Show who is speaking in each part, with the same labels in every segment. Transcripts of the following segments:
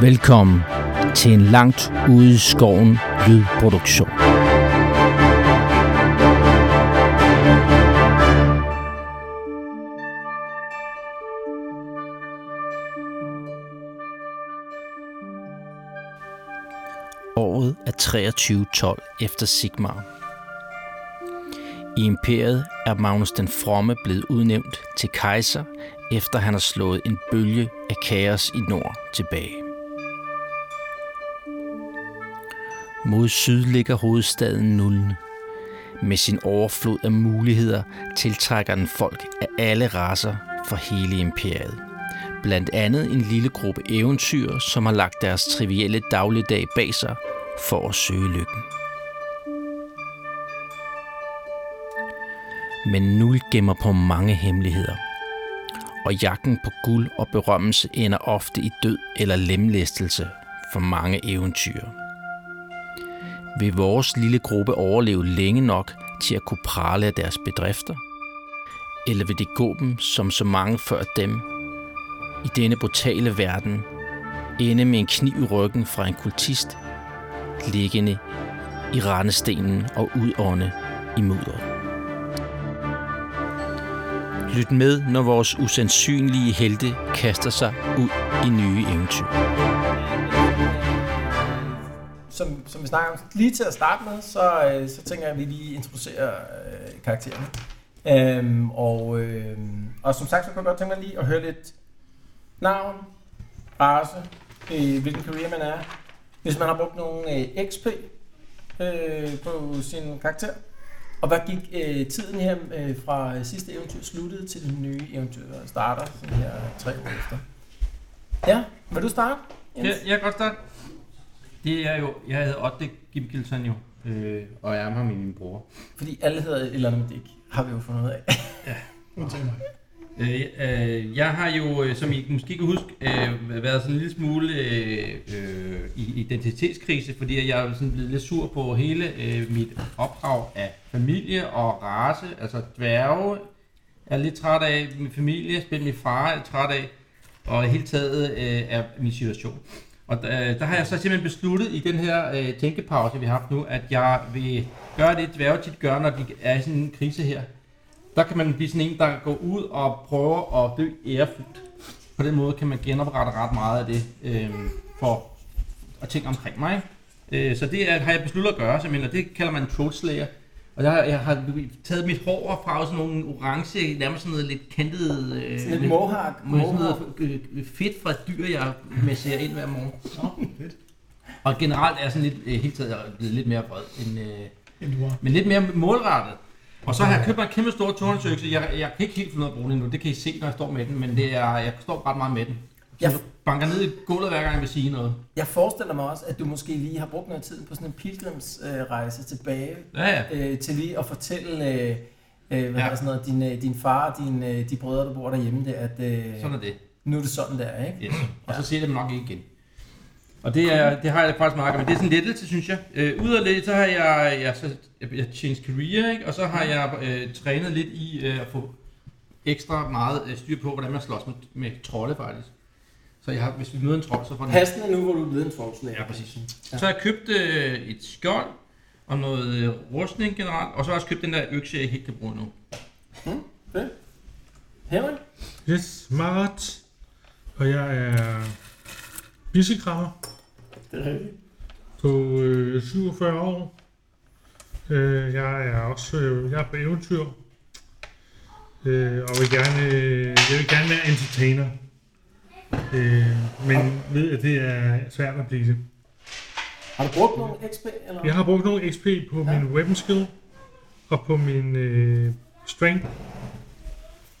Speaker 1: Velkommen til en langt ude i skoven lydproduktion. Året er 2312 efter Sigmar. I imperiet er Magnus den Fromme blevet udnævnt til kejser, efter han har slået en bølge af kaos i nord tilbage. Mod syd ligger hovedstaden Nullen. Med sin overflod af muligheder tiltrækker den folk af alle raser fra hele imperiet. Blandt andet en lille gruppe eventyr, som har lagt deres trivielle dagligdag bag sig for at søge lykken. Men Nul gemmer på mange hemmeligheder. Og jagten på guld og berømmelse ender ofte i død eller lemlæstelse for mange eventyr vil vores lille gruppe overleve længe nok til at kunne prale af deres bedrifter? Eller vil det gå dem, som så mange før dem, i denne brutale verden, ende med en kniv i ryggen fra en kultist, liggende i rendestenen og udånde i mudderet? Lyt med, når vores usandsynlige helte kaster sig ud i nye eventyr.
Speaker 2: som, som vi snakker om lige til at starte med, så, øh, så tænker jeg, at vi lige introducerer øh, karaktererne. Øhm, og, øh, og som sagt, så kunne jeg godt tænke mig lige at høre lidt navn, race, øh, hvilken career man er. Hvis man har brugt nogle øh, XP øh, på sin karakter. Og hvad gik øh, tiden her øh, fra sidste eventyr sluttede til det nye eventyr starter, sådan her tre år efter. Ja, vil du starte?
Speaker 3: Ja, jeg kan godt starte. Det er jo, jeg hedder Otte Gimkelsen jo, øh, og jeg er ham i min bror.
Speaker 2: Fordi alle hedder et eller andet med Dick, har vi jo fundet ud af.
Speaker 3: Øh, øh, jeg har jo, øh, som I måske kan huske, øh, været sådan en lille smule øh, øh, i identitetskrise, fordi jeg er jo sådan blevet lidt sur på hele øh, mit ophav af familie og race, altså dværge. Jeg er lidt træt af min familie, specielt min far er jeg træt af, og i hele taget øh, er min situation. Og øh, der har jeg så simpelthen besluttet i den her øh, tænkepause, vi har haft nu, at jeg vil gøre det, dværge tit gør, når de er i sådan en krise her. Der kan man blive sådan en, der går ud og prøver at dø ærefuldt. På den måde kan man genoprette ret meget af det øh, for at tænke omkring mig. ikke? Øh, så det er, har jeg besluttet at gøre, simpelthen, og det kalder man en throat slayer. Og jeg har, jeg har taget mit hår og farvet sådan nogle orange, nærmest sådan noget lidt kantet... Øh,
Speaker 2: Sådan lidt mohawk.
Speaker 3: med sådan
Speaker 2: mohawk.
Speaker 3: noget øh, fedt fra et dyr, jeg masserer ind hver morgen. Og generelt er jeg sådan lidt, øh, helt taget jeg er blevet lidt mere bred, end, øh, men lidt mere målrettet. Og så har jeg købt mig en kæmpe stor tornsøgse. Jeg, jeg kan ikke helt finde ud af at bruge den nu. Det kan I se, når jeg står med den, men det er, jeg står ret meget med den. Så
Speaker 2: Jeg-
Speaker 3: jeg banker ned i gulvet, hver gang jeg vil sige noget.
Speaker 2: Jeg forestiller mig også, at du måske lige har brugt noget tid på sådan en pilgrimsrejse tilbage,
Speaker 3: Ja, ja.
Speaker 2: øh, til lige at fortælle øh, øh, hvad ja.
Speaker 3: Ja.
Speaker 2: sådan noget, din, øh, din far og din, øh, de brødre, der bor derhjemme, der, at øh,
Speaker 3: Sådan er det.
Speaker 2: nu er det sådan der, ikke?
Speaker 3: Yes. Mm. Og så ser det nok ikke igen. Og det, er, det har jeg faktisk meget, men det er sådan en lettelse, synes jeg. Øh, Udover det, så har jeg, jeg, så, jeg, jeg changed career, ikke? og så har jeg øh, trænet lidt i øh, at få ekstra meget øh, styr på, hvordan man slås med, med trolde faktisk. Så jeg har, hvis vi møder en trold, så får den...
Speaker 2: Passende nu, hvor du er blevet en formsnæger.
Speaker 3: Ja, præcis. Så har jeg købt øh, et skjold og noget øh, rustning generelt, og så har jeg også købt den der økse, jeg ikke kan bruge nu.
Speaker 2: Henrik?
Speaker 4: Yes, Marat. Og jeg er bissekraver
Speaker 2: Det er rigtigt.
Speaker 4: på øh, 47 år. Øh, jeg er også øh, jeg er på eventyr. Øh, og vil gerne, øh, jeg vil gerne være entertainer. Øh, men ved, at det er svært at blive det.
Speaker 2: Har du brugt nogle XP? Eller?
Speaker 4: Jeg har brugt nogle XP på
Speaker 2: Ja.
Speaker 4: ja. min weapon skill og på min øh, strength.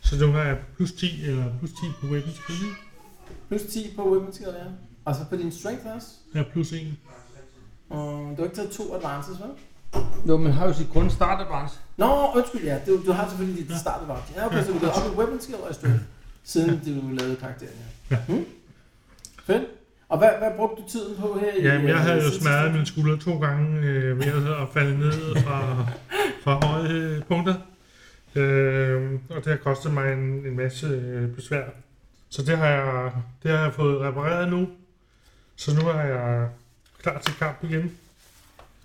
Speaker 4: Så nu har jeg plus 10 eller plus 10 på weapon skill. ikke?
Speaker 2: Plus 10 på women's skill, ja. Og så på din strength også.
Speaker 4: Jeg har plus 1.
Speaker 2: Um, du har ikke taget to advances, vel?
Speaker 3: Jo, men har jo sit grund startadvance.
Speaker 2: Nå, undskyld, ja. Du, du har selvfølgelig dit ja. startadvantage. Ja, okay, så du går op i weapon skill og i strength, siden ja. du lavede karakteren her. Ja. Hmm? Fedt. Og hvad, hvad brugte du tiden på her? i,
Speaker 4: Jamen, jeg
Speaker 2: øh,
Speaker 4: havde jo
Speaker 2: sidste
Speaker 4: smadret
Speaker 2: sæson?
Speaker 4: min skulder to gange øh, ved at falde ned fra, fra høje øh, punkter. Øh, og det har kostet mig en, en masse øh, besvær. Så det har, jeg, det har jeg fået repareret nu. Så nu er jeg klar til kamp igen.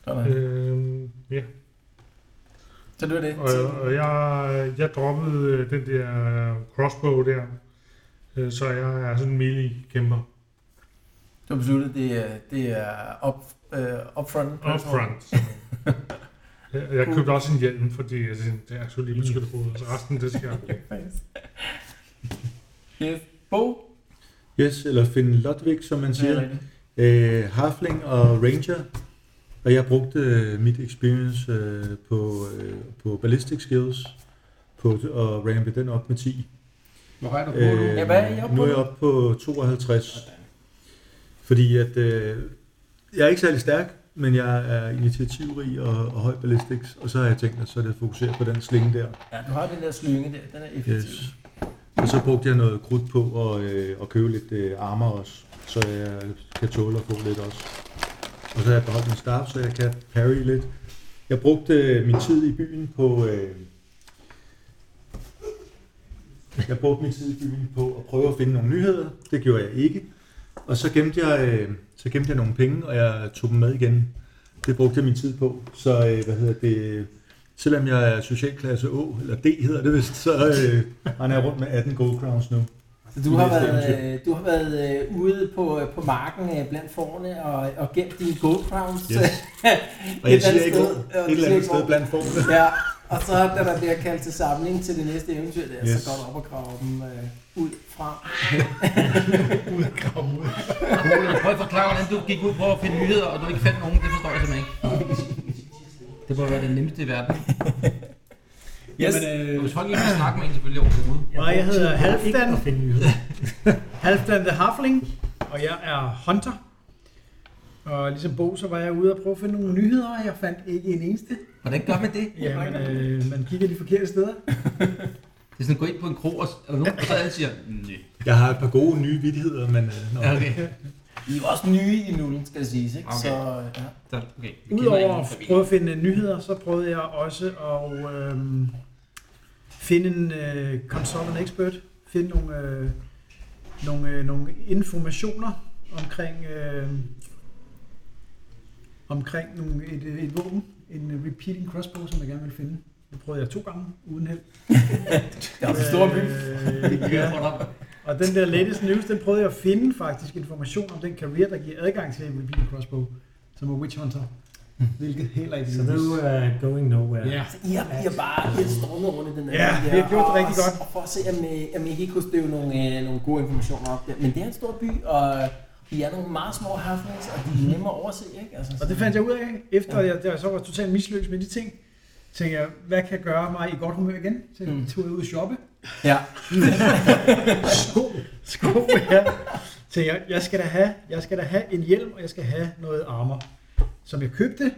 Speaker 2: Sådan.
Speaker 4: Øh, ja.
Speaker 2: Så det var det.
Speaker 4: Og, og jeg, jeg droppede øh, den der crossbow der, øh, så jeg er sådan en melee-kæmper.
Speaker 2: Du har besluttet, det er, det er up, øh, upfront.
Speaker 4: Upfront. Jeg, jeg købte også en hjelm, fordi jeg tænkte, det er sgu
Speaker 5: Mm.
Speaker 4: lige beskyttet hovedet, så resten det skal jeg.
Speaker 2: Yes. Bo?
Speaker 6: Yes, eller Finn Lodvig, som man
Speaker 2: Det er
Speaker 6: siger.
Speaker 2: rigtigt.
Speaker 6: Øh, Harfling og Ranger. Og jeg brugte øh, mit experience øh, på, øh, på Ballistic Skills på at rampe den op med 10.
Speaker 3: Hvor højt er du på nu?
Speaker 6: Øh,
Speaker 2: Ja, hvad er I oppe
Speaker 6: nu er
Speaker 2: på?
Speaker 6: jeg oppe på 52. Fordi at øh, jeg er ikke særlig stærk, men jeg er initiativrig og, og høj ballistics, og så har jeg tænkt mig så er det at fokusere på den slinge der.
Speaker 2: Ja, du har den der slynge der, den er effektiv.
Speaker 6: Yes. Og så brugte jeg noget krudt på og, øh, og købe lidt øh, armor også, så jeg kan tåle at få lidt også. Og så har jeg beholdt min staff, så jeg kan parry lidt. Jeg brugte øh, min tid i byen på... Øh, jeg brugte min tid i byen på at prøve at finde nogle nyheder. Det gjorde jeg ikke. Og så gemte jeg, øh, så gemte jeg nogle penge, og jeg tog dem med igen. Det brugte jeg min tid på. Så øh, hvad hedder det? Selvom jeg er socialklasse Å, eller D hedder det vist, så øh, render jeg rundt med 18 gold crowns nu.
Speaker 2: Så du har,
Speaker 6: Næste
Speaker 2: været,
Speaker 6: eventyr.
Speaker 2: øh, du har været øh, ude på, øh, på marken øh, blandt forne og, og gemt dine gold crowns.
Speaker 6: Yes.
Speaker 2: øh,
Speaker 6: Og
Speaker 2: et
Speaker 6: jeg
Speaker 2: eller andet
Speaker 6: siger ikke
Speaker 2: sted,
Speaker 6: Å,
Speaker 2: ja,
Speaker 6: et
Speaker 2: du
Speaker 6: eller
Speaker 2: siger
Speaker 6: andet
Speaker 2: ikke
Speaker 6: sted
Speaker 2: Å.
Speaker 6: blandt folkene.
Speaker 2: ja, og så da der bliver kaldt til samling til det næste eventyr der, yes.
Speaker 6: Yes.
Speaker 2: så går du op og graver dem øh, ud fra.
Speaker 3: Prøv at forklare, hvordan du gik ud på at finde nyheder, og du ikke fandt nogen. Det forstår jeg simpelthen ikke. Det må være det nemmeste i verden.
Speaker 2: Yes.
Speaker 1: øh,
Speaker 3: Og hvis folk ikke vil snakke med en, selvfølgelig overhovedet.
Speaker 5: Og jeg hedder Halfdan,
Speaker 1: at finde nyheder.
Speaker 5: Halfdan the Halfling, og jeg er hunter. Og ligesom Bo, så var jeg ude og prøve at finde nogle nyheder, og jeg fandt ikke en eneste.
Speaker 3: Hvordan gør man det?
Speaker 5: Jamen, øh, man kigger de forkerte steder.
Speaker 3: Det er sådan, at gå ind på en krog, og, s- og nogen træder og siger, nej.
Speaker 6: Jeg har et par gode nye vittigheder, men øh, nå.
Speaker 3: Okay.
Speaker 2: I er jo også nye i nullen, skal det siges, ikke?
Speaker 3: Okay.
Speaker 2: Så, øh, ja.
Speaker 3: Så, okay. vi kender
Speaker 5: Udover
Speaker 3: ingen
Speaker 5: at
Speaker 3: familie.
Speaker 5: prøve at finde øh, nyheder, så prøvede jeg også at øh, finde en øh, consultant expert. Finde nogle, øh, nogle, øh, nogle informationer omkring, øh, omkring nogle, et, øh, et våben. En øh, repeating crossbow, som jeg gerne ville finde. Det prøvede jeg to gange uden held.
Speaker 2: Det er også en stor by.
Speaker 5: Øh, ja. Og den der latest news, den prøvede jeg at finde faktisk information om den karriere, der giver adgang til Repeating Crossbow, som er Witch Hunter. Hvilket heller ikke
Speaker 1: Så
Speaker 5: vides.
Speaker 1: du er going nowhere.
Speaker 5: Ja.
Speaker 2: Så I har, I har bare helt stormet rundt i den
Speaker 5: Ja,
Speaker 2: by der,
Speaker 5: vi har gjort det
Speaker 2: og-
Speaker 5: rigtig godt.
Speaker 2: Og for at se, om, øh, om I ikke kunne støve nogle, øh, nogle gode informationer op der. Men det er en stor by, og I er nogle meget små halflings, og de er nemme at overse, ikke? Altså,
Speaker 5: Og det fandt jeg ud af, efter jeg, jeg så var totalt misløs med de ting. Tænkte jeg, hvad kan gøre mig i godt humør igen? Så
Speaker 2: Mm.
Speaker 5: jeg tog jeg ud og shoppe.
Speaker 2: Ja.
Speaker 5: Sko. Sko, ja. Tænkte jeg, jeg skal, da have, jeg skal da have en hjelm, og jeg skal have noget armor, som jeg købte,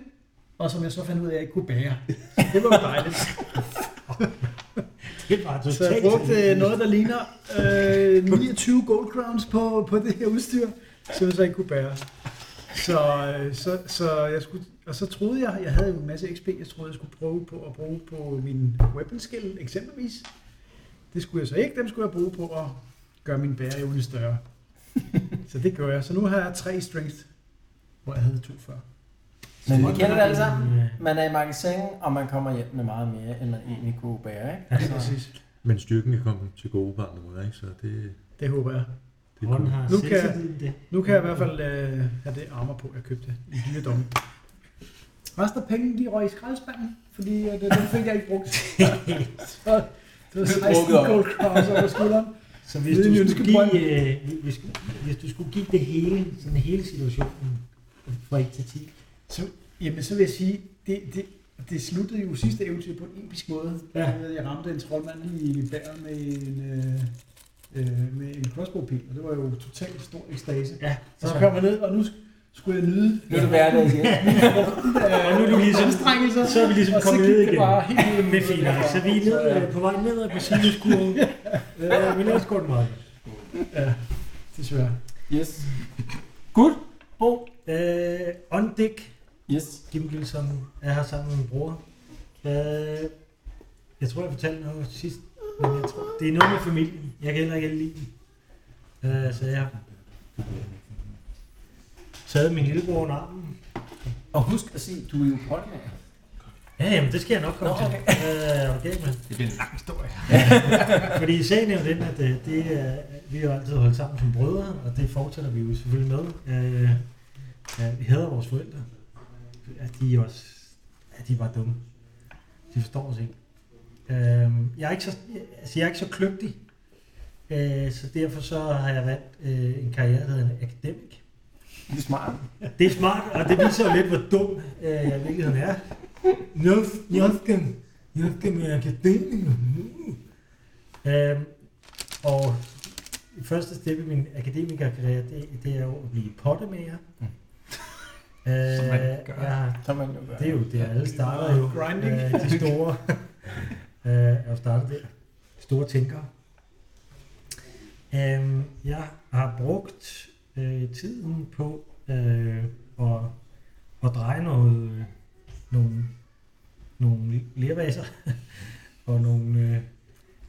Speaker 5: og som jeg så fandt ud af, at jeg ikke kunne bære. Det var jo dejligt.
Speaker 1: Det var totalt.
Speaker 5: Så jeg brugte øh, noget, der ligner øh, 29 gold crowns på, på det her udstyr, som jeg så ikke kunne bære. Så, øh, så, så jeg skulle, og så troede jeg, jeg havde jo en masse XP, jeg troede, jeg skulle prøve på at bruge på min weapon skill eksempelvis. Det skulle jeg så ikke, dem skulle jeg bruge på at gøre min bæreevne større. Så det gør jeg. Så nu har jeg tre strength, hvor jeg havde to før.
Speaker 2: Men vi kender det alle sammen. Man er i magasin, og man kommer hjem med meget mere, end man egentlig kunne bære, ikke?
Speaker 5: Ja,
Speaker 2: Altså,
Speaker 5: præcis.
Speaker 6: Men styrken kan komme til gode på andre måder, ikke? så det,
Speaker 5: Det håber jeg.
Speaker 6: det er
Speaker 1: Hvordan
Speaker 6: cool.
Speaker 1: har
Speaker 5: Nu
Speaker 1: nu
Speaker 5: kan-
Speaker 1: kan... det?
Speaker 5: Nu kan jeg i hvert fald øh, have det armor på, jeg købte i dyre domme. Resten af pengene, de røg i skraldespanden, fordi øh, det, den fik jeg ikke brugt. så det var 16
Speaker 2: op.
Speaker 5: gold crowns over skulderen.
Speaker 1: Så hvis
Speaker 5: Nede i
Speaker 1: du, skulle
Speaker 5: ønskebrønden.
Speaker 1: give, øh, hvis, hvis du skulle give det hele, sådan hele situationen fra 1 til 10,
Speaker 5: Så, jamen, så vil jeg sige, det, det, det sluttede jo sidste eventyr på en episk måde.
Speaker 1: Ja.
Speaker 5: Ja. Jeg ramte en troldmand lige i bæret med en, øh, øh, med en crossbow-pil, og det var jo totalt stor ekstase.
Speaker 1: ja,
Speaker 5: Så kom jeg ned, og nu sk- skulle jeg nyde
Speaker 2: nu er det hverdag igen.
Speaker 1: og nu er du ligesom,
Speaker 5: anstrengelser.
Speaker 1: så er vi ligesom
Speaker 5: Og så
Speaker 1: kommet
Speaker 5: gik
Speaker 1: ned
Speaker 5: det
Speaker 1: igen.
Speaker 5: bare helt ud i
Speaker 1: Med
Speaker 5: hovedet.
Speaker 1: fint. altså. Så vi er ned, øh, på vej nedad på sinuskurven. Øh, vi lavede skåret meget.
Speaker 5: Desværre.
Speaker 2: øh, Yes. Good. Bo.
Speaker 1: Øh, Ondik,
Speaker 2: Yes.
Speaker 1: Gimgel, som er her sammen med min bror. Øh, jeg tror, jeg fortalte noget sidst, men jeg tror, det er noget med familien. Jeg kan heller ikke lide den. Øh, så jeg
Speaker 5: taget min lillebror under armen.
Speaker 2: Og husk at sige, du er jo pottemager.
Speaker 5: Ja, jamen, det skal jeg nok komme
Speaker 2: Nå,
Speaker 5: til.
Speaker 2: okay.
Speaker 5: Øh, okay, men,
Speaker 3: Det bliver en lang historie.
Speaker 5: fordi sagen er jo den, at øh, det, er, vi har jo altid holdt sammen som brødre, og det fortsætter vi jo selvfølgelig med. Øh, ja, vi hader vores forældre. At de også at de var dumme. De forstår os ikke. Øh, jeg, er ikke så, altså, jeg er ikke så kløgtig, øh, så derfor så har jeg valgt øh, en karriere, der hedder en akademik.
Speaker 2: Det er smart.
Speaker 5: Det er smart, og det viser jo lidt, hvor dum øh, jeg i virkeligheden er. Nøf- Jeg skal, jeg skal være akademiker. Øhm, og det første step i min akademikerkarriere, det, det er jo at blive pottemager. Øh,
Speaker 3: Mm. Som man gør.
Speaker 5: jeg har
Speaker 2: Så man jo gøre.
Speaker 5: det er jo det, alle starter jo.
Speaker 7: Grinding.
Speaker 5: Øh, de store øh, er jo startet der. Store tænkere. Øhm, jeg har brugt øh, tiden på øh, at, at dreje noget, øh, nogle, nogle lervaser og nogle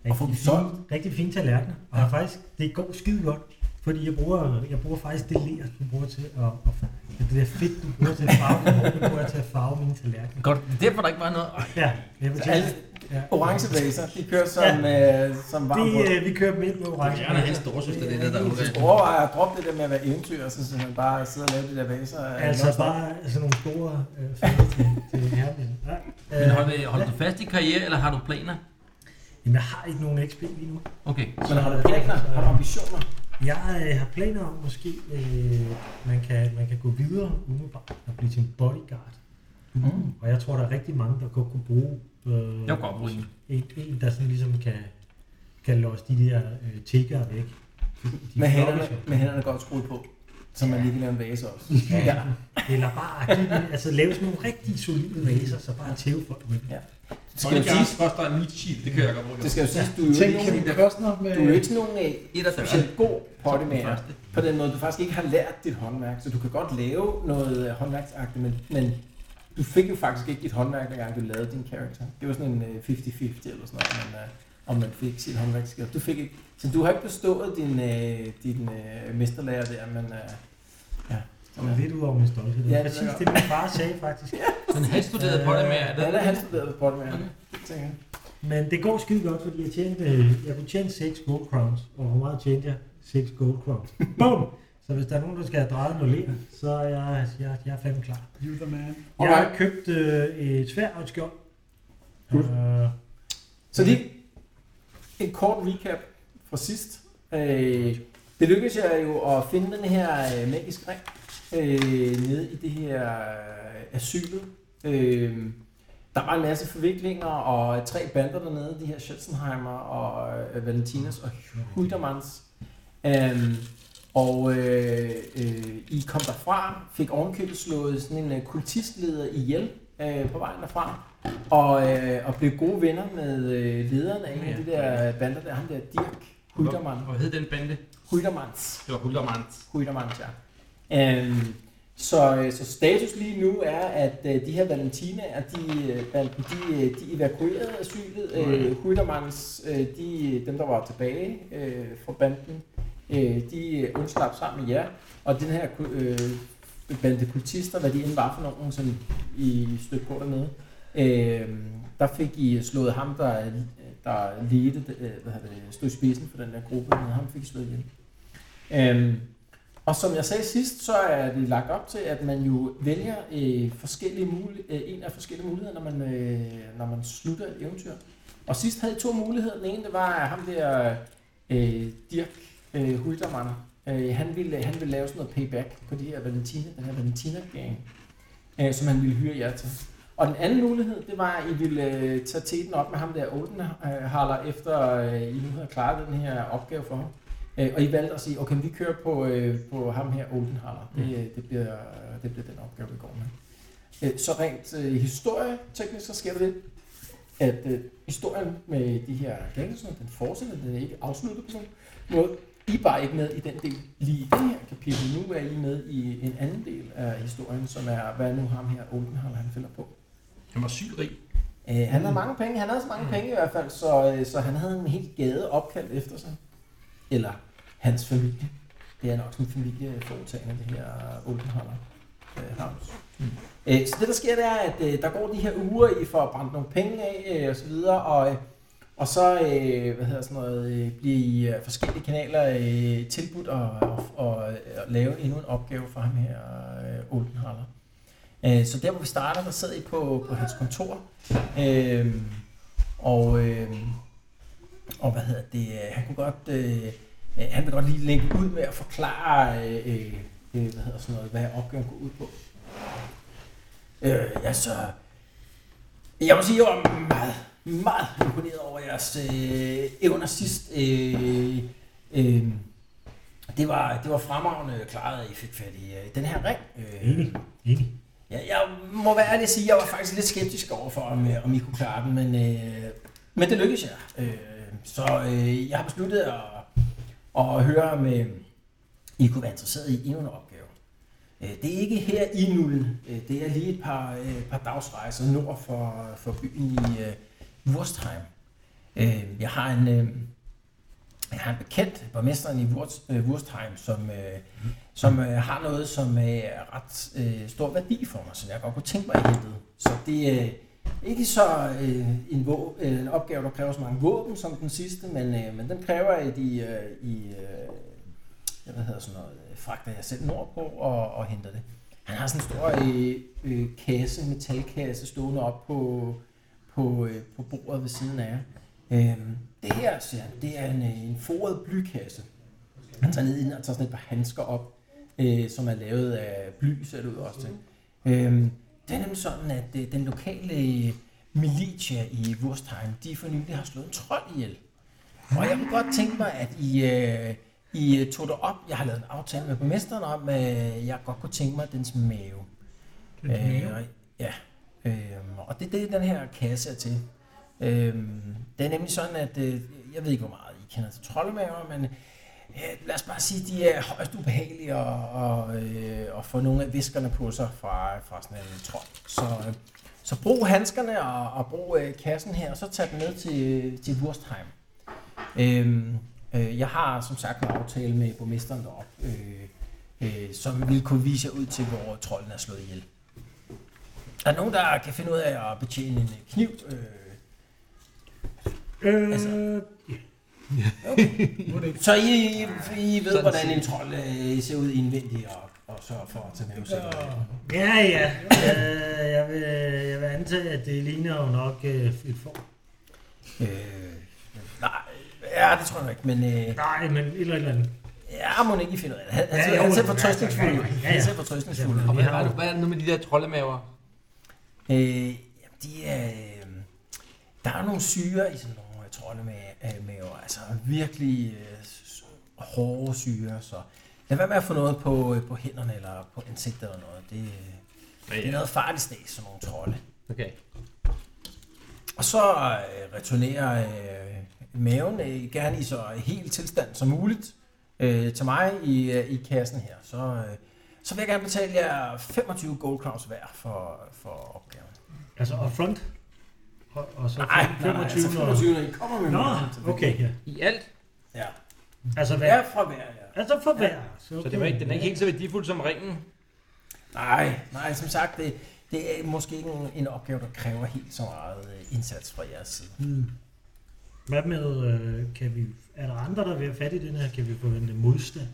Speaker 5: øh,
Speaker 2: Og få dem
Speaker 5: rigtig, fine,
Speaker 2: solgt.
Speaker 5: rigtig fine tallerkener. Og har faktisk, det går skide godt, fordi jeg bruger, jeg bruger faktisk det ler, du bruger til at, at det der fedt, du bruger til at farve min hår, det bruger jeg til at farve mine tallerkener.
Speaker 3: Godt, derfor der ikke var noget. Ej,
Speaker 5: Ja, jeg vil
Speaker 2: Så
Speaker 5: tænke,
Speaker 2: alle
Speaker 5: ja.
Speaker 2: orange vaser, de kører som, ja. øh, som varm
Speaker 5: Det, øh, vi kører dem ind med orange.
Speaker 3: Bjarne og hans storesøster, det er det, der er ulækkert.
Speaker 2: Overvej at droppe det der med at være eventyr, og så simpelthen bare sidde og lave de der vaser. øh,
Speaker 5: Altså bare sådan nogle store øh, fingre til, til herren. Ja.
Speaker 3: Men
Speaker 5: Øh,
Speaker 3: hold, holder du fast i karriere, eller har du planer?
Speaker 5: Jamen, jeg har ikke nogen XP lige nu.
Speaker 3: Okay.
Speaker 2: Men har du planer? Har du ambitioner?
Speaker 5: Jeg øh, har planer om måske, øh, man, kan, man kan gå videre umiddelbart og blive til en bodyguard. Mm. Og jeg tror, der er rigtig mange, der godt kunne bruge øh,
Speaker 3: Jeg kunne godt bruge en.
Speaker 5: en, en, der sådan ligesom kan, kan låse de der øh, tigger væk. De, de
Speaker 2: Med
Speaker 5: flokkes jo.
Speaker 2: hænderne, med hænderne godt skruet på, så man lige kan lave en vase også. Ja.
Speaker 5: Eller bare give dem, altså lave sådan nogle rigtig solide vaser, så bare tæve folk med dem.
Speaker 2: Ja. Det
Speaker 3: Så
Speaker 2: skal jo siges,
Speaker 3: koster en meat shield, det kan jeg godt bruge.
Speaker 2: det skal jo siges, du er jo
Speaker 7: Tænk,
Speaker 2: ikke
Speaker 7: kan
Speaker 2: nogen,
Speaker 7: vi koste noget med...
Speaker 2: du er jo ikke sådan nogen øh,
Speaker 3: Et af fyrre.
Speaker 2: specielt god pottemager.
Speaker 3: Første.
Speaker 2: På den måde, du faktisk ikke har lært dit håndværk, så du kan godt lave noget øh, håndværksagtigt, men, men du fik jo faktisk ikke dit håndværk, dengang du lavede din karakter. Det var sådan en øh, 50-50 eller sådan noget, men, øh, om man fik sit håndværksskill. Du fik ikke, så du har ikke bestået din, øh, din øh, mesterlærer der, men øh, ja.
Speaker 5: Det var lidt ud over min stolthed. Det
Speaker 2: Ja,
Speaker 5: var
Speaker 2: det
Speaker 5: præcis
Speaker 2: er
Speaker 5: det, min far sagde faktisk.
Speaker 3: Men han studerede på det med, at
Speaker 2: Ja, der er han studeret på pottemager, tænker jeg.
Speaker 5: Men det går skide godt, fordi jeg, tjente,
Speaker 7: Mm.
Speaker 5: jeg kunne tjene 6 gold crowns. Og hvor meget tjente jeg? 6 gold crowns. Bum! Så hvis der er nogen, der skal have drejet noget ler, så er jeg, jeg, jeg er fandme klar.
Speaker 7: You the man.
Speaker 5: Jeg har købt øh, et svær og et skjold.
Speaker 8: Cool.
Speaker 5: Øh,
Speaker 2: Så lige en kort recap fra sidst. Øh, det lykkedes jeg jo at finde den her øh, magiske ring øh, nede i det her øh, asylet. Øh, der var en masse forviklinger og tre bander dernede, de her Schützenheimer og øh, Valentinas og Hudermans. Øh, og øh, øh, I kom derfra, fik ovenkøbet slået sådan en øh, kultistleder ihjel øh, på vejen derfra og, øh, og blev gode venner med øh, lederen af en af de der bander der, ham der Dirk Hudermann.
Speaker 3: Hvad hed den bande?
Speaker 2: Hudermanns.
Speaker 3: Det var Huldermanns.
Speaker 2: Hudermanns, ja. Øhm, så, øh, så status lige nu er, at øh, de her Valentinaer, de, øh, banden, de, øh, de evakuerede asylet. Øh, Hudermanns, øh, de, dem der var tilbage øh, fra banden, øh, de øh, undslap sammen med jer. Og den her øh, bande kultister, hvad de end var for nogen, som I stødte på dernede, Øh, der fik I slået ham, der, der ledte, øh, hvad hedder det, stod i spidsen for den der gruppe, men ham fik I slået ihjel. Øh, og som jeg sagde sidst, så er det lagt op til, at man jo vælger øh, forskellige mul- øh, en af forskellige muligheder, når man, øh, når man slutter et eventyr. Og sidst havde I to muligheder. Den ene, det var ham der øh, Dirk øh, Hultermann. Øh, han, ville, han ville lave sådan noget payback på de her Valentina, den her Valentina-gang, øh, som han ville hyre jer til. Og den anden mulighed, det var, at I ville øh, tage teten op med ham der Oldenhaler, efter øh, I nu havde klaret den her opgave for ham. Øh, og I valgte at sige, okay, vi kører på, øh, på ham her Oldenhaler. Det, øh, det, bliver, det bliver den opgave, vi går med. Øh, så rent øh, historieteknisk, så sker der det, at øh, historien med de her gængelser, den fortsætter, den er ikke afsluttet på sådan en måde. I er bare ikke med i den del lige i det her kapitel. Nu er I med i en anden del af historien, som er, hvad nu ham her Oldenhaler, han finder på.
Speaker 3: Han var syg rig.
Speaker 2: Øh, han havde mange penge. Han havde så mange penge i hvert fald, så, øh, så han havde en helt gade opkaldt efter sig. Eller hans familie. Det er nok sådan en familieforetagende, det her Oldenhammer øh, Havns. Mm. Øh, så det, der sker, det er, at øh, der går de her uger i for at brænde nogle penge af øh, og så videre, og, øh, og så øh, hvad hedder sådan noget, øh, bliver I øh, forskellige kanaler øh, tilbudt at, og, og, at lave endnu en opgave for ham her, øh, Oldenhammer. Øh, så der, hvor vi starter, der sidder I på, på hans kontor, øh, og, øh, og hvad hedder det, øh, han kunne godt... Øh, Øh, han vil godt lige lægge ud med at forklare, øh, øh, øh, hvad, hedder sådan noget, hvad opgaven går ud på. Øh, altså, jeg må sige, jeg var meget, meget imponeret over jeres øh, evner sidst. Øh, øh, det var, det var fremragende klaret, at I fik fat i øh, den her ring. Øh,
Speaker 5: Enig, enig.
Speaker 2: ja, jeg må være ærlig at sige, at jeg var faktisk lidt skeptisk over for, om, øh, om I kunne klare den, men, øh, men det lykkedes jeg. Øh, så øh, jeg har besluttet at, at høre, om øh, I kunne være interesseret i endnu en opgave. Øh, det er ikke her i Nullen. Øh, det er lige et par, øh, par dagsrejser nord for, for byen i øh, Wurstheim. Øh, jeg har en... Øh, jeg har en bekendt, borgmesteren i Wurst, øh, Wurstheim, som, øh, som øh, har noget, som øh, er ret øh, stor værdi for mig, som jeg godt kunne tænke mig at hente. Så det er øh, ikke så øh, en, vå, øh, en opgave, der kræver så mange våben som den sidste, men, øh, men den kræver, at I, øh, I øh, jeg, hvad hedder sådan noget, øh, fragter jer selv nordpå og, og henter det. Han har sådan en stor øh, øh, kasse, metalkasse, stående op på, på, øh, på bordet ved siden af jer. Øh, det her, siger han, det er en, øh, en foret blykasse. Han tager ned i den og tager sådan et par handsker op, øh, som er lavet af bly, ser det ud også til. Øhm, det er nemlig sådan, at øh, den lokale militia i Wurstheim, de for nylig har slået en trold ihjel. Og jeg kunne godt tænke mig, at I, øh, I øh, tog det op. Jeg har lavet en aftale med borgmesteren om, at øh, jeg godt kunne tænke mig dens mave. Øh, og- ja. Øhm, og det er det, den her kasse er til. Øhm, det er nemlig sådan, at øh, jeg ved ikke, hvor meget I kender til troldemager, men øh, lad os bare sige, at de er højst ubehagelige at, og, øh, at få nogle af viskerne på sig fra, fra sådan en trold. Så, øh, så brug handskerne og, og brug øh, kassen her, og så tag den med til, til Wurstheim. Øhm, øh, jeg har som sagt en aftale med borgmesteren deroppe, øh, øh, som vil kunne vise jer ud til, hvor trolden er slået ihjel. Er der nogen, der kan finde ud af at betjene en øh, kniv? Øh,
Speaker 5: Øh,
Speaker 2: Altså-
Speaker 5: altså,
Speaker 2: så I, I ved, hvordan en trold øh, ser ud indvendigt og, og sørger for at tage med sig.
Speaker 5: ja, ja. Øh, jeg, vil, jeg vil antage, at det ligner jo nok øh, et form.
Speaker 2: Øh, nej, ja, det tror jeg nu ikke, men øh,
Speaker 5: Nej, men et eller andet.
Speaker 2: ja, må ikke I finder ud af det. Han,
Speaker 5: Ja,
Speaker 2: han,
Speaker 5: jo,
Speaker 2: ja, han ser
Speaker 5: ja,
Speaker 2: fortrøstningsfuld
Speaker 5: ja,
Speaker 2: ud.
Speaker 5: ja, ja, ja.
Speaker 2: Han ser fortrøstningsfuld ud.
Speaker 3: Og hvad,
Speaker 5: har
Speaker 3: hvad,
Speaker 5: jo-
Speaker 3: hvad er det nu med de der troldemaver?
Speaker 2: Øh, jamen, de er, øh, der er nogle syre i sådan nogle øh, troldemaver, altså virkelig øh, s- hårde syre, så lad være med at få noget på, øh, på hænderne eller på ansigtet eller noget. Det, øh, det er noget farligt sted, sådan nogle trolde.
Speaker 3: Okay.
Speaker 2: Og så øh, returnerer øh, maven øh, gerne i så helt tilstand som muligt øh, til mig i, øh, i kassen her. Så, øh, så vil jeg gerne betale jer 25 gold crowns hver for, for opgaven.
Speaker 5: Altså upfront. Og, og så
Speaker 2: Nej, nej, nej,
Speaker 5: 25.
Speaker 2: altså 25, når I kommer med
Speaker 5: Nå,
Speaker 2: mere.
Speaker 5: okay. Ja.
Speaker 3: I alt?
Speaker 2: Ja.
Speaker 5: Altså hvad?
Speaker 2: Ja, fra hver, ja.
Speaker 5: Altså for hver.
Speaker 3: Så det var ikke, den er ikke helt så værdifuld som ringen?
Speaker 2: Nej, nej, som sagt, det, det er måske ikke en, en opgave, der kræver helt så meget øh, indsats fra jeres side.
Speaker 5: Hvad med, øh, kan vi, er der andre, der vil have fat i den her? Kan vi forvente modstand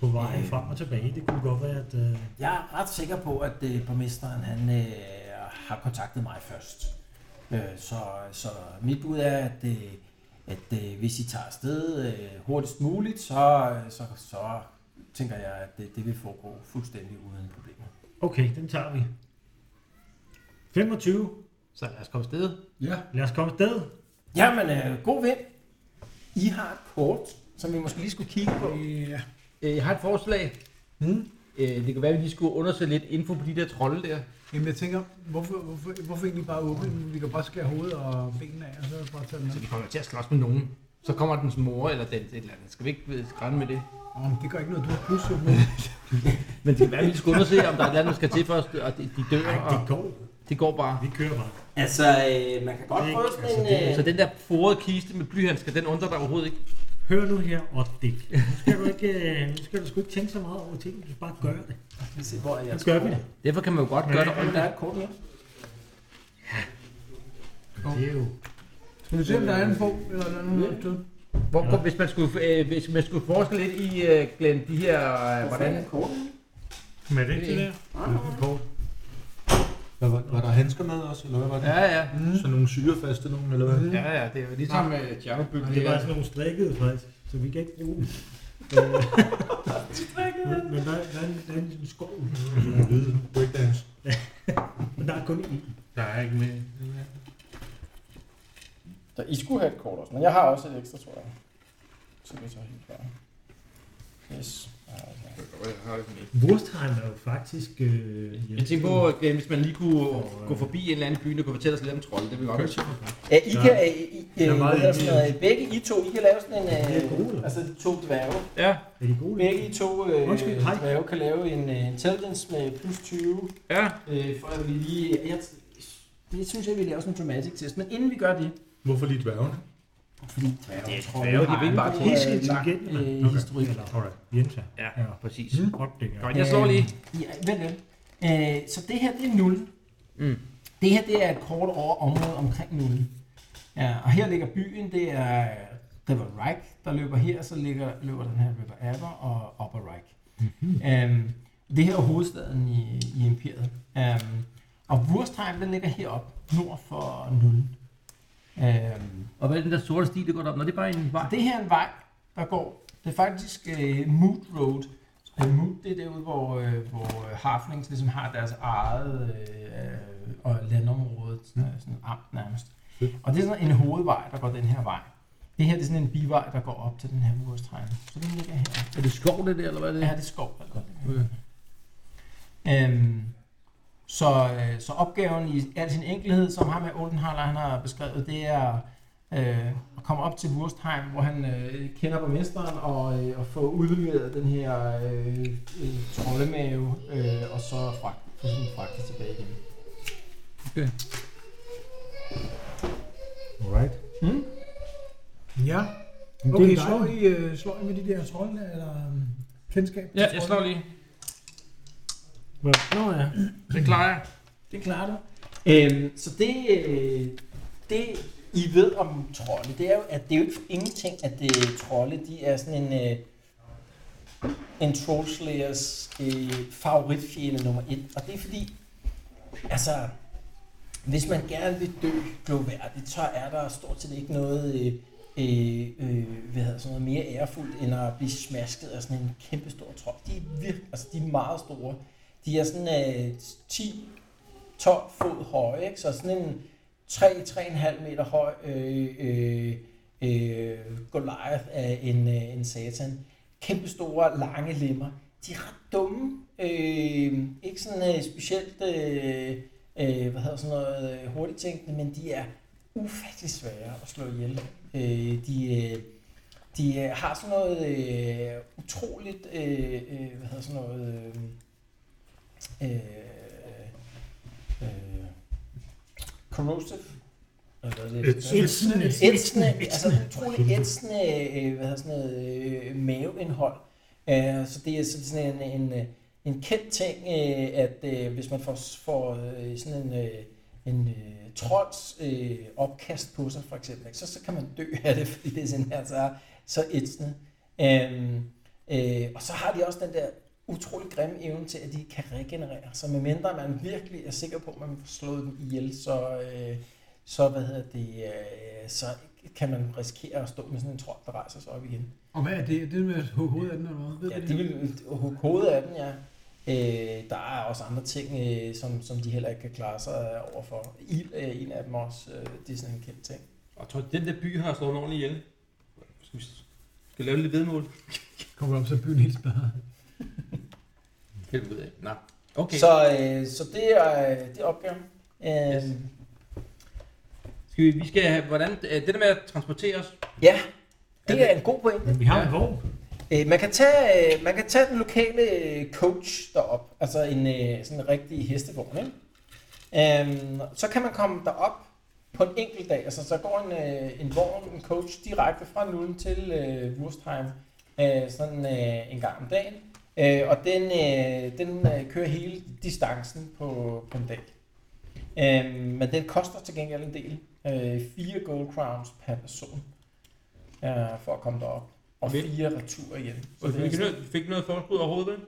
Speaker 5: på vejen
Speaker 2: Øh.
Speaker 5: frem og tilbage? Det kunne godt være, at... Øh,
Speaker 2: Jeg er ret sikker på, at øh, borgmesteren han, øh, har kontaktet mig først. Øh, så, så mit bud er, at, øh, at øh, hvis I tager afsted øh, hurtigst muligt, så, øh, så, så tænker jeg, at det, det vil foregå fuldstændig uden problemer.
Speaker 5: okay, den tager vi. 25.
Speaker 3: Så lad os komme afsted.
Speaker 7: Ja.
Speaker 5: Lad os komme afsted.
Speaker 2: Jamen, øh, god vind. I har et kort, som vi måske lige skulle kigge på.
Speaker 7: Ja.
Speaker 3: Øh, Jeg har et forslag.
Speaker 7: Hmm?
Speaker 3: Øh, Det kan være, at vi lige skulle undersøge lidt info på de der trolde der.
Speaker 7: Jamen, jeg tænker, hvorfor, hvorfor, hvorfor egentlig bare åbne den? Vi kan bare skære hovedet og benene af, og så bare tage den
Speaker 3: Så vi
Speaker 7: af.
Speaker 3: kommer til at slås med nogen. Så kommer dens mor eller den et eller andet. Skal vi ikke øh, skræmme med det?
Speaker 7: Åh, men det gør ikke noget, du har plus jo. Men...
Speaker 3: Men det kan være, at vi lige skulle undersøge, om der er et eller andet, der skal til først, og de, de dør,
Speaker 5: Nej,
Speaker 3: og
Speaker 5: det går.
Speaker 3: det går bare.
Speaker 5: Vi kører bare.
Speaker 2: Altså, øh, man kan godt prøve sådan en...
Speaker 3: Så den der forrede kiste med blyhandsker, den undrer dig overhovedet ikke.
Speaker 5: Hør nu her, og dik. Nu skal du, ikke, øh, nu skal du sgu ikke tænke så meget over ting, du skal bare gøre det.
Speaker 2: Vi ser, hvor er
Speaker 5: Nu
Speaker 2: jeg.
Speaker 5: gør vi det.
Speaker 3: Derfor kan man jo godt gøre det
Speaker 2: Der er
Speaker 3: ordentligt.
Speaker 2: et kort mere.
Speaker 5: Det er jo...
Speaker 7: Skal vi se, om der er en få, eller der er nogen der
Speaker 3: Hvor, hvor, hvis, man skulle, øh, hvis man skulle forske lidt i, øh, Glenn, de her... Øh,
Speaker 2: Hvordan er
Speaker 3: hvordan,
Speaker 2: et kort?
Speaker 4: Men er det ikke det der?
Speaker 8: Hvad var, var der handsker med også, eller hvad var det?
Speaker 3: ja, ja.
Speaker 4: Mm.
Speaker 8: Sådan nogle syrefaste nogen, eller hvad?
Speaker 3: Ja, ja, det er jo ligesom øh,
Speaker 5: Nej,
Speaker 3: Djernobygden.
Speaker 5: det
Speaker 3: Det
Speaker 5: var
Speaker 3: er
Speaker 5: sådan nogle strikkede faktisk, så vi kan ikke bruge dem. Øh, men, men der, der, er en, der er en sådan skov,
Speaker 8: Mm. Lyde, breakdance.
Speaker 5: men der er kun én.
Speaker 4: Der er ikke mere.
Speaker 2: Så I skulle have et kort også, men jeg har også et ekstra, tror jeg. Så vi så helt klar. Yes. Ja, altså.
Speaker 5: Wurstheim er jo faktisk... Øh,
Speaker 3: jeg tænker på, at hvis man lige kunne gå forbi en eller anden by, og kunne fortælle os lidt om trolde, det ville godt være sjovt.
Speaker 2: Ja, I kan, øh, I, I,
Speaker 8: Jeg er
Speaker 2: øh, hvad
Speaker 8: meget
Speaker 2: hedder sådan
Speaker 8: enig.
Speaker 2: noget, begge I to, I kan lave sådan en,
Speaker 5: Det er gode.
Speaker 2: øh, altså to dværge.
Speaker 3: Ja,
Speaker 5: Er de gode?
Speaker 2: Begge I to øh,
Speaker 5: Undskyld, hej.
Speaker 2: dværge kan lave en øh, intelligence med plus 20,
Speaker 3: ja.
Speaker 2: øh, for at vi lige, jeg, det synes jeg, vi laver sådan en dramatic test, men inden vi gør det,
Speaker 8: Hvorfor lige dværgene?
Speaker 2: fordi dværge,
Speaker 3: Ja,
Speaker 2: tror
Speaker 3: dværge, de vil bare
Speaker 2: har en
Speaker 5: Pisse
Speaker 2: god, øh, lang,
Speaker 5: intelligente, mand.
Speaker 2: øh,
Speaker 8: Okay.
Speaker 2: historik.
Speaker 8: Alright.
Speaker 5: Jenta.
Speaker 3: Ja, præcis.
Speaker 5: Fuck det gør.
Speaker 3: Godt, jeg slår lige.
Speaker 2: Øh, Ja, vent lidt. Øh, så det her, det er 0.
Speaker 3: Mm.
Speaker 2: Det her, det er et kort over området omkring 0. Ja, og her ligger byen, det er River Reich, der løber her, så ligger, løber den her River Aber og Upper Reich. Mm-hmm. Øhm, det her er hovedstaden i, i imperiet. Øhm, og Wurstheim, den ligger heroppe, nord for 0. Øhm,
Speaker 3: Og hvad er den der sorte sti, der går derop? Nå, det er bare en vej.
Speaker 2: og det her er en vej, der går. Det er faktisk øh, Moot Road. Øh, Moot, det er derude, hvor, øh, hvor øh, Harflings ligesom har deres eget øh, og landområde, sådan, øh, sådan et amt nærmest.
Speaker 8: Fedt.
Speaker 2: Og det er sådan en hovedvej, der går den her vej. Det her det er sådan en bivej, der går op til den her urstregn. Så den ligger her.
Speaker 3: Er det skov, det der, eller hvad er det?
Speaker 2: Ja, det er skov. der går der. Øhm, så, øh, så opgaven i al sin enkelhed, som ham med Oldenhaler han har beskrevet, det er øh, at komme op til Wurstheim, hvor han øh, kender borgmesteren og, øh, og få udleveret den her øh, øh, troldemave, øh, og så fragt, få sådan fragtet tilbage igen.
Speaker 8: Alright.
Speaker 2: Mm?
Speaker 7: Ja.
Speaker 5: Men det er
Speaker 7: Okay,
Speaker 5: dig.
Speaker 7: slår I, øh, slår I med de der trolde, eller øhm, kendskab? til
Speaker 3: Ja, jeg
Speaker 7: trolde?
Speaker 3: slår lige.
Speaker 5: Nå ja.
Speaker 3: Det klarer jeg.
Speaker 2: Det klarer du. Øhm, så det, øh, det, I ved om trolde, det er jo, at det er jo ikke for ingenting, at det, trolde, de er sådan en, øh, en trollslayers øh, favoritfjende nummer et. Og det er fordi, altså, hvis man gerne vil dø gloværdigt, så er der stort set ikke noget, øh, øh, øh, hvad hedder sådan noget mere ærefuldt, end at blive smasket af sådan en kæmpe stor trold. De er virkelig, altså de er meget store. De er sådan øh, 10 12 fod høje, ikke? så sådan en 3-3,5 meter høj øh, øh, øh, Goliath af en, øh, en satan. Kæmpe store, lange lemmer. De er ret dumme. Øh, ikke sådan øh, specielt øh, øh, hvad hedder sådan noget, øh, hurtigt tænkende, men de er ufattelig svære at slå ihjel. Øh, de, øh, de øh, har sådan noget øh, utroligt, øh, øh, hvad hedder sådan noget, øh, øh, Øh, corrosive. Eller hvad er det?
Speaker 4: Et-
Speaker 7: Ætsende.
Speaker 2: Ætsende, altså utrolig ætsende, øh, hvad hedder sådan noget, øh, maveindhold. Øh, så det er så det er sådan en, en, øh, en kendt ting, øh, at øh, hvis man får, får øh, sådan en, øh, en øh, trolds øh, opkast på sig, for eksempel, ikke? så, så kan man dø af det, fordi det er sådan her, så, er- så ætsende. Øhm, øh, og så har de også den der utrolig grimme evne til, at de kan regenerere. Så medmindre man virkelig er sikker på, at man får slået dem ihjel, så, øh, så, hvad hedder det, øh, så kan man risikere at stå med sådan en trold, der rejser sig op igen.
Speaker 7: Og hvad er det? Er det med ho- hovedet af den, eller hvad? Ved
Speaker 2: Ja,
Speaker 7: du
Speaker 2: det vil hugge hovedet af den, ja. Øh, der er også andre ting, øh, som, som de heller ikke kan klare sig overfor. Ild er en af dem også. Øh, det er sådan en kendt ting.
Speaker 3: Og tror, den der by har slået den ordentligt ihjel. Skal vi skal vi lave lidt vedmål?
Speaker 5: Altså-
Speaker 7: Kommer op, så er byen helt smadret.
Speaker 3: Helvede. Nå. Okay. Så.
Speaker 2: Så, øh, så det, er, det er opgaven. Øh,
Speaker 3: Yes. Skal vi, vi skal have, hvordan, øh, det der med at transportere os.
Speaker 2: Ja, det er en god pointe.
Speaker 5: Men vi har en vogn.
Speaker 2: Øh, man, kan tage, øh, man kan tage den lokale øh, coach derop, altså en øh, sådan en rigtig hestevogn, ikke? Øhm, så kan man komme derop, på en enkelt dag. Altså, så går en, øh, en vogn, en coach, direkte fra Nullen til øh, Wurstheim, øh, sådan øh, en gang om dagen. Øh, og den, øh, den øh, kører hele distancen på, på en dag. Øh, men den koster til gengæld en del. Øh, fire gold crowns per person øh, for at komme derop. Og
Speaker 3: Hvil-
Speaker 2: fire returer igen. Så
Speaker 3: Og
Speaker 2: det er
Speaker 3: fik,
Speaker 2: sådan,
Speaker 3: noget, fik noget forskud overhovedet, vel?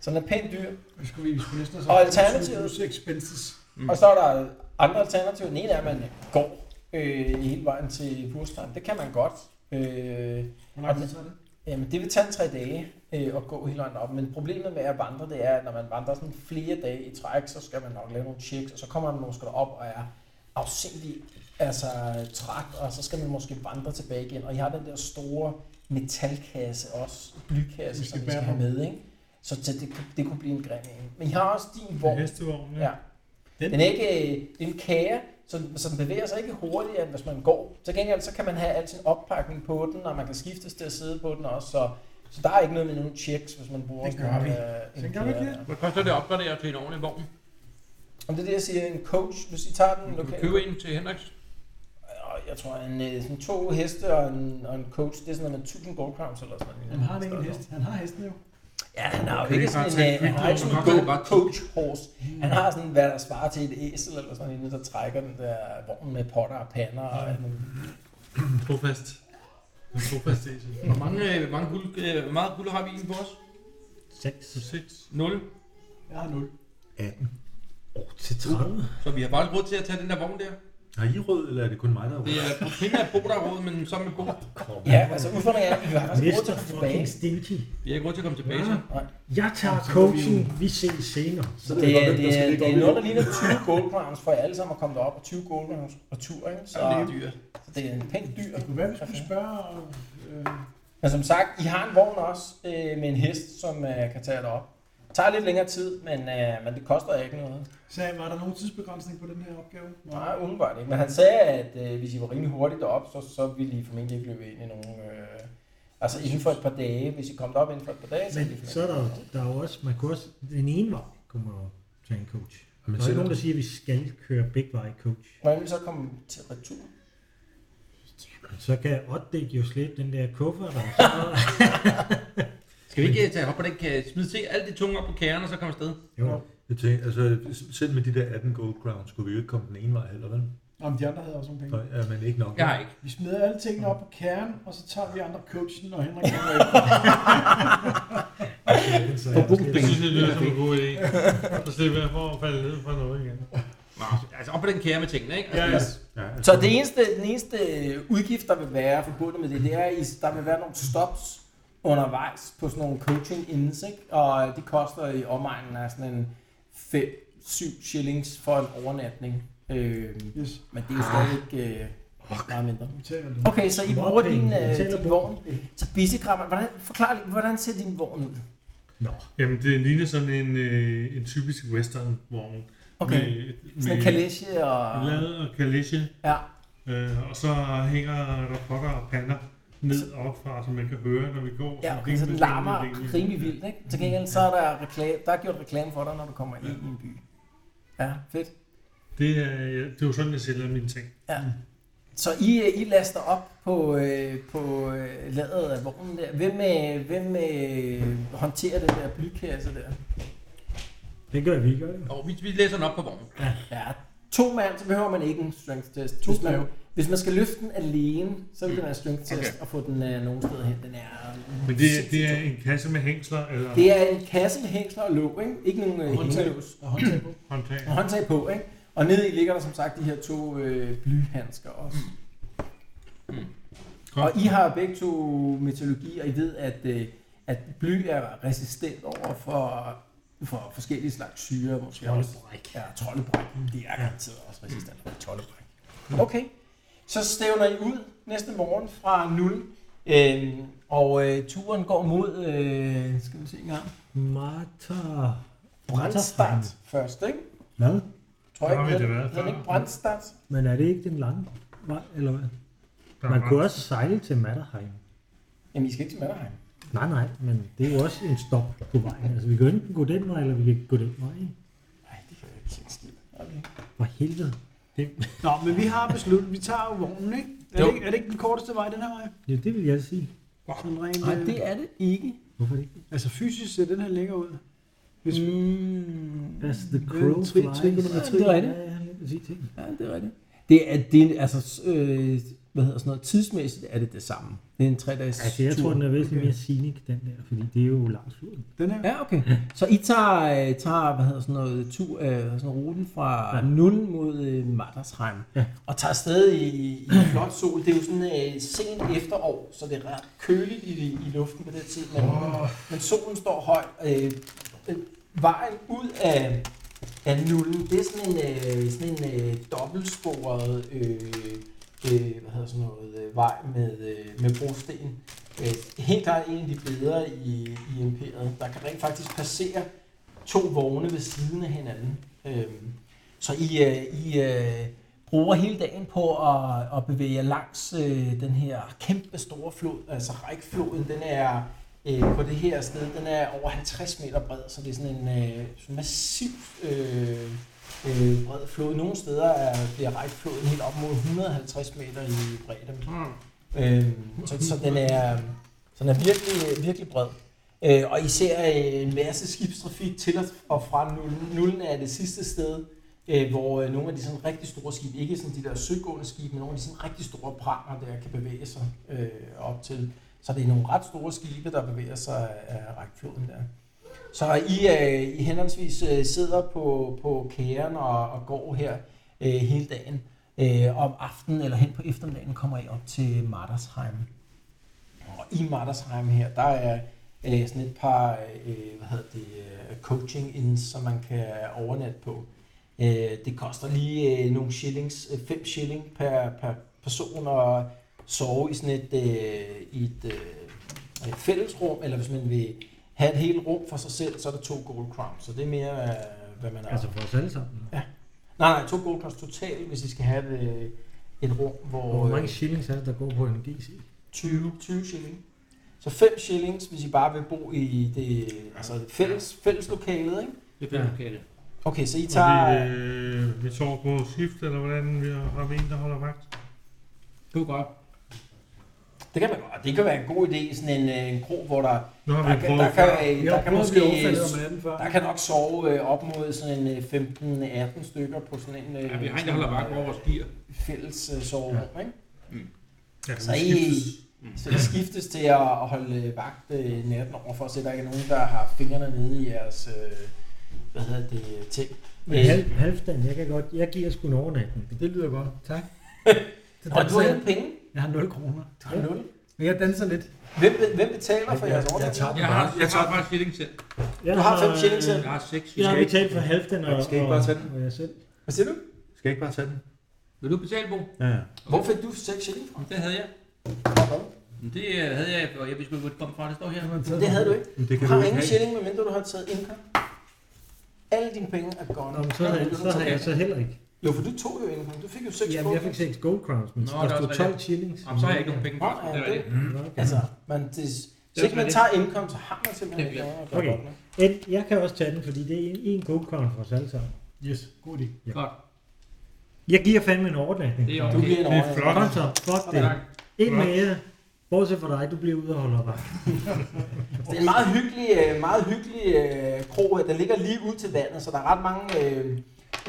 Speaker 2: så den er pænt dyr.
Speaker 7: Vi skulle, vi skulle næsten have
Speaker 2: Og
Speaker 7: sagt,
Speaker 2: alternativet?
Speaker 7: plus expenses.
Speaker 2: Mm. Og så er der andre alternativer. Den ene er, at man går øh, hele vejen til Burstrand. Det kan man godt. Øh,
Speaker 7: Hvor lang tid tager det?
Speaker 2: jamen, det vil tage tre dage øh, at gå hele vejen op. Men problemet med at vandre, det er, at når man vandrer sådan flere dage i træk, så skal man nok lave nogle checks, og så kommer man måske op og er afsindig altså, træt, og så skal man måske vandre tilbage igen. Og I har den der store metalkasse også, blykasse,
Speaker 4: Vi
Speaker 2: som
Speaker 4: skal
Speaker 2: I
Speaker 4: bære
Speaker 2: skal have
Speaker 4: på.
Speaker 2: med, ikke? Så det, det, kunne- det kunne blive en grim en. Men I har også din
Speaker 4: Hvor?
Speaker 2: vogn.
Speaker 4: Hestevogn, ja.
Speaker 2: Ja.
Speaker 7: Mm.
Speaker 2: Den, den er ikke øh, det er en kage, så, så den bevæger sig ikke hurtigere, end hvis man går. Til gengæld så kan man have al sin oppakning på den, og man kan skiftes til at sidde på den også. Så, så der er ikke noget med nogen checks, hvis man bruger
Speaker 7: Det gør
Speaker 2: sådan,
Speaker 7: vi.
Speaker 2: Øh, en
Speaker 7: Det gør vi
Speaker 2: kage
Speaker 7: ikke.
Speaker 2: der.
Speaker 3: Hvad koster det at opgradere til en ordentlig vogn?
Speaker 2: Om det er det, jeg siger, en coach, hvis I tager den
Speaker 3: Du kan
Speaker 2: lokale.
Speaker 3: købe en til Henriks.
Speaker 2: Og Jeg tror, en, øh, sådan to heste og en, og en coach, det er sådan noget med 1000 gold crowns eller sådan noget.
Speaker 7: Han har ikke en hest. Han har hesten jo.
Speaker 2: Ja, han har jo
Speaker 4: Okay,
Speaker 2: ikke sådan
Speaker 4: bare tage
Speaker 2: en, øh, han har ikke sådan en
Speaker 3: Koster
Speaker 2: go-
Speaker 3: det bare
Speaker 2: coach horse. Han har sådan, hvad der svarer til et æsel eller sådan noget, der trækker den der vogn med potter og pander og alt muligt.
Speaker 4: Trofast. En trofast æsel.
Speaker 3: Hvor mange, øh, hvor mange guld, øh, hvor meget guld har vi i på os?
Speaker 5: 6.
Speaker 4: Seks.
Speaker 3: 0.
Speaker 7: Jeg har 0.
Speaker 8: 18.
Speaker 5: Til 30.
Speaker 3: Så vi har bare råd til at tage den der vogn der.
Speaker 8: Har I råd, eller er det kun mig, der har
Speaker 3: Det er
Speaker 8: råd?
Speaker 3: primært Bo, der har råd, men så med Bo.
Speaker 2: Ja, altså udfordringen er, at vi har faktisk råd til
Speaker 5: Mester
Speaker 2: at komme tilbage.
Speaker 5: fucking stinky. Ah.
Speaker 3: Vi har ikke råd til at komme tilbage til.
Speaker 5: Jeg tager coachen. Vi ses senere.
Speaker 8: Så
Speaker 2: Det er,
Speaker 8: godt, hvem der
Speaker 2: det,
Speaker 8: skal
Speaker 2: er,
Speaker 8: ligge
Speaker 2: det er
Speaker 8: oppe i
Speaker 2: noget, der ligner 20 gold crowns, for jer alle sammen at komme derop, og 20 gold crowns og tur, ikke?
Speaker 3: Så er det
Speaker 2: Så,
Speaker 3: dyrt.
Speaker 2: så det er en pænt dyr.
Speaker 7: Det kunne være, vi skulle spørge om... Øh,
Speaker 2: Men som sagt, I har en vogn også øh, med en hest, som øh, kan tage jer derop. Det tager lidt længere tid, men, øh, men det koster jer ikke noget.
Speaker 7: Sam, var der nogen tidsbegrænsning på den her opgave?
Speaker 2: Nej, umiddelbart ikke. Men han sagde, at øh, hvis I var rimelig hurtigt derop, så, så ville I formentlig ikke løbe ind i nogen... Øh, altså inden for et par dage. Hvis I kom derop inden for et par dage, så ville I
Speaker 5: Men
Speaker 2: formentlig
Speaker 5: så er der,
Speaker 2: ikke
Speaker 5: jo,
Speaker 2: komme derop.
Speaker 5: der er jo også, man kunne også, den ene vej kommer jo til en coach.
Speaker 8: Men
Speaker 5: Der er
Speaker 8: selv-
Speaker 5: ikke nogen, der siger, at vi skal køre begge veje coach.
Speaker 2: Hvordan vil I så komme til retur?
Speaker 5: Så kan Oddæk jo slippe den der kuffert, og så
Speaker 3: Skal vi ikke øh, tage op på den kan smide til alt det tunge op på kæren og så komme afsted?
Speaker 5: jo,
Speaker 8: Jeg tænker, altså, selv med de der 18 gold crowns, skulle vi jo ikke komme den ene vej heller, vel?
Speaker 7: Om de andre havde også nogle penge.
Speaker 8: Nej, ja, men ikke nok.
Speaker 3: Jeg har ikke.
Speaker 7: Vi smider alle tingene op på kernen, og så tager vi andre coachen, og Henrik kommer
Speaker 5: så
Speaker 8: På
Speaker 5: er der
Speaker 4: Jeg
Speaker 8: bookpenge.
Speaker 4: synes, det lyder som en god idé. Så slipper jeg for at falde ned fra noget igen.
Speaker 3: Nå, altså op på den kære med tingene, ikke?
Speaker 4: Ja,
Speaker 3: Altså,
Speaker 4: ja.
Speaker 8: Ja, altså,
Speaker 2: Så det eneste, den eneste øh, udgift, der vil være forbundet med det, det er, at der vil være nogle stops undervejs på sådan nogle coaching ends, ikke? og øh, det koster i omegnen af sådan en 5-7 shillings for en overnatning. Øh,
Speaker 7: Yes,
Speaker 2: men det er jo stadig ikke øh, meget mindre.
Speaker 7: vi tager det.
Speaker 2: Okay, så I bruger din, øh, din vogn.
Speaker 7: Okay.
Speaker 2: Så bissekrammer, hvordan, forklar lige, hvordan ser din vogn ud?
Speaker 4: Jamen, det ligner sådan en, øh, en typisk western-vogn.
Speaker 2: Okay,
Speaker 4: Med,
Speaker 2: sådan en kalesje og...
Speaker 4: Lad og kalesje.
Speaker 2: Ja.
Speaker 4: Øh, og så hænger der pokker og pander ned oppefra, så man kan høre, når vi går.
Speaker 2: Ja, okay, så den larmer rimelig vildt, ikke? Til gengæld så er der, reklame, der er gjort reklame for dig, når du kommer ind i en by. Ja, fedt.
Speaker 4: Det er, ja, det er jo sådan, jeg sælger mine ting.
Speaker 2: Ja. Så I, øh, I laster op på, øh, på øh, ladet af vognen der. Hvem, øh, hvem øh, håndterer den der blykasse der?
Speaker 5: Det gør vi, gør det.
Speaker 3: Og Altså, vi, vi læser den op på vognen.
Speaker 2: Ja, to mand, så behøver man ikke en strength test.
Speaker 7: To
Speaker 2: hvis, man,
Speaker 7: mand. Mm.
Speaker 2: hvis man skal løfte den alene, så vil det være en strength test okay. og få den øh, nogen steder hen. Den er,
Speaker 4: Men det, er- det er en kasse med hængsler eller
Speaker 2: det er en kasse med hængsler og låg, ikke? Ikke nogen øh,
Speaker 7: Håndtag.
Speaker 2: hængelås.
Speaker 7: Og håndtag på.
Speaker 4: håndtag.
Speaker 2: Og håndtag på, ikke? Og nede i ligger der som sagt de her to øh, blyhandsker også.
Speaker 4: Mm. Godt.
Speaker 2: Og I har begge to metallurgi, og I ved, at, øh, at bly er resistent over for, for forskellige slags syre. Måske troldebræk. Ja, troldebræk.
Speaker 4: Mm.
Speaker 2: Det er garanteret også resistent over for troldebræk. Okay. Så stævner I ud næste morgen fra 0. Øhm, og øh, turen går mod, øh, skal vi se en gang,
Speaker 5: Martha...
Speaker 2: Brandstad først, ikke?
Speaker 5: Hvad?
Speaker 2: Tror
Speaker 4: Der
Speaker 2: jeg
Speaker 4: har vi
Speaker 2: ikke,
Speaker 4: det
Speaker 2: hedder
Speaker 4: været
Speaker 2: hedder den
Speaker 4: før.
Speaker 2: ikke Brandstad?
Speaker 5: Men er det ikke den lange vej, eller hvad?
Speaker 4: Der er
Speaker 5: Man
Speaker 4: bare-
Speaker 5: kunne også sejle til Matterheim.
Speaker 2: Jamen, I skal ikke til Matterheim.
Speaker 5: Nej, nej, men det er jo også en stop på vejen. Altså, vi kan jo enten gå den vej, eller vi kan gå den vej. ikke?
Speaker 2: Nej, det kan jeg ikke se en skid. Okay.
Speaker 5: For helvede.
Speaker 7: Nå, men vi har besluttet, vi tager jo vognen, ikke? Er,
Speaker 2: Jo.
Speaker 7: det ikke? er det ikke den korteste vej, den her vej?
Speaker 5: Ja, det vil jeg sige.
Speaker 7: Sådan rent,
Speaker 2: Nej,
Speaker 7: øh,
Speaker 2: det er det ikke.
Speaker 5: Hvorfor det ikke?
Speaker 7: Altså fysisk ser den her længere ud. Hvis vi...
Speaker 2: Mm.
Speaker 5: That's the crow
Speaker 7: tri-
Speaker 5: nummer
Speaker 2: trigonometri. Ja, det er rigtigt.
Speaker 5: Ja, ja, lige præcis ting.
Speaker 2: Ja, det er rigtigt. Det er, det er altså, øh, hvad hedder sådan noget, tidsmæssigt er det det samme. Det er en tre dages
Speaker 5: Altså, jeg tror, den er væsentligt mere scenic, den der, fordi det er jo langs floden.
Speaker 7: Den her?
Speaker 2: Ja, okay. Så I tager, øh, tager hvad hedder sådan noget, tur, øh, sådan ruten fra ja.
Speaker 5: Ja.
Speaker 2: Nul mod øh, Mattersheim. Ja.
Speaker 5: Ja.
Speaker 2: Og tager afsted i, i flot sol. Det er jo sådan øh, sent efterår, så det er ret køligt i, i luften på den tid. Men, oh. men solen står højt. Øh, øh, vejen ud af, af nullen, det er sådan en, øh, sådan en øh, dobbeltsporet øh, øh, hvad hedder sådan noget, øh, vej med, øh, med brosten. Øh, helt klart en af de bedre i, i imperiet. Der kan rent faktisk passere to vogne ved siden af hinanden. Øhm, så I, øh, I øh, bruger hele dagen på at, at bevæge jer langs øh, den her kæmpe store flod, altså Rækfloden. Den er øh, på det her sted, den er over 50 meter bred, så det er sådan en øh, sådan massiv øh, øh, bred flod. Nogle steder er, bliver Rækfloden helt op mod 150 meter i bredde. Øh, så, så den er, så den er virkelig, virkelig bred. Øh, og I ser øh, en masse skibstrafik til og- og fra Nullen. Nullen er det sidste sted, øh, hvor øh, nogle af de sådan rigtig store skibe, ikke sådan de der søgående skibe, men nogle af de sådan rigtig store pranger, der kan bevæge sig øh, op til. Så det er nogle ret store skibe, der bevæger sig af- af rækfloden der. Så I, øh, I henholdsvis øh, sidder på, på kæren og, og går her øh, hele dagen. Øh, om aftenen eller hen på eftermiddagen kommer I op til Mardersheim. Og i Mardersheim her, der er øh, sådan et par øh, hvad hedder det, øh, coaching inns, som man kan overnatte på. Øh, det koster lige øh, nogle shillings, 5 øh, fem shilling per, per person at sove i sådan et, øh, i et øh, fællesrum, eller hvis man vil have et helt rum for sig selv, så er det to gold crowns, så det er mere, øh, hvad man er.
Speaker 5: Altså for os alle sammen.
Speaker 2: Nej, nej, to gold crowns totalt, hvis I skal have et, øh, et rum, hvor...
Speaker 5: Hvor mange
Speaker 2: øh,
Speaker 5: shillings er det, der går på energi?
Speaker 2: 20, 20 shilling. Så 5 shillings, hvis I bare vil bo i det altså fælles, fælles lokalet, ikke?
Speaker 3: Det er fandme lokale.
Speaker 2: Okay, så I
Speaker 4: Og
Speaker 2: tager...
Speaker 4: vi, øh, vi sover på skift, eller hvordan vi har, har vi en, der holder vagt.
Speaker 3: Du godt.
Speaker 2: Det kan man godt. Det kan være en god idé, sådan en, øh, en kro, hvor der...
Speaker 4: Nu har vi
Speaker 2: Der kan,
Speaker 4: prøvet
Speaker 2: der kan,
Speaker 4: før.
Speaker 2: øh,
Speaker 7: Jeg
Speaker 2: der
Speaker 7: har
Speaker 2: kan
Speaker 7: prøvet at blive
Speaker 2: måske...
Speaker 7: overfaldet om natten før.
Speaker 2: Der kan nok sove øh, op mod sådan en øh, 15-18 stykker på sådan en... øh,
Speaker 3: Ja, vi har en, der holder vagt over vores gear.
Speaker 2: Fælles øh, soverum, ikke?
Speaker 3: Mm.
Speaker 4: Ja,
Speaker 2: Så
Speaker 4: vi
Speaker 2: I,
Speaker 4: skiftes.
Speaker 2: så I skiftes til at at holde vagt øh, natten over, for at se, at der ikke er nogen, der har fingrene nede i jeres, øh, hvad hedder det, ting.
Speaker 5: Men
Speaker 2: Øh,
Speaker 5: halv, halvstand, jeg kan godt, jeg giver sgu en overnatning.
Speaker 7: Det lyder godt. Tak.
Speaker 5: Det
Speaker 2: Øh, Og du har ingen penge.
Speaker 7: Jeg har 0 kroner.
Speaker 2: Du har nul.
Speaker 7: Men jeg danser lidt.
Speaker 2: Hvem, hvem betaler for
Speaker 7: Jeg-
Speaker 2: jeres
Speaker 7: jeg
Speaker 2: overnatning?
Speaker 7: tager den.
Speaker 3: Jeg har, jeg har bare shilling selv.
Speaker 5: jeg
Speaker 2: Du har fem shillings selv.
Speaker 3: Jeg har seks
Speaker 5: Jeg har
Speaker 3: shilling.
Speaker 5: betalt for halvstand og,
Speaker 8: Jeg skal ikke bare tage den.
Speaker 5: og, og jeg selv.
Speaker 2: Hvad siger du?
Speaker 8: Skal jeg ikke bare tage den?
Speaker 3: Vil du betale, Bo?
Speaker 8: Ja, ja.
Speaker 2: Hvor fik du 6 shilling fra?
Speaker 3: Det havde jeg. Men Det øh, havde jeg, og jeg vidste ikke, hvor det kom fra. Det står her.
Speaker 2: Men Det havde du ikke.
Speaker 8: Men det
Speaker 2: Du
Speaker 8: kan
Speaker 2: har
Speaker 8: du ikke
Speaker 2: ingen
Speaker 8: have.
Speaker 2: shilling, medmindre du har taget indkomst. Alle dine penge er gone.
Speaker 5: Nå, men så, havde, så har jeg så heller ikke.
Speaker 2: Jo, for du tog jo indkomst. Du fik jo 6
Speaker 5: Jamen, jeg fik 6 gold crowns, men
Speaker 3: Nå,
Speaker 5: så
Speaker 3: det er
Speaker 5: der stod
Speaker 3: også
Speaker 5: 12 shillings.
Speaker 3: Jamen, så har jeg ikke nogen penge fra. Det er rigtigt.
Speaker 5: Nå, okay.
Speaker 2: Altså, man, det, hvis
Speaker 3: er
Speaker 2: ikke man
Speaker 3: det.
Speaker 2: tager indkomst, så har man simpelthen
Speaker 3: Det er
Speaker 2: ikke noget at gøre
Speaker 5: Okay.
Speaker 2: godt med.
Speaker 5: En- Jeg kan også tage den, fordi det er en, en gold crown for os alle sammen.
Speaker 7: Yes, god idé.
Speaker 5: Ja.
Speaker 3: Godt.
Speaker 5: Jeg giver fandme en overnatning.
Speaker 3: Det er
Speaker 2: Du
Speaker 3: okay.
Speaker 2: bliver en
Speaker 4: Det er
Speaker 2: overhæng.
Speaker 4: flot.
Speaker 5: Kom så, fuck det.
Speaker 3: Tak.
Speaker 5: En mere. Bortset fra dig, du bliver ude og holde op.
Speaker 2: Det er en meget hyggelig, øh, meget hyggelig øh, kro her. Den ligger lige ud til vandet, så der er ret mange øh,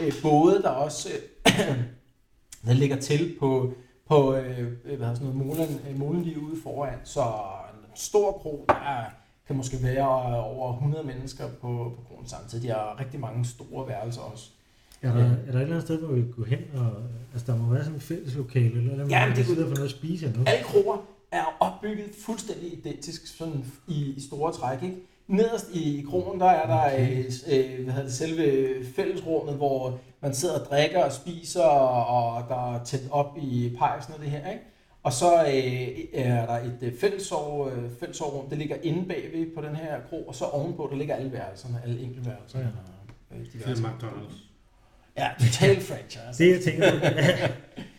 Speaker 2: øh, både, der også øh, der ligger til på, på øh, øh, hvad hedder sådan noget, molen, øh, molen lige ude foran. Så en stor kro, der er- kan måske være over 100 mennesker på, på kronen samtidig. De har rigtig mange store værelser også.
Speaker 5: Er der, er der et eller andet sted, hvor vi kan gå hen? Og, altså, der må være sådan et fælles lokale, eller der må
Speaker 2: Ja,
Speaker 5: ja,
Speaker 2: men det
Speaker 5: det sidde
Speaker 2: kunne-
Speaker 5: og få noget at spise eller noget.
Speaker 2: Alle kroer er opbygget fuldstændig identisk sådan i, i store træk. Ikke? Nederst i, i krogen, der er der øh, s- øh, hvad hedder det, selve fællesrummet, hvor man sidder og drikker og spiser, og, og der er tændt op i pejsen og det her. Ikke? Og så øh, er der et øh, fællessov, øh, fællessoverum, det ligger inde bagved på den her krog, og så ovenpå, der ligger alle værelserne, alle enkeltværelserne. Ja. Øh, de
Speaker 4: Det er
Speaker 2: værelser.
Speaker 4: McDonald's.
Speaker 2: ja, total franchise.
Speaker 5: Det jeg tænker på,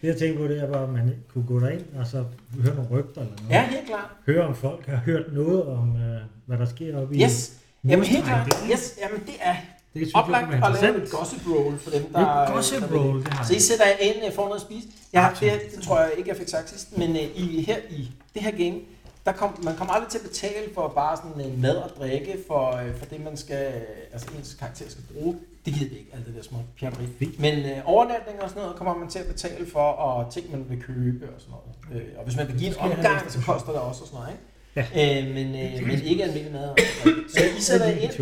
Speaker 5: det jeg tænker på, det er bare, at man kunne gå derind og så høre nogle rygter eller noget.
Speaker 2: Ja, helt klart.
Speaker 5: Høre om folk har hørt noget om, øh, hvad der sker oppe i...
Speaker 2: Yes. Jamen helt
Speaker 5: Mustang,
Speaker 2: klart. Yes. Jamen det er
Speaker 5: Det synes jeg
Speaker 2: Oplagt
Speaker 5: kunne være
Speaker 2: at lave
Speaker 5: interessant.
Speaker 2: et gossip roll for dem, der...
Speaker 5: Det er et gossip
Speaker 2: der vil
Speaker 5: roll,
Speaker 2: det.
Speaker 5: det har
Speaker 2: Så I
Speaker 5: jeg.
Speaker 2: sætter jer ind øh, for noget at spise. Jeg har, det, det tror jeg ikke, jeg fik sagt sidst, men øh, i, her i det her game, der kom, man kommer aldrig til at betale for bare sådan øh, mad og drikke for, øh, for det, man skal, øh, altså ens karakter skal bruge. Det gider vi ikke, alt det der små pjammeri. Men øh, overnatning og sådan noget kommer man til at betale for, og ting, man vil købe og sådan noget. Øh, og hvis man vil give en
Speaker 7: Skal jeg have
Speaker 2: omgang,
Speaker 7: lidt
Speaker 2: så koster det også og sådan noget, ikke? Ja. Øh, men, øh, men ikke almindelig mad. og drikke. Så I sætter jer ind,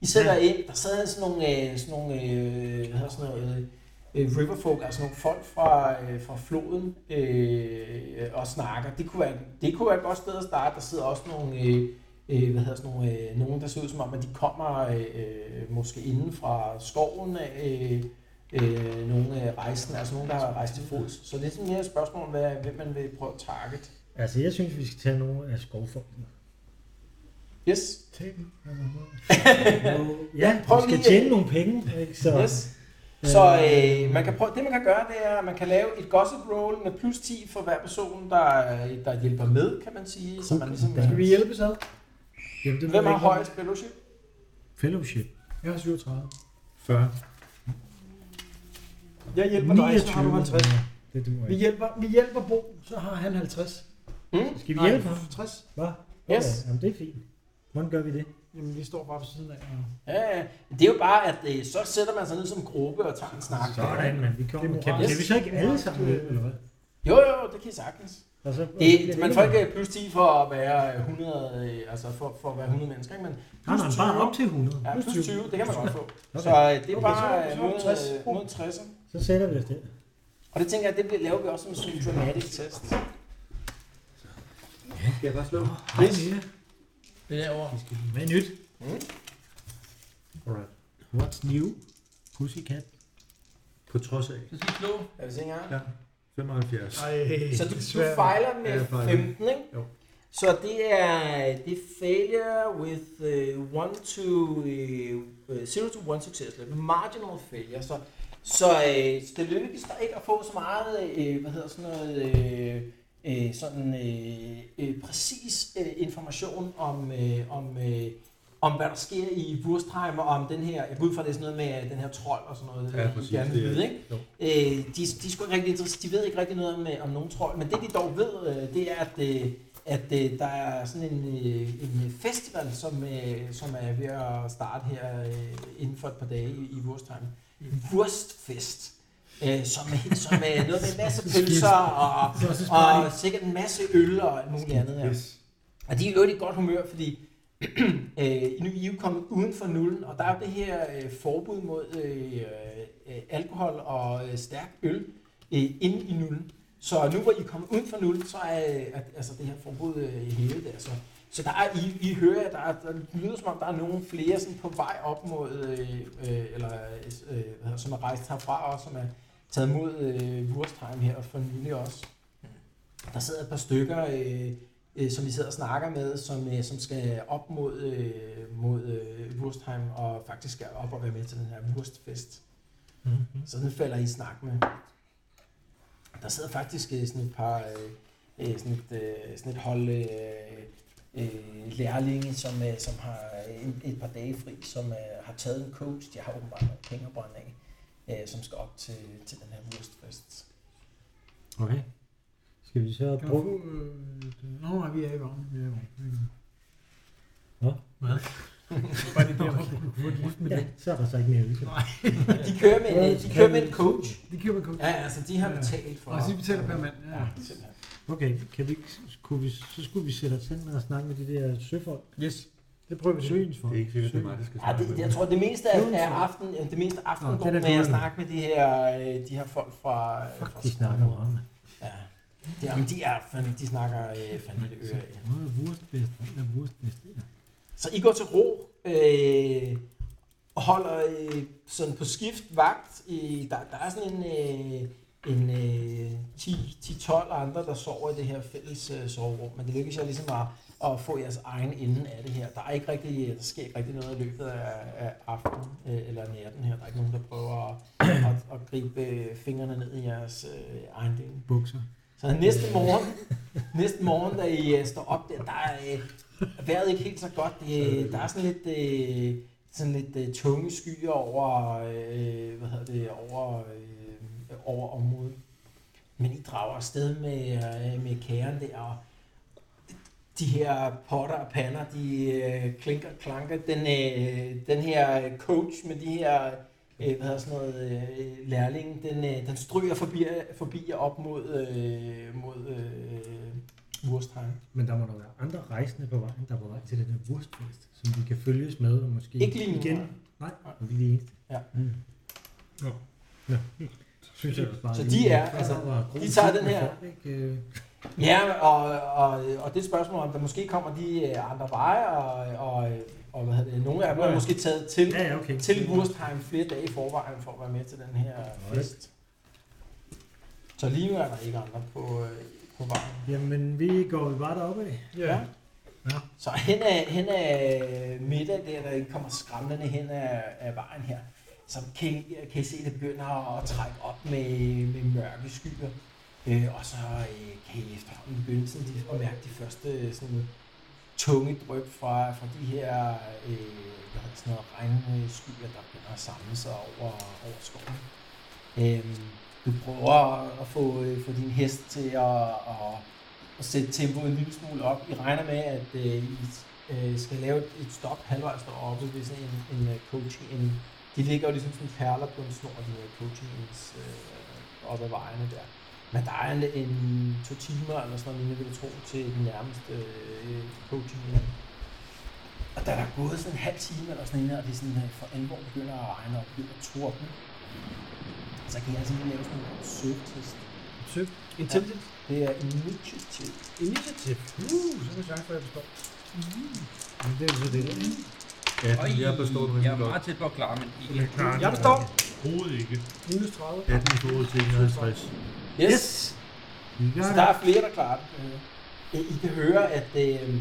Speaker 2: i sætter jer ind, der sad sådan nogle, øh, sådan nogle øh, hvad hedder sådan noget, øh, riverfolk, altså nogle folk fra, øh, fra floden øh, og snakker. Det kunne, være, det kunne være et godt sted at starte. Der sidder også nogle, øh, øh, hvad hedder sådan nogle, øh, nogen, der ser ud som om, at de kommer øh, øh, måske inden fra skoven af, øh, øh, nogle øh, rejsende, altså nogen, der har rejst til fods. Så det er sådan mere et spørgsmål om, hvad, hvem man vil prøve at target.
Speaker 5: Altså, jeg synes, vi skal tage nogle af skovfolkene.
Speaker 2: Yes,
Speaker 7: Tag dem.
Speaker 5: Ja,
Speaker 2: prøv
Speaker 5: vi skal
Speaker 2: lige-
Speaker 5: tjene nogle penge. Ikke? Så,
Speaker 2: yes. Så øh, man kan prøve, det man kan gøre, det er, at man kan lave et gossip roll med plus 10 for hver person, der, øh, der hjælper med, kan man sige. Så man ligesom,
Speaker 7: Skal vi hjælpes ad?
Speaker 5: Jamen, det ved
Speaker 2: hvem har
Speaker 5: jeg ikke, om-
Speaker 2: højest fellowship?
Speaker 5: Fellowship.
Speaker 7: Jeg har 37.
Speaker 8: 40.
Speaker 2: Jeg hjælper dig, så har du 50.
Speaker 5: Ja, Det duer
Speaker 7: Vi
Speaker 5: ikke.
Speaker 7: hjælper, vi hjælper Bo, så har han 50.
Speaker 2: Mm?
Speaker 5: Skal vi
Speaker 7: Nej,
Speaker 5: hjælpe ham?
Speaker 7: 60.
Speaker 5: Hva?
Speaker 2: Yes.
Speaker 5: Okay, jamen, det er fint. Hvordan gør vi det?
Speaker 7: Jamen, vi står bare ved siden af. og-
Speaker 2: Ja, ja. det er jo bare, at øh, så sætter man sig ned som gruppe og tager en snak.
Speaker 5: Sådan, mand. Vi
Speaker 7: Det
Speaker 5: kommer.
Speaker 7: er
Speaker 5: Kan,
Speaker 2: moralsk.
Speaker 5: kan vi så ikke alle sammen hjælpe, eller hvad?
Speaker 2: Jo, jo, det kan I sagtens.
Speaker 5: Og så,
Speaker 2: Det, man får ikke øh, plus 10 for at være øh, 100, øh, altså for, for at være 100 mennesker, ikke? Men
Speaker 5: Nej,
Speaker 2: plus
Speaker 5: nej, bare
Speaker 2: 20.
Speaker 5: op til 100.
Speaker 2: Ja, plus 20, det kan man godt få.
Speaker 5: Okay.
Speaker 2: Så øh, det er
Speaker 7: Okay,
Speaker 2: bare
Speaker 7: så-
Speaker 2: øh,
Speaker 7: så er det
Speaker 2: mod,
Speaker 7: 60.
Speaker 2: øh, mod 60'er.
Speaker 5: Så sætter vi os der.
Speaker 2: Og det tænker jeg, det bliver- laver vi også som sådan en dramatic test.
Speaker 8: Skal jeg bare slå?
Speaker 2: Yes. Det er over.
Speaker 5: Hvad er nyt?
Speaker 8: Alright.
Speaker 5: What's new? Pussycat.
Speaker 8: På trods af.
Speaker 3: Så skal I slå.
Speaker 2: Er det ikke engang?
Speaker 8: Ja. 75.
Speaker 7: Ej,
Speaker 2: Så du,
Speaker 7: det er
Speaker 2: du
Speaker 7: svært.
Speaker 2: fejler
Speaker 8: Ja, jeg
Speaker 2: med
Speaker 8: fejler.
Speaker 2: 15, ikke?
Speaker 8: Jo.
Speaker 2: Så det er det er failure with uh, one to uh, zero to one success level. Marginal failure. Så, så, uh, så det lykkes dig ikke at få så meget, uh, hvad hedder sådan noget, uh, uh, sådan uh, uh, præcis uh, information om, uh, om, uh, om hvad der sker i Wurstheim og om den her, jeg går ud fra det er sådan noget med øh, den her trold og sådan noget,
Speaker 8: Ja,
Speaker 2: øh,
Speaker 8: præcis.
Speaker 2: I gerne vil
Speaker 8: Det er-
Speaker 2: vide, ikke?
Speaker 8: Jo.
Speaker 2: Øh, de, de, er sgu ikke rigtig, interesse- de ved ikke rigtig noget om, øh, om nogen trold, men det de dog ved, øh, det er, at, øh, at øh, der er sådan en, øh, en øh, festival, som, øh, som er ved at starte her øh, inden for et par dage i, i Wurstheim. Wurstfest. Øh, som, er- som er noget med en masse pølser og, og sikkert en masse øl og alt muligt andet. Ja.
Speaker 8: Yes.
Speaker 2: Og de er i øvrigt i godt humør, fordi øh, nu er I jo kommet uden for nullen, og der er det her øh, forbud mod øh, øh, alkohol og øh, stærk øl øh, inde i nullen. Så nu hvor I er kommet uden for nullen, så er øh, at- altså, det her forbud øh, hævet der. Så, så der er, I, I hører, at der, er, der lyder som om, der er nogle flere sådan, på vej op mod, øh, øh, eller, øh, hvad hedder, det, som er rejst herfra og som er taget mod øh, Wurstheim her for nylig også. Der sidder et par stykker... Øh, øh, som vi sidder og snakker med, som, øh, som skal op mod, øh, mod øh, Wurstheim og faktisk skal op og være med til den her Wurstfest. Mm-hmm. Så den falder I i snak med. Der sidder faktisk øh, sådan et par, øh, øh, sådan, et, øh, sådan et hold øh, øh, lærlinge, som, øh, som har en, et par dage fri, som øh, har taget en coach, de har åbenbart nogle penge at brænde af, øh, som skal op til, til den her Wurstfest.
Speaker 5: Okay. Skal vi så
Speaker 7: Kan du
Speaker 5: bruge...
Speaker 7: få... Øh, Nå, nej, vi er i varmen. Vi er i varmen.
Speaker 5: Nå,
Speaker 7: Hvad? Var det der, hvor du kunne få et lift med
Speaker 5: Ja,
Speaker 7: det?
Speaker 5: så er der så ikke mere øl.
Speaker 2: De kører med, en- de kører med en coach.
Speaker 7: Det køber kun.
Speaker 2: Ja, altså de har betalt for...
Speaker 7: Og så de betaler per mand. Ja.
Speaker 2: Ja, simpelthen.
Speaker 5: Okay, kan vi, ikke- kunne vi, så skulle vi sætte os hen og snakke med de der søfolk.
Speaker 7: Yes.
Speaker 5: Det prøver vi søgens for.
Speaker 8: Det er ikke sikkert, det er mig, der skal
Speaker 2: Ja, det, jeg tror, det meste af, af aften, det meste af aften
Speaker 5: Nå,
Speaker 2: går
Speaker 5: den er
Speaker 2: med at
Speaker 5: dårlig.
Speaker 2: snakke med de her, øh, de her folk fra... øh, fra
Speaker 5: De snakker meget, mand.
Speaker 2: Ja. De, jamen, de er fandme, de snakker øh, fandme det øre. af.
Speaker 5: Nå, wurstbest. Hvad er wurstbest? Ja.
Speaker 2: Så I går til ro, øh, og holder øh, sådan på skift vagt. I, der, der er sådan en, øh, en øh, 10 10-12 andre, der sover i det her fælles øh, soverum, men det lykkes jeg ligesom at, at få jeres egen ende af det her. Der, er ikke rigtig, der sker ikke rigtig noget i løbet af, af aftenen øh, eller natten her. Der er ikke nogen, der prøver at, at, at gribe øh, fingrene ned i jeres øh, egen del.
Speaker 5: Bukser.
Speaker 2: Så næste morgen, næste morgen, da I øh, står op der, der er øh, vejret ikke helt så godt. Det, der er sådan lidt, øh, sådan lidt øh, tunge skyer over, øh, hvad hedder det, over, øh, over området. Men I drager afsted med, øh, med kæren der, og de her potter og pander, de øh, klinker og klanker. Den, øh, den her øh, coach med de her øh, hvad hedder sådan noget, øh, lærling, den, øh, den stryger forbi, forbi og op mod, øh, mod øh, Wurstheim.
Speaker 5: Men der må der være andre rejsende på vejen, der er på vej til den her wurstfest, som vi kan følges med og måske
Speaker 2: Ikke lige nu,
Speaker 5: igen.
Speaker 2: nej.
Speaker 5: Nej, og vi er de eneste.
Speaker 2: Ja.
Speaker 5: Mm.
Speaker 4: Nå.
Speaker 5: Nå. Synes jeg også bare,
Speaker 2: Så de
Speaker 5: lige-
Speaker 2: er, altså,
Speaker 5: og gode
Speaker 2: de tager
Speaker 5: tid
Speaker 2: den
Speaker 5: med
Speaker 2: her-
Speaker 5: folk, ikke? Øh,
Speaker 2: Ja, og, og, og det spørgsmål, om der måske kommer de øh, andre veje, og, og, og hvad hedder det, nogle af dem er måske taget til,
Speaker 5: Ja, ja, okay.
Speaker 2: til Wurstheim flere dage i forvejen for at være med til den her fest. Så lige nu er der ikke andre på, øh, på vejen.
Speaker 5: Jamen, vi går jo bare deroppe af.
Speaker 2: Ja.
Speaker 5: Ja.
Speaker 2: Så hen ad, hen ad middag, der, der kommer skræmmende hen ad, ad vejen her, så kan I, kan I se, at det begynder at, at trække op med, med mørke skyer. Øh, og så øh, kan I efterhånden begynde sådan, de- at mærke de første øh, sådan, tunge dryp fra, fra de her øh, hvad hedder sådan noget, regnskyer, der begynder at samle sig over, over skoven. Øhm, du prøver at få, øh, få din hest til at, at at sætte tempoet en lille smule op. I regner med, at øh, I øh, skal lave et, et stop halvvejs deroppe ved sådan en, en øh, coaching. En, de ligger jo ligesom sådan perler på en snor, de her coachings øh, op ad vejene der. Men der er en, en to timer eller sådan noget, lignende, vil jeg tro, til den nærmeste øh, coaching. Ind. Og da der er gået sådan en halv time eller sådan noget, og det er sådan, øh, for alvor begynder at regne og begynder at tordne, så kan jeg altså lige lave sådan en søgtest.
Speaker 7: Søg. Intelligence.
Speaker 2: Det er initiativ.
Speaker 7: Initiativ. Uh, så kan jeg sagt, for, at jeg består. Men det er jo så det.
Speaker 3: Øj,
Speaker 8: 18, jeg består du
Speaker 3: jeg
Speaker 8: helt
Speaker 3: er
Speaker 8: godt.
Speaker 3: meget tæt på at klare, men ikke.
Speaker 4: Jeg klarer
Speaker 7: Jeg
Speaker 4: det
Speaker 7: består.
Speaker 4: overhovedet ikke.
Speaker 7: Minus 30.
Speaker 8: 18 i forhold til 51.
Speaker 2: Yes. yes.
Speaker 7: Yes.
Speaker 2: Så der er flere, der klarer det. Øh, I kan høre, at, øh,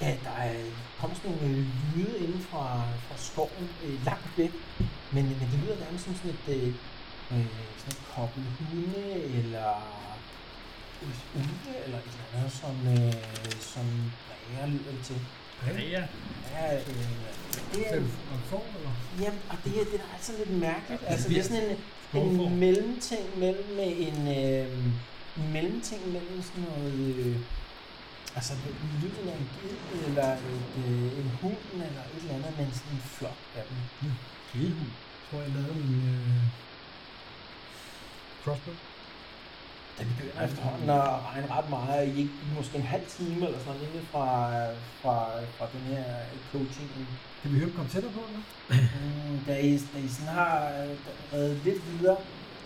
Speaker 2: at der er- kommer sådan nogle øh, lyde inden fra, fra skoven øh, langt væk. Men, men det lyder nærmest som sådan et, øh, øh, sådan et kobbel hunde, eller et ulve, eller et eller andet, som, øh, som bræger lyder til.
Speaker 4: Ja,
Speaker 2: Ja, øh, det er,
Speaker 7: Og får, eller?
Speaker 2: Jamen, og det, her, det er altså lidt mærkeligt. Altså, det er sådan en,
Speaker 4: Hvorfor?
Speaker 2: en mellemting mellem med en øh, en mellemting mellem sådan noget... Øh, altså, lyden af en ged, eller et, øh, en hund, eller et eller andet, men sådan en flok af dem.
Speaker 7: Jeg Hmm, tror, jeg lavede min øh, crossbow.
Speaker 2: Det begynder efterhånden at regne ret meget. I ikke, I måske en halv time eller sådan noget, inde fra, fra, fra den her coaching.
Speaker 7: Kan vi høre, komme tættere på, eller?
Speaker 2: Mm, da, I, da I sådan har øh, reddet lidt videre,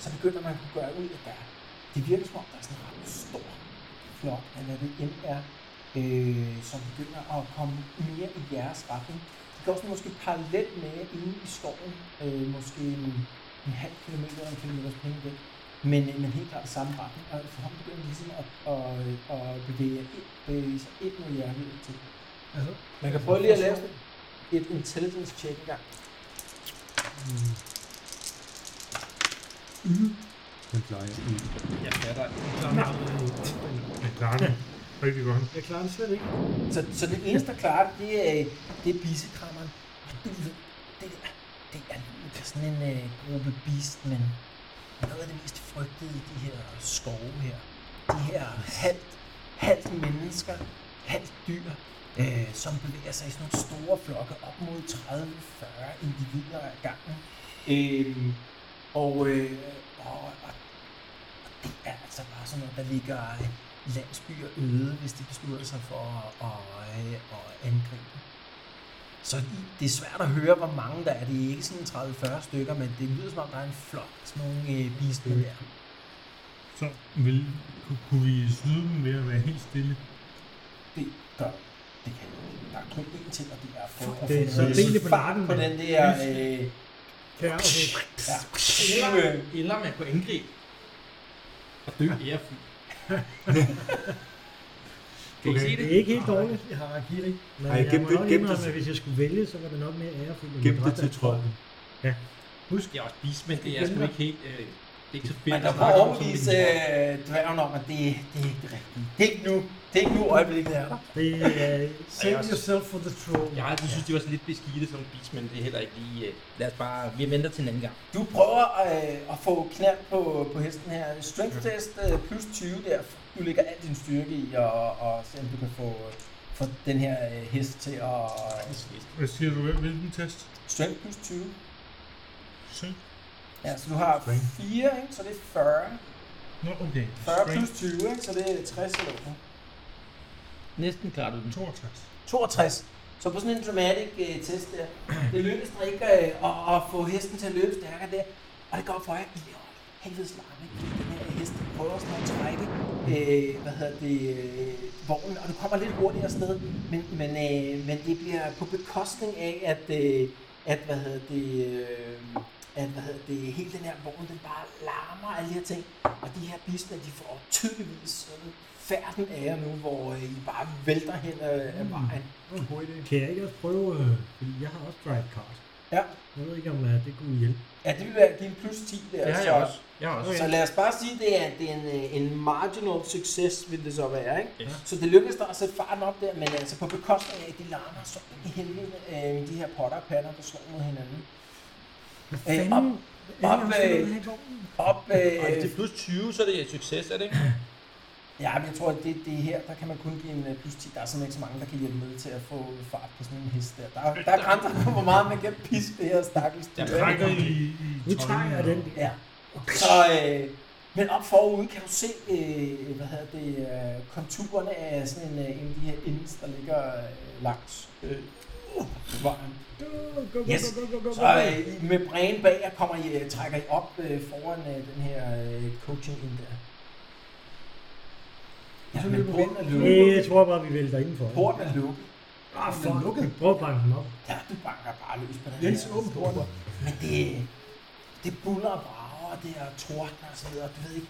Speaker 2: så begynder man at kunne gøre ud, at der, det virker som om, der er sådan en ret stor flok, af hvad det end er, øh, som begynder at komme mere i jeres retning. Det går sådan måske parallelt med inde i skoven, øh, måske en, en halv kilometer eller en kilometers penge væk, men, øh, men helt klart i samme retning, og efterhånden begynder de ligesom at, at, at bevæge, jer ind, bevæge sig ind mod jer hele tiden.
Speaker 7: Altså,
Speaker 2: Man kan prøve lige at lave et intelligence check engang.
Speaker 8: Den plejer jeg.
Speaker 3: Jeg fatter.
Speaker 4: jeg klarer det rigtig godt.
Speaker 7: jeg klarer det slet ikke.
Speaker 2: Så, så det eneste, der klarer det, det er, det er bisekrammeren. Og du ved, det der, det er, det er sådan en øh, gruppe beast, men noget af det mest frygtede i de her skove her. De her halvt, halvt mennesker, halvt dyr, øh, som bevæger sig i sådan nogle store flokke op mod 30-40 individer ad gangen. Øh, og, øh, og, og det er altså bare sådan noget, der ligger øh, landsbyer øde, hvis de beslutter sig for at, at, øh, at angribe. Så i- det er svært at høre, hvor mange der er. Det er ikke sådan 30-40 stykker, men det lyder som om, der er en flok af sådan nogle øh, bister der.
Speaker 4: Så vil, ku- kunne vi snyde dem ved at være helt stille?
Speaker 7: Mm.
Speaker 2: Det gør det kan jeg. Der er kun én ting, og det er at få at
Speaker 7: Det er
Speaker 2: få
Speaker 7: så
Speaker 2: noget
Speaker 7: rigeligt på
Speaker 2: fart
Speaker 7: nakken,
Speaker 2: på
Speaker 7: mand.
Speaker 2: den der... Øh,
Speaker 7: Kan jeg? Okay.
Speaker 2: ja.
Speaker 3: Eller, eller man kunne angribe. Og dø ærefuldt. kan I ikke se
Speaker 5: Det
Speaker 3: det?
Speaker 5: er ikke helt dårligt, jeg har Rakiri. Men
Speaker 8: Ej,
Speaker 5: Ej, jeg
Speaker 8: gem
Speaker 5: må
Speaker 8: det-
Speaker 5: nok
Speaker 8: gem
Speaker 5: indrømme,
Speaker 8: det-
Speaker 5: at hvis jeg skulle vælge, så var det nok mere ærefuldt. end
Speaker 8: Gem
Speaker 5: min
Speaker 8: det
Speaker 5: dræbte.
Speaker 8: til trolden.
Speaker 3: Husk, jeg er også bismand, det er sgu ikke helt... Øh, det Ikke så
Speaker 2: Man
Speaker 3: spændende
Speaker 2: kan
Speaker 3: at
Speaker 2: prøve
Speaker 3: snakke
Speaker 2: at
Speaker 3: om, som vi
Speaker 2: overbevise
Speaker 3: gjorde.
Speaker 2: øh, dværgen om, at det, det er ikke det rigtige. Det er ikke nu. Det er ikke nu øjeblikket er der.
Speaker 5: Det er... øh,
Speaker 7: Save yourself for the troll.
Speaker 9: Jeg har altid synes, de var så lidt beskidte som beats, men det er heller ikke lige... øh, Lad os bare... Vi venter til en anden gang.
Speaker 2: Du prøver øh, at få knald på, på hesten her. Strength test øh, plus 20 der. Du lægger al din styrke i, og, og se om du kan få, øh, få den her øh, hest til at... øh,
Speaker 4: Hvad siger du? Hvilken test?
Speaker 2: Strength plus 20.
Speaker 4: Søg.
Speaker 2: Ja, så du har 4, ikke? så det er 40.
Speaker 4: Nå, okay.
Speaker 2: 40
Speaker 4: Strength
Speaker 2: plus 20, ikke? så det er 60 eller noget.
Speaker 9: Næsten klarer du den.
Speaker 4: 62.
Speaker 2: 62. Så på sådan en dramatic øh, test der, det lykkes dig ikke øh, at, at få hesten til at løbe stærkere der, og det går op for jer, I laver helvedes larm, ikke? Den her hest prøver sådan at trække, øh, hvad hedder det, øh, vognen, og du kommer lidt hurtigere afsted, men, men, øh, men det bliver på bekostning af, at, øh, at hvad hedder det, øh, at hvad hedder det, hele den her vogn, den bare larmer og alle de her ting, og de her bister, de får tydeligvis sådan færden af jer nu, hvor øh, I bare vælter hen øh,
Speaker 3: Mm.
Speaker 2: af vejen.
Speaker 7: Det var en god idé.
Speaker 5: Kan jeg ikke også prøve... øh, Fordi jeg har også drive card.
Speaker 2: Ja.
Speaker 5: Jeg ved ikke, om øh, det kunne hjælpe.
Speaker 2: Ja, det vil være give en plus 10 der.
Speaker 3: Det har
Speaker 2: så,
Speaker 3: jeg også. Jeg har også.
Speaker 2: så lad os bare sige, det er, det er en, øh, en marginal success, vil det så være. Ikke? Yes. Så det lykkedes dig at sætte farten op der, men altså på bekostning af, at de larmer så i helvede, øh, de her potter og patter, der slår mod hinanden. Øh, op, op, øh, op,
Speaker 9: Og hvis det
Speaker 2: øh,
Speaker 9: er plus 20, så er det et succes, er det ikke?
Speaker 2: ja, men jeg tror, at det, det her, der kan man kun give en øh, plus 10. Der er simpelthen ikke så mange, der kan hjælpe med til at få fart på sådan en hest der. Der, er- der er grænser på, hvor meget man kan piske det her stakkels dyr.
Speaker 4: Jeg trækker i, i
Speaker 5: Nu trækker jeg den.
Speaker 2: Ja. Så, øh, men op forude kan du se, øh, hvad hedder det, øh, konturerne af sådan en, øh, en af de her inds, der ligger øh, langs øh, vejen.
Speaker 7: Go, go,
Speaker 2: Yes.
Speaker 7: go, go, go, go,
Speaker 2: Så øh, I- med bræen bag jer kommer I, øh, trækker I op øh, foran øh, den her øh, coaching ind der. Ja, men porten er
Speaker 5: Nej, jeg
Speaker 2: lukket.
Speaker 5: tror bare, vi vælter indenfor.
Speaker 2: Porten er lukket.
Speaker 5: Ah, fuck. Prøv at banke den op.
Speaker 2: Ja, du banker bare løs på den
Speaker 7: Jens,
Speaker 2: her
Speaker 7: åbn
Speaker 2: store-
Speaker 7: porten.
Speaker 2: Men det, det buller og brager, og det er torden og så videre. Du ved ikke,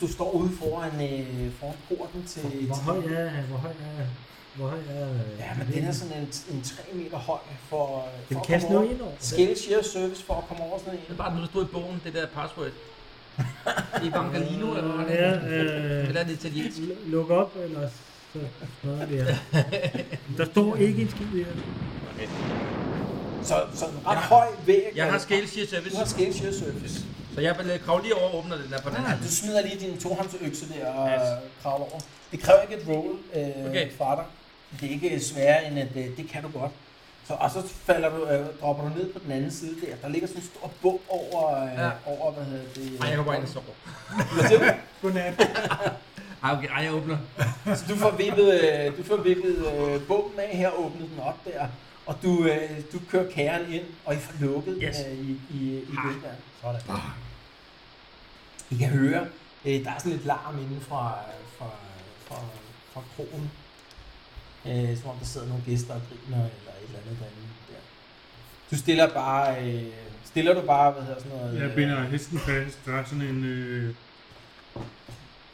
Speaker 2: du står ude foran, øh, foran porten til...
Speaker 5: Hvor
Speaker 2: til
Speaker 5: høj er... Hvor høj er... Hvor høj er... øh,
Speaker 2: ja, men den er sådan en, en 3 meter høj for,
Speaker 5: Kan
Speaker 2: for
Speaker 5: vi
Speaker 2: at
Speaker 5: kaste
Speaker 2: komme
Speaker 5: noget
Speaker 2: over.
Speaker 5: ind over?
Speaker 2: Skæld share service for at komme over sådan
Speaker 9: Det
Speaker 2: en.
Speaker 9: er bare noget, der stod i bogen, det der password. I Bangalino, eller hvad var det?
Speaker 5: Ja, øh,
Speaker 9: Eller er det italiensk?
Speaker 5: L- Luk op, eller så smadrer vi her. Der står ikke en skid her.
Speaker 2: Så, så en ret høj væg.
Speaker 3: Jeg har scale shear service,
Speaker 2: Du har skæld share service.
Speaker 3: så jeg vil øh, kravle lige over og åbner den der på den her.
Speaker 2: Ah, Du smider lige din tohåndsøkse der og yes. kravler over. Det kræver ikke et roll øh, okay.
Speaker 3: Okay.
Speaker 2: fra dig. Det er ikke sværere end, at øh, det kan du godt. Så, og så falder du, øh, dropper du ned på den anden side der. Der ligger sådan en stor bog over, øh, ja.
Speaker 3: Ja.
Speaker 2: over hvad hedder det? øh,
Speaker 3: Ej, jeg går bare ind og sover.
Speaker 2: Hvad siger du?
Speaker 7: Godnat.
Speaker 3: Ej, okay, ej, jeg åbner.
Speaker 2: Så Altså, du får vippet, øh, du får vippet øh, bogen af her, åbnet den op der. Og du, øh, du kører kæren ind, og I får lukket yes.
Speaker 3: Yes.
Speaker 2: øh, i, i, i den der. Sådan. I kan høre, øh, der er sådan lidt larm inden fra, fra, fra, fra krogen. Øh, som om der sidder nogle gæster og griner, eller et eller andet derinde. Der. Du stiller bare, øh, stiller du bare, hvad hedder sådan noget?
Speaker 4: Jeg
Speaker 2: øh,
Speaker 4: binder hesten fast. Der er sådan en... Øh,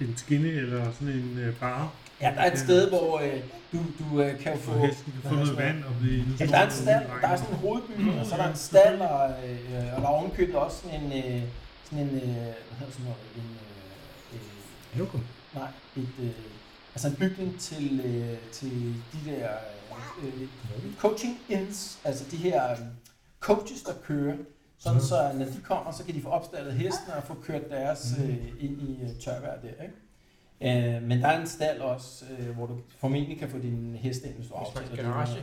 Speaker 4: en skinne eller sådan en øh, bar,
Speaker 2: Ja, der er et sted, hvor øh, du, du øh, kan jo få...
Speaker 4: hvor hesten kan
Speaker 2: hvad hedder
Speaker 4: få noget
Speaker 2: sådan
Speaker 4: vand og blive... Nu
Speaker 2: Ja,
Speaker 4: står
Speaker 2: der er en
Speaker 4: den ude i
Speaker 2: stald, der er
Speaker 4: regnen.
Speaker 2: sådan en hovedbygning, og så er der en stald, og, øh, og der er ovenkøbet også sådan en, øh, sådan en, øh, hvad hedder sådan noget, en, øh, øh,
Speaker 5: Lokum.
Speaker 2: nej, et, øh, altså en bygning til, øh, til de der øh, øh, coaching ins, altså de her øh, coaches, der kører, sådan
Speaker 9: Mm.
Speaker 2: så når de kommer, så kan de få opstallet hesten og få kørt deres
Speaker 9: Mm.
Speaker 2: øh, ind i øh, tørvejr der, ikke? Øh, men der er en stald også, øh, hvor du formentlig kan få din heste ind, hvis du
Speaker 9: En slags
Speaker 2: aftaler det.
Speaker 9: garage.
Speaker 2: med-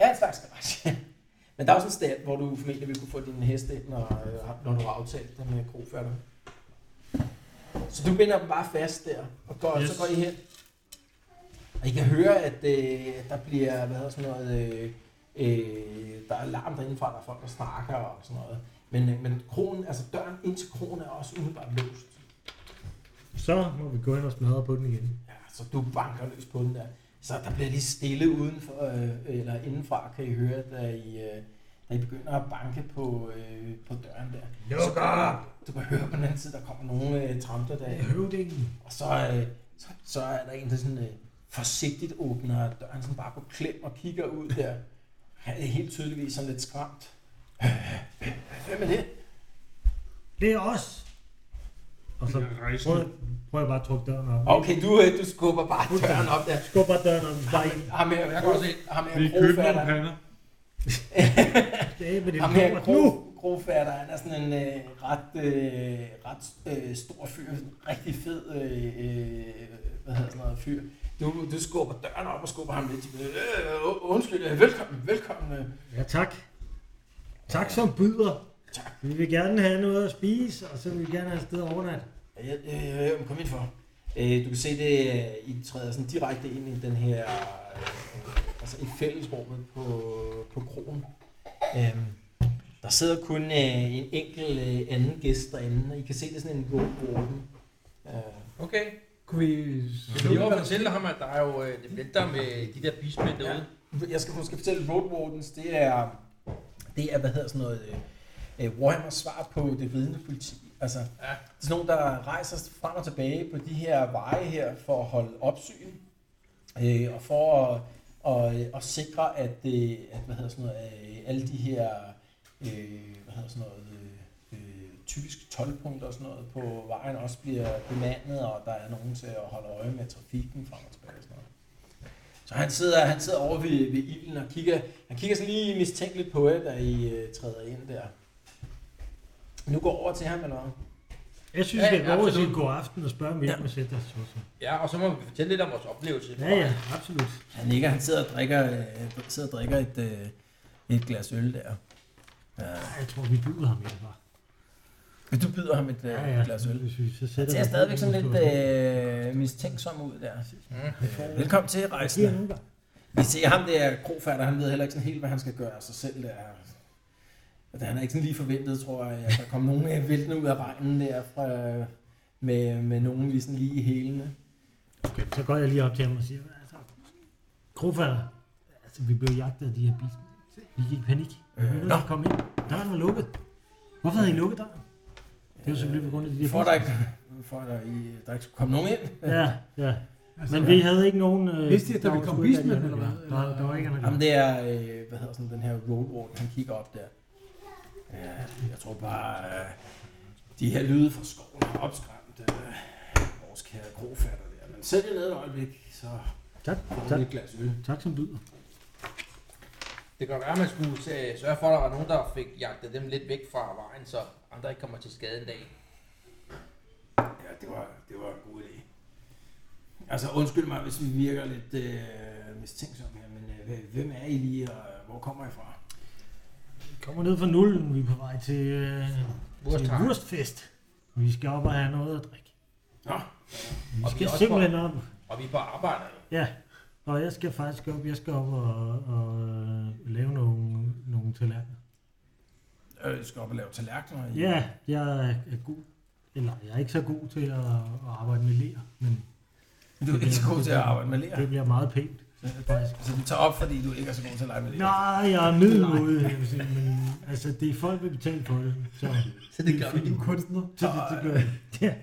Speaker 2: Ja, en slags garage. men der er også en stald, hvor du formentlig vil kunne få din heste ind, når, øh, når du har aftalt det med krogfatter. Så du binder dem bare fast der, og går, yes. så
Speaker 4: Yes.
Speaker 2: går I hen. Og I kan høre, at øh, der bliver, hvad hedder sådan noget, øh, øh, der er larm derindefra, der er folk, der snakker og sådan noget. Men, øh, men kronen, altså døren ind til kronen er også umiddelbart låst.
Speaker 5: Så må vi gå ind og smadre på den igen.
Speaker 2: Ja, så du banker løs på den der. Så der bliver lige stille udenfor, øh, eller indenfra, kan I høre, da I, øh, da I begynder at banke på, øh, på døren der.
Speaker 5: Luk op!
Speaker 2: Du kan høre på den anden side, der kommer nogle øh, tramter der.
Speaker 5: Høvdingen.
Speaker 2: Og så, øh, så, så er der en, der sådan øh, forsigtigt åbner døren sådan bare på klem og kigger ud der. Han er helt tydeligvis sådan lidt skræmt. Hvem er det?
Speaker 5: Det er os. Og så prøver,
Speaker 4: rejsende.
Speaker 5: prøver jeg bare at trykke døren op.
Speaker 2: Okay, du, øh, du skubber bare døren op der.
Speaker 5: Skub bare døren op. Bare ind.
Speaker 2: Ham her, jeg kan også se, ham her
Speaker 4: Vi
Speaker 2: er
Speaker 4: købte nogle
Speaker 2: krofatter.
Speaker 4: pander.
Speaker 5: Ja, men det
Speaker 2: Ham her
Speaker 5: kommer
Speaker 2: er
Speaker 5: nu.
Speaker 2: gro, grofatter, han er sådan en øh, ret, øh, ret øh, stor fyr, sådan en rigtig fed, øh, øh, hvad hedder sådan noget, fyr. Du, du skubber døren op og skubber ham lidt tilbage. Øh, øh, undskyld, øh, velkommen, velkommen. øh.
Speaker 5: Ja, tak. Tak som byder.
Speaker 2: Tak.
Speaker 5: Vi vil gerne have noget at spise, og så vil vi gerne have et sted at overnatte.
Speaker 2: Ja, øh, øh, kom ind for. Øh, du kan se det, øh, I træder sådan direkte ind i den her, øh, altså i fællesrummet på, på krogen. Øh, der sidder kun øh, en enkelt øh, anden gæst derinde, og I kan se det er sådan en jordborden. Øh,
Speaker 9: Okay.
Speaker 7: Kunne vi...
Speaker 9: Jeg vil lige fortælle ham, at der er jo øh, det vælter med de der beastmænd derude.
Speaker 2: Jeg skal måske fortælle, Road Wardens, det er, det er, hvad hedder sådan noget, øh, øh, Warhammers svar på det ridende politi. Altså, ja. sådan nogen, der rejser frem og tilbage på de her veje her for at holde opsyn, øh, og for at og, øh, og sikre, at, øh, at hvad hedder sådan noget, øh, alle de her, øh, hvad hedder sådan noget, øh, øh, typisk 12 punkter og sådan noget på vejen også bliver bemandet, og der er nogen til at holde øje med trafikken frem og tilbage og sådan noget. Så han sidder, han sidder over ved, ved ilden og kigger, han kigger sådan lige mistænkeligt på jer, da I øh, træder ind der. Nu går over til ham, eller hvad?
Speaker 5: Jeg synes,
Speaker 9: Ja,
Speaker 5: ja, vi kan gå over og sige
Speaker 9: absolut.
Speaker 5: god aften og spørge, om vi ikke må sætte os. til os.
Speaker 9: Ja, og så må vi fortælle lidt om vores oplevelse.
Speaker 5: Ja, ja, absolut.
Speaker 2: Han nikker, han sidder og drikker, øh, sidder og drikker et, øh, et glas øl der.
Speaker 5: Ej, Jeg tror, vi byder ham hjælper.
Speaker 2: Men du byder ham et øh, ja, ja. glas øl.
Speaker 5: Hvis vi så
Speaker 2: Han
Speaker 5: sætter
Speaker 2: ser
Speaker 5: os-
Speaker 2: stadigvæk sådan lidt øh, mistænksom ud der. Øh, velkommen til,
Speaker 5: Giver
Speaker 2: rejsende.
Speaker 5: nogen der.
Speaker 2: Vi ser ham der krofatter, han ved heller ikke sådan helt, hvad han skal gøre af sig selv der. Og det- Han er ikke sådan lige forventet, tror jeg, at der kom nogen øh, væltende ud af regnen der fra, øh, med, med nogen lige sådan lige i hælene.
Speaker 5: Okay, så går jeg lige op til ham og siger, altså, Krofatter, altså, vi blev jagtet af de her biser. Vi gik i panik. Vi blev nødt til at komme ind. Døren var lukket. Hvorfor havde I lukket døren? Det var selvfølgelig på grund af de der
Speaker 2: For at der ikke, for at der, I, der ikke skulle komme nogen ind.
Speaker 5: Ja, ja. Men vi havde ikke nogen... Øh,
Speaker 7: Altså, Vidste I, at der ville komme
Speaker 5: skulle ikke
Speaker 7: beastmen,
Speaker 5: rigtig
Speaker 7: eller
Speaker 5: noget.
Speaker 7: hvad?
Speaker 5: Nej, der var ikke andet.
Speaker 2: Jamen det er, øh, hvad hedder sådan den her roadwalk, han kigger op der. Ja, jeg tror bare, øh, de her lyde fra skoven har opskræmt øh, vores kære grofatter der. Men sæt jer ned et øjeblik, så
Speaker 5: Tak,
Speaker 2: får
Speaker 5: tak,
Speaker 2: vi et glas øl.
Speaker 5: tak som byder.
Speaker 9: Det kan være, at man skulle øh, sørge for, at der var nogen, der fik jagtet dem lidt væk fra vejen, så andre ikke kommer til skade en dag.
Speaker 2: Ja, det var, det var en god idé. Altså undskyld mig, hvis vi virker lidt øh, mistænksomme her, men øh, hvem er I lige, og øh, hvor kommer I fra?
Speaker 5: Kommer ned fra nullen, vi er på vej til, øh, til
Speaker 9: Wurstheim.
Speaker 5: Wurstfest. Vi skal op og have noget at drikke.
Speaker 2: Nå,
Speaker 5: Vi
Speaker 9: Og vi
Speaker 5: skal
Speaker 9: er også
Speaker 5: simpelthen op.
Speaker 9: Og vi er på arbejde.
Speaker 5: Ja, og jeg skal faktisk op, jeg skal op og, og øh, lave nogle, nogle tallerkener.
Speaker 2: øh, I skal op og lave tallerkener. I-
Speaker 5: Ja, jeg er- er god, eller jeg er ikke så god til at, at arbejde med ler, men
Speaker 2: Du er ikke så god til at arbejde med ler.
Speaker 5: det bliver meget pænt. Faktisk.
Speaker 2: Så de tager op, fordi du ikke er så god til at lege med ler.
Speaker 5: Nej, jeg er middelmodig, jeg vil sige, men altså, det er folk, der betaler for det. Så,
Speaker 9: Så det gør vi.
Speaker 7: Du er kunstner.
Speaker 5: så det, det gør jeg. Ja.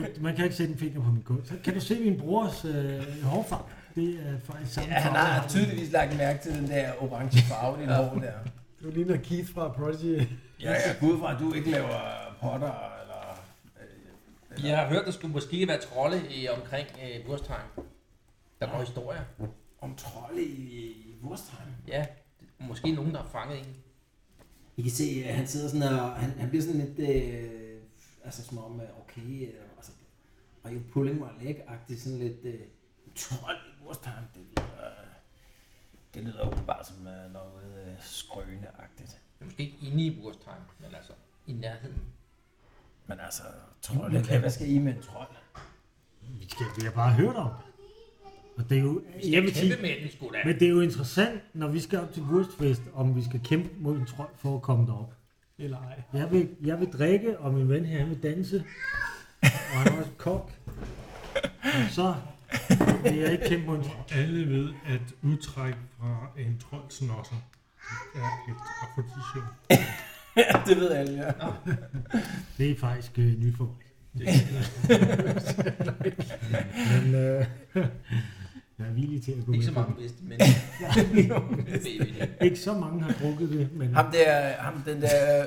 Speaker 5: Man, man kan ikke sætte en finger på min kund. Så kan du se min brors øh, hårfarve? Det er faktisk samme
Speaker 2: Ja, han
Speaker 5: farve, jeg
Speaker 2: har tydeligvis lagt mærke til den der orange farve i din hår der.
Speaker 7: Du ligner Keith fra Prodigy.
Speaker 2: Ja, jeg går ud fra, at du ikke laver potter eller...
Speaker 9: Vi har hørt, der skulle måske være trolde i, omkring øh, Wurstheim. Der går historier.
Speaker 2: Om trolde i, i Wurstheim.
Speaker 9: Ja, måske nogen, der har fanget en.
Speaker 2: I kan se, at han sidder sådan og... Han, han bliver sådan lidt... Øh, altså som om, øh, okay... Øh, altså, are you pulling my leg-agtigt sådan lidt... Øh, trold i Wurstheim, det lyder... øh, Det lyder jo bare som øh, noget øh, skrøne-agtigt.
Speaker 9: Det er måske ikke inde i Wurstheim, men altså i nærheden.
Speaker 2: Men altså, trolde... Hvad, hvad skal I med en trold?
Speaker 5: Vi skal vi har bare hørt om det. Og det er jo, jeg vil sige,
Speaker 9: Kæmpe med den, sgu da.
Speaker 5: men det er jo interessant, når vi skal op til Wurstfest, om vi skal kæmpe mod en trold for at komme derop.
Speaker 7: Eller ej.
Speaker 5: Jeg vil, jeg vil drikke, og min ven her han vil danse. Og han er også kok. Og så vil jeg ikke kæmpe mod en trold.
Speaker 4: Alle ved, at udtræk fra en troldsnosser er et afrodisjon.
Speaker 2: det ved alle, ja.
Speaker 5: Det er faktisk øh, nyt for mig. Men øh, jeg er villig til at gå
Speaker 9: Ikke
Speaker 5: med
Speaker 9: så
Speaker 5: på
Speaker 9: mange
Speaker 5: det.
Speaker 9: bedste, men... Baby, det.
Speaker 5: Ikke så mange har drukket det, men
Speaker 2: Ham der, ham den der...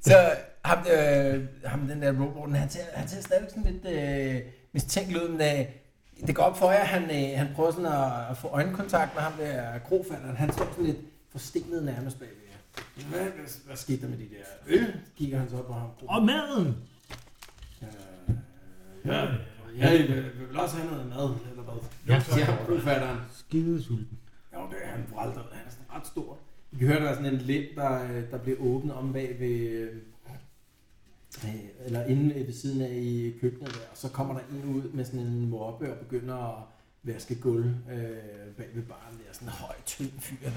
Speaker 2: Så ham, øh, ham den der roboten, han ser, han ser stadigvæk sådan lidt øh, mistænkelig ud, men øh, det går op for jer, han, øh, han prøver sådan at, at få øjenkontakt med ham der krofalderen. Han står sådan lidt forstenet nærmest bagved jer. Hvad, hvad, hvad skete der med de der øl? Kigger han så op på ham.
Speaker 5: Og maden!
Speaker 2: Øh, ja, jeg vil, vil også have noget mad, eller hvad? Ja, siger ham krofatteren.
Speaker 5: Skide sulten.
Speaker 2: Jo, det er han vralter. Han er sådan ret stor. I kan høre, der er sådan en lem, der, øh, der bliver åbnet om bag ved... øh, øh, Eller inde ved siden af i køkkenet der. Og så kommer der en ud med sådan en moppe og begynder at vaske gulv øh, bag ved baren der. Sådan en høj, tynd fyr der.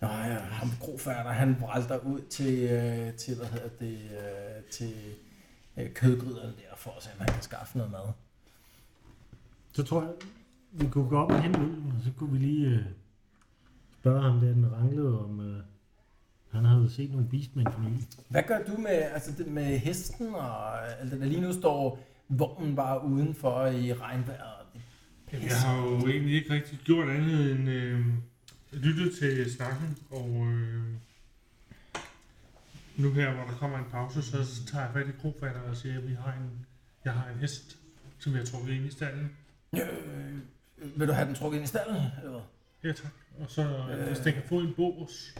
Speaker 2: Nå ja, ham grofærder, han vralter ud til, øh, til hvad hedder det, øh, til øh, kødgryderne der, for at se, om han kan skaffe noget mad.
Speaker 5: Så tror jeg, vi kunne gå op og hente ulven, og så kunne vi lige øh, spørge ham der, den ranglede, om øh, han havde set nogle beastmen for nylig.
Speaker 2: Hvad gør du med, altså det med hesten og øh, alt det der? Lige nu står vognen bare udenfor i regnvejret.
Speaker 4: Jeg har jo egentlig ikke rigtig gjort andet end øh, lyttet til snakken, og øh, nu her, hvor der kommer en pause, så, så tager jeg fat i grofatter og siger, at vi har en, jeg har en hest, som jeg har trukket ind i stallen.
Speaker 2: Øh, vil du have den trukket ind i stallen? Eller? hvad?
Speaker 4: Ja tak. Og så øh. stikker jeg foden i en bås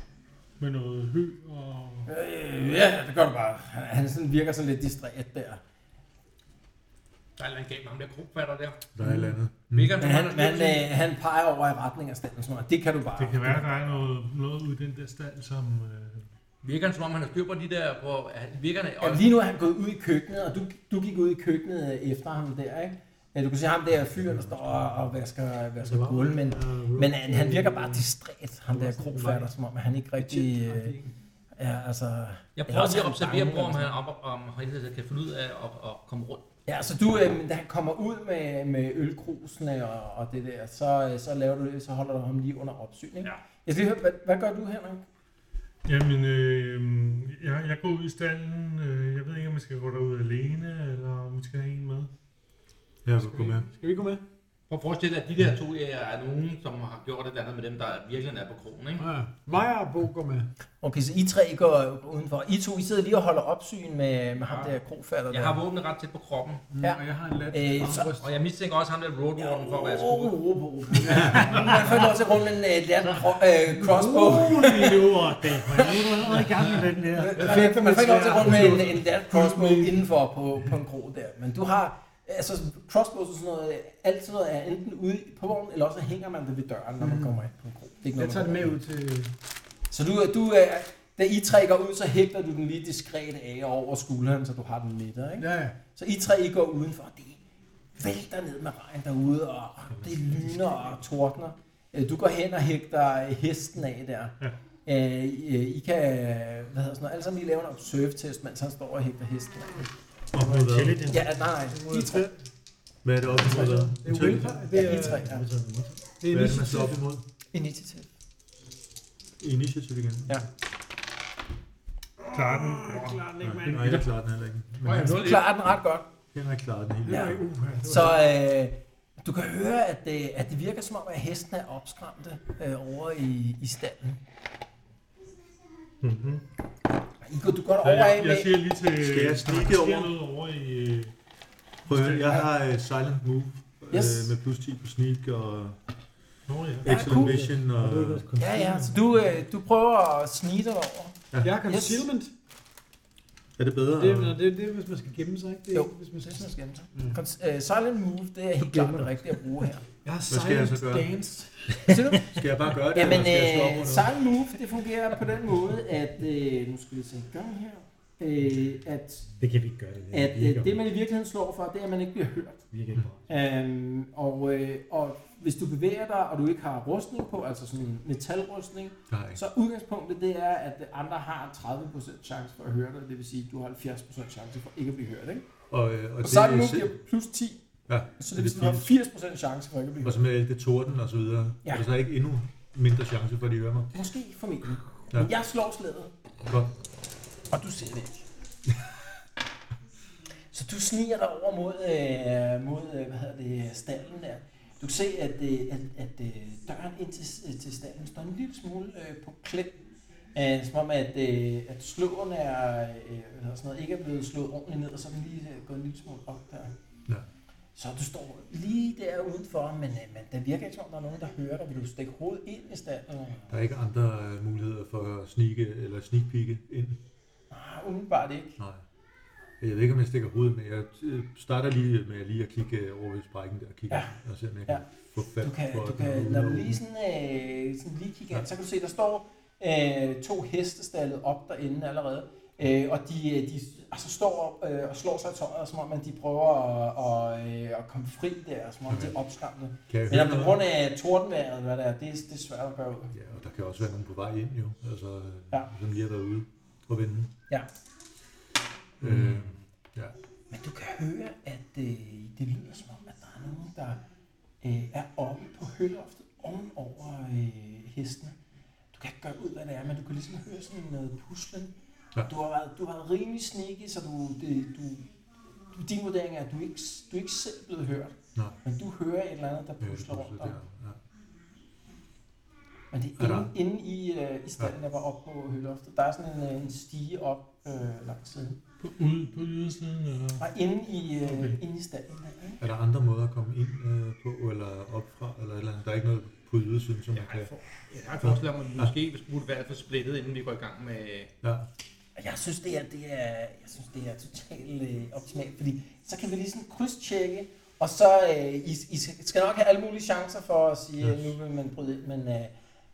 Speaker 4: med noget hø og...
Speaker 2: Øh, ja, det gør du bare. Han, han sådan virker sådan lidt distræt der.
Speaker 9: Der er en gang med ham der krogfatter der.
Speaker 8: Der er et eller andet.
Speaker 9: Mikkel,
Speaker 2: Men han, han, øh, han peger over i retning af stallen. Sådan noget. Det kan du bare.
Speaker 4: Det kan være, der er noget, noget ude i den der stald, som... Øh,
Speaker 9: Virker han som om, han har styr på de der, hvor han- virker han...
Speaker 2: Ja, lige nu er han gået ud i køkkenet, og du, du gik ud i køkkenet øh, efter ham der, ikke? Øh, Du kan se ham der fyren, der står og, og vasker, vasker gulv, men, men han, han virker bare distræt, ham der krogfatter, som om han ikke rigtig... Øh, ja, altså,
Speaker 9: Jeg
Speaker 2: Eller
Speaker 9: prøver
Speaker 2: også
Speaker 9: lige at
Speaker 2: er han
Speaker 9: observere,
Speaker 2: bange
Speaker 9: hvor om han
Speaker 2: eller
Speaker 9: op, om han kan finde ud af at, at komme rundt.
Speaker 2: Ja, så du, øh, da han kommer ud med, med ølkrusene og, og det der, så, øh, så, laver du, så holder du ham lige under opsyn, ikke?
Speaker 4: Ja.
Speaker 2: Jeg skal lige høre, hvad, hvad gør du, Henrik?
Speaker 4: Jamen, øh, jeg, jeg går ud i stallen. Øh, jeg ved ikke, om jeg skal gå derud alene, eller om vi skal have en med.
Speaker 8: Jeg vil gå med.
Speaker 7: Skal vi gå med?
Speaker 9: Prøv at forestille dig, at de der to er, er nogen, som har gjort et eller andet med dem, der virkelig er på krogen, ikke?
Speaker 7: Ja. Maja og Bo går med.
Speaker 2: Okay, så I tre går øh, udenfor. I to, I sidder lige og holder opsyn med, med ham der krogfatter.
Speaker 9: Jeg
Speaker 2: der.
Speaker 9: har våbnet ret tæt på kroppen,
Speaker 2: Ja.
Speaker 7: Og jeg har en lat.
Speaker 2: Øh, så,
Speaker 9: og jeg mistænker også ham der roadwarden for at være
Speaker 2: Åh,
Speaker 9: skudt.
Speaker 2: råbe, råbe. Man får lov til at rulle en uh, lært cro- øh, crossbow.
Speaker 5: Rolig nu, og Uh, det er nu er du allerede i gang med den der.
Speaker 2: Man- Man får ikke lov til at rulle med en, en lært crossbow indenfor på, på en kro der. Men du har, altså crossbows og sådan noget, alt sådan noget er enten ude på vognen, eller også hænger man det ved døren, når man kommer ind på en kro. Det er ikke
Speaker 7: Mm. Jeg
Speaker 2: noget,
Speaker 7: tager
Speaker 2: man
Speaker 7: den med ud
Speaker 2: gør.
Speaker 7: til...
Speaker 2: Så du, du øh, da I tre går ud, så hægter du den lige diskret af og over skulderen, så du har den midter, ikke?
Speaker 7: Ja, ja.
Speaker 2: Så I tre I går udenfor, og det vælter ned med regn derude, og det lyner og tordner. Øh, Du går hen og hægter hesten af der. Øh, I kan, hvad hedder sådan noget, alle sammen lige lave en observe-test, mens han står og hægter hesten af.
Speaker 8: Op mod hvad?
Speaker 2: Ja, nej, nej, I tre.
Speaker 8: Hvad er det op mod hvad?
Speaker 7: Det er Wilfred. Det
Speaker 2: Ja,
Speaker 7: er,
Speaker 2: I tre, ja.
Speaker 7: det er
Speaker 8: Hvad er det, man
Speaker 7: Nisses.
Speaker 8: slår op imod?
Speaker 2: Initiativ.
Speaker 8: Initiativ igen.
Speaker 2: Ja.
Speaker 4: Klarer den? Oh,
Speaker 8: Nej, nej, jeg klarer den heller ikke. Men
Speaker 2: Du klarer den ret godt.
Speaker 8: Henrik klarer den helt.
Speaker 2: Ja. Så øh, du kan høre, at, øh, at det virker som om, at hesten er opskræmte øh, over i, i stallen. Mm-hmm. I går, du går
Speaker 4: Ja,
Speaker 2: derover af
Speaker 4: Mhm. jeg,
Speaker 2: med...
Speaker 4: jeg siger lige til...
Speaker 8: Skal jeg snige
Speaker 4: der sker
Speaker 8: over?
Speaker 4: noget over i... øh,
Speaker 8: Prøv at høre, jeg har øh, Silent Move
Speaker 2: Yes.
Speaker 8: øh, med plus 10 på sneak og
Speaker 4: Nå ja.
Speaker 8: Excellent
Speaker 2: cool.
Speaker 8: Vision og...
Speaker 2: Ja, ja, så du, øh, du prøver at snige dig over.
Speaker 7: Jeg har concealment.
Speaker 8: Er det bedre?
Speaker 7: Det er, når det, det er, hvis man skal gemme sig, ikke? Det er,
Speaker 2: Jo.
Speaker 7: ikke, hvis man
Speaker 2: Det er
Speaker 7: skal...
Speaker 2: sådan, jeg skal mm. Kon- øh, silent move, det er helt klart det rigtige at bruge her.
Speaker 7: Jeg har
Speaker 8: Hvad skal jeg så
Speaker 7: silent
Speaker 8: gøre?
Speaker 7: dance.
Speaker 2: Siger du?
Speaker 8: Skal jeg bare gøre det,
Speaker 2: Jamen,
Speaker 8: eller skal jeg slå op
Speaker 2: øh,
Speaker 8: mod noget?
Speaker 2: silent move, det fungerer på den måde, at... Øh, nu skal vi se en gang her. Øh, at
Speaker 5: Det kan vi ikke gøre det. der.
Speaker 2: at
Speaker 5: Vi er ikke
Speaker 2: øh, det,
Speaker 5: om-
Speaker 2: man i virkeligheden slår for, det er, at man ikke bliver hørt.
Speaker 5: vi er ikke om-
Speaker 2: Øhm, og, øh, og hvis du bevæger dig, og du ikke har rustning på, altså sådan en metalrustning,
Speaker 8: Nej.
Speaker 2: så udgangspunktet det er, at andre har 30% chance for at høre dig, det vil sige, at du har 70% chance for ikke at blive hørt, ikke?
Speaker 8: Og, øh, og,
Speaker 2: Og
Speaker 8: det,
Speaker 2: så er det nu,
Speaker 8: er sind-
Speaker 2: giver plus 10,
Speaker 8: ja,
Speaker 2: så det vil sige, at du har 80% chance for ikke at blive
Speaker 8: Og
Speaker 2: hørt.
Speaker 8: så med alt det torden og så videre.
Speaker 2: Ja.
Speaker 8: Ja. Er der så ikke endnu mindre chance for, at de hører mig?
Speaker 2: Måske formentlig.
Speaker 8: Ja.
Speaker 2: Men jeg slår slaget,
Speaker 8: Godt.
Speaker 2: og du ser det ikke. Så du sniger dig over mod, øh, mod øh, hvad hedder det, stallen der. Du kan se, at, øh, at, at øh, døren ind til, øh, til stallen står en lille smule øh, på klem. Øh, som om, at, øh, at slåen er, øh, hvad hedder sådan noget, ikke er blevet slået ordentligt ned, og så er den lige øh, gået en lille smule op der.
Speaker 8: Ja.
Speaker 2: Så du står lige der udenfor, men, øh, men det virker ikke som om, der er nogen, der hører dig. Vil du stikke hovedet ind i stand? Eller?
Speaker 8: Der er ikke andre øh, muligheder for at snige eller sneakpigge ind.
Speaker 2: Nej, Ah, umiddelbart ikke.
Speaker 8: Nej. Jeg ved ikke, om jeg stikker hovedet med. Jeg øh, starter lige med lige at kigge øh, over ved sprækken der og kigge, ja. og se, om jeg kan
Speaker 2: Ja.
Speaker 8: få fat
Speaker 2: Du kan,
Speaker 8: for
Speaker 2: du
Speaker 8: den
Speaker 2: kan
Speaker 8: overhovedet
Speaker 2: når du
Speaker 8: er
Speaker 2: lige
Speaker 8: åben.
Speaker 2: sådan, øh, sådan lige kigger ind,
Speaker 8: Ja.
Speaker 2: så kan du se, der står øh, to heste stallet op derinde allerede. Øh, og de, øh, de altså står øh, og slår sig i tøjet, som om at de prøver at, og, øh, at komme fri der, som om de er opskræmte.
Speaker 8: Kan jeg
Speaker 2: Men om det
Speaker 8: høre
Speaker 2: er på
Speaker 8: noget?
Speaker 2: grund af tordenvejret, eller hvad det er, det, er- det er svært at gøre ud.
Speaker 8: Ja, og der kan også være nogen på vej ind jo, altså, øh,
Speaker 2: Ja.
Speaker 8: som lige har været ude og vende.
Speaker 2: Ja.
Speaker 8: Øh, ja.
Speaker 2: Men du kan høre, at øh, det lyder som om, at der er nogen, der øh, er oppe på høloftet ovenover øh, hestene. Du kan ikke gøre ud, hvad det er, men du kan ligesom høre sådan noget puslen.
Speaker 8: Ja.
Speaker 2: Ja. Du har været, du har været rimelig sneaky, så du, det, du, du, din vurdering er, at du ikke, du er ikke selv blevet hørt.
Speaker 8: Nej.
Speaker 2: Men du hører et eller andet, der
Speaker 8: Øh,
Speaker 2: pusler rundt om.
Speaker 8: der, ja.
Speaker 2: Men det er
Speaker 8: Er der-
Speaker 2: inde, inde i, øh, i stallen, der var oppe på høloftet. Der er sådan en, øh, en stige op øh, langs siden.
Speaker 4: På, ude på ydersiden, eller?
Speaker 2: Og inde i, øh,
Speaker 4: Okay.
Speaker 2: inde i stallen her, ikke?
Speaker 8: Er der andre måder at komme ind øh, på, eller op fra, eller, et eller andet? Der er ikke noget på ydersiden, som man kan...
Speaker 9: Jeg får- jeg har et forslag om, at vi måske burde være for splittet, inden vi går i gang med...
Speaker 8: Ja,
Speaker 2: Og Jeg synes, det er, det er, jeg synes, det er totalt øh, optimalt, fordi så kan vi lige sådan krydstjekke, og så, øh, I, I skal nok have alle mulige chancer for at sige, yes.
Speaker 8: Yes.
Speaker 2: nu vil man bryde ind, men, øh,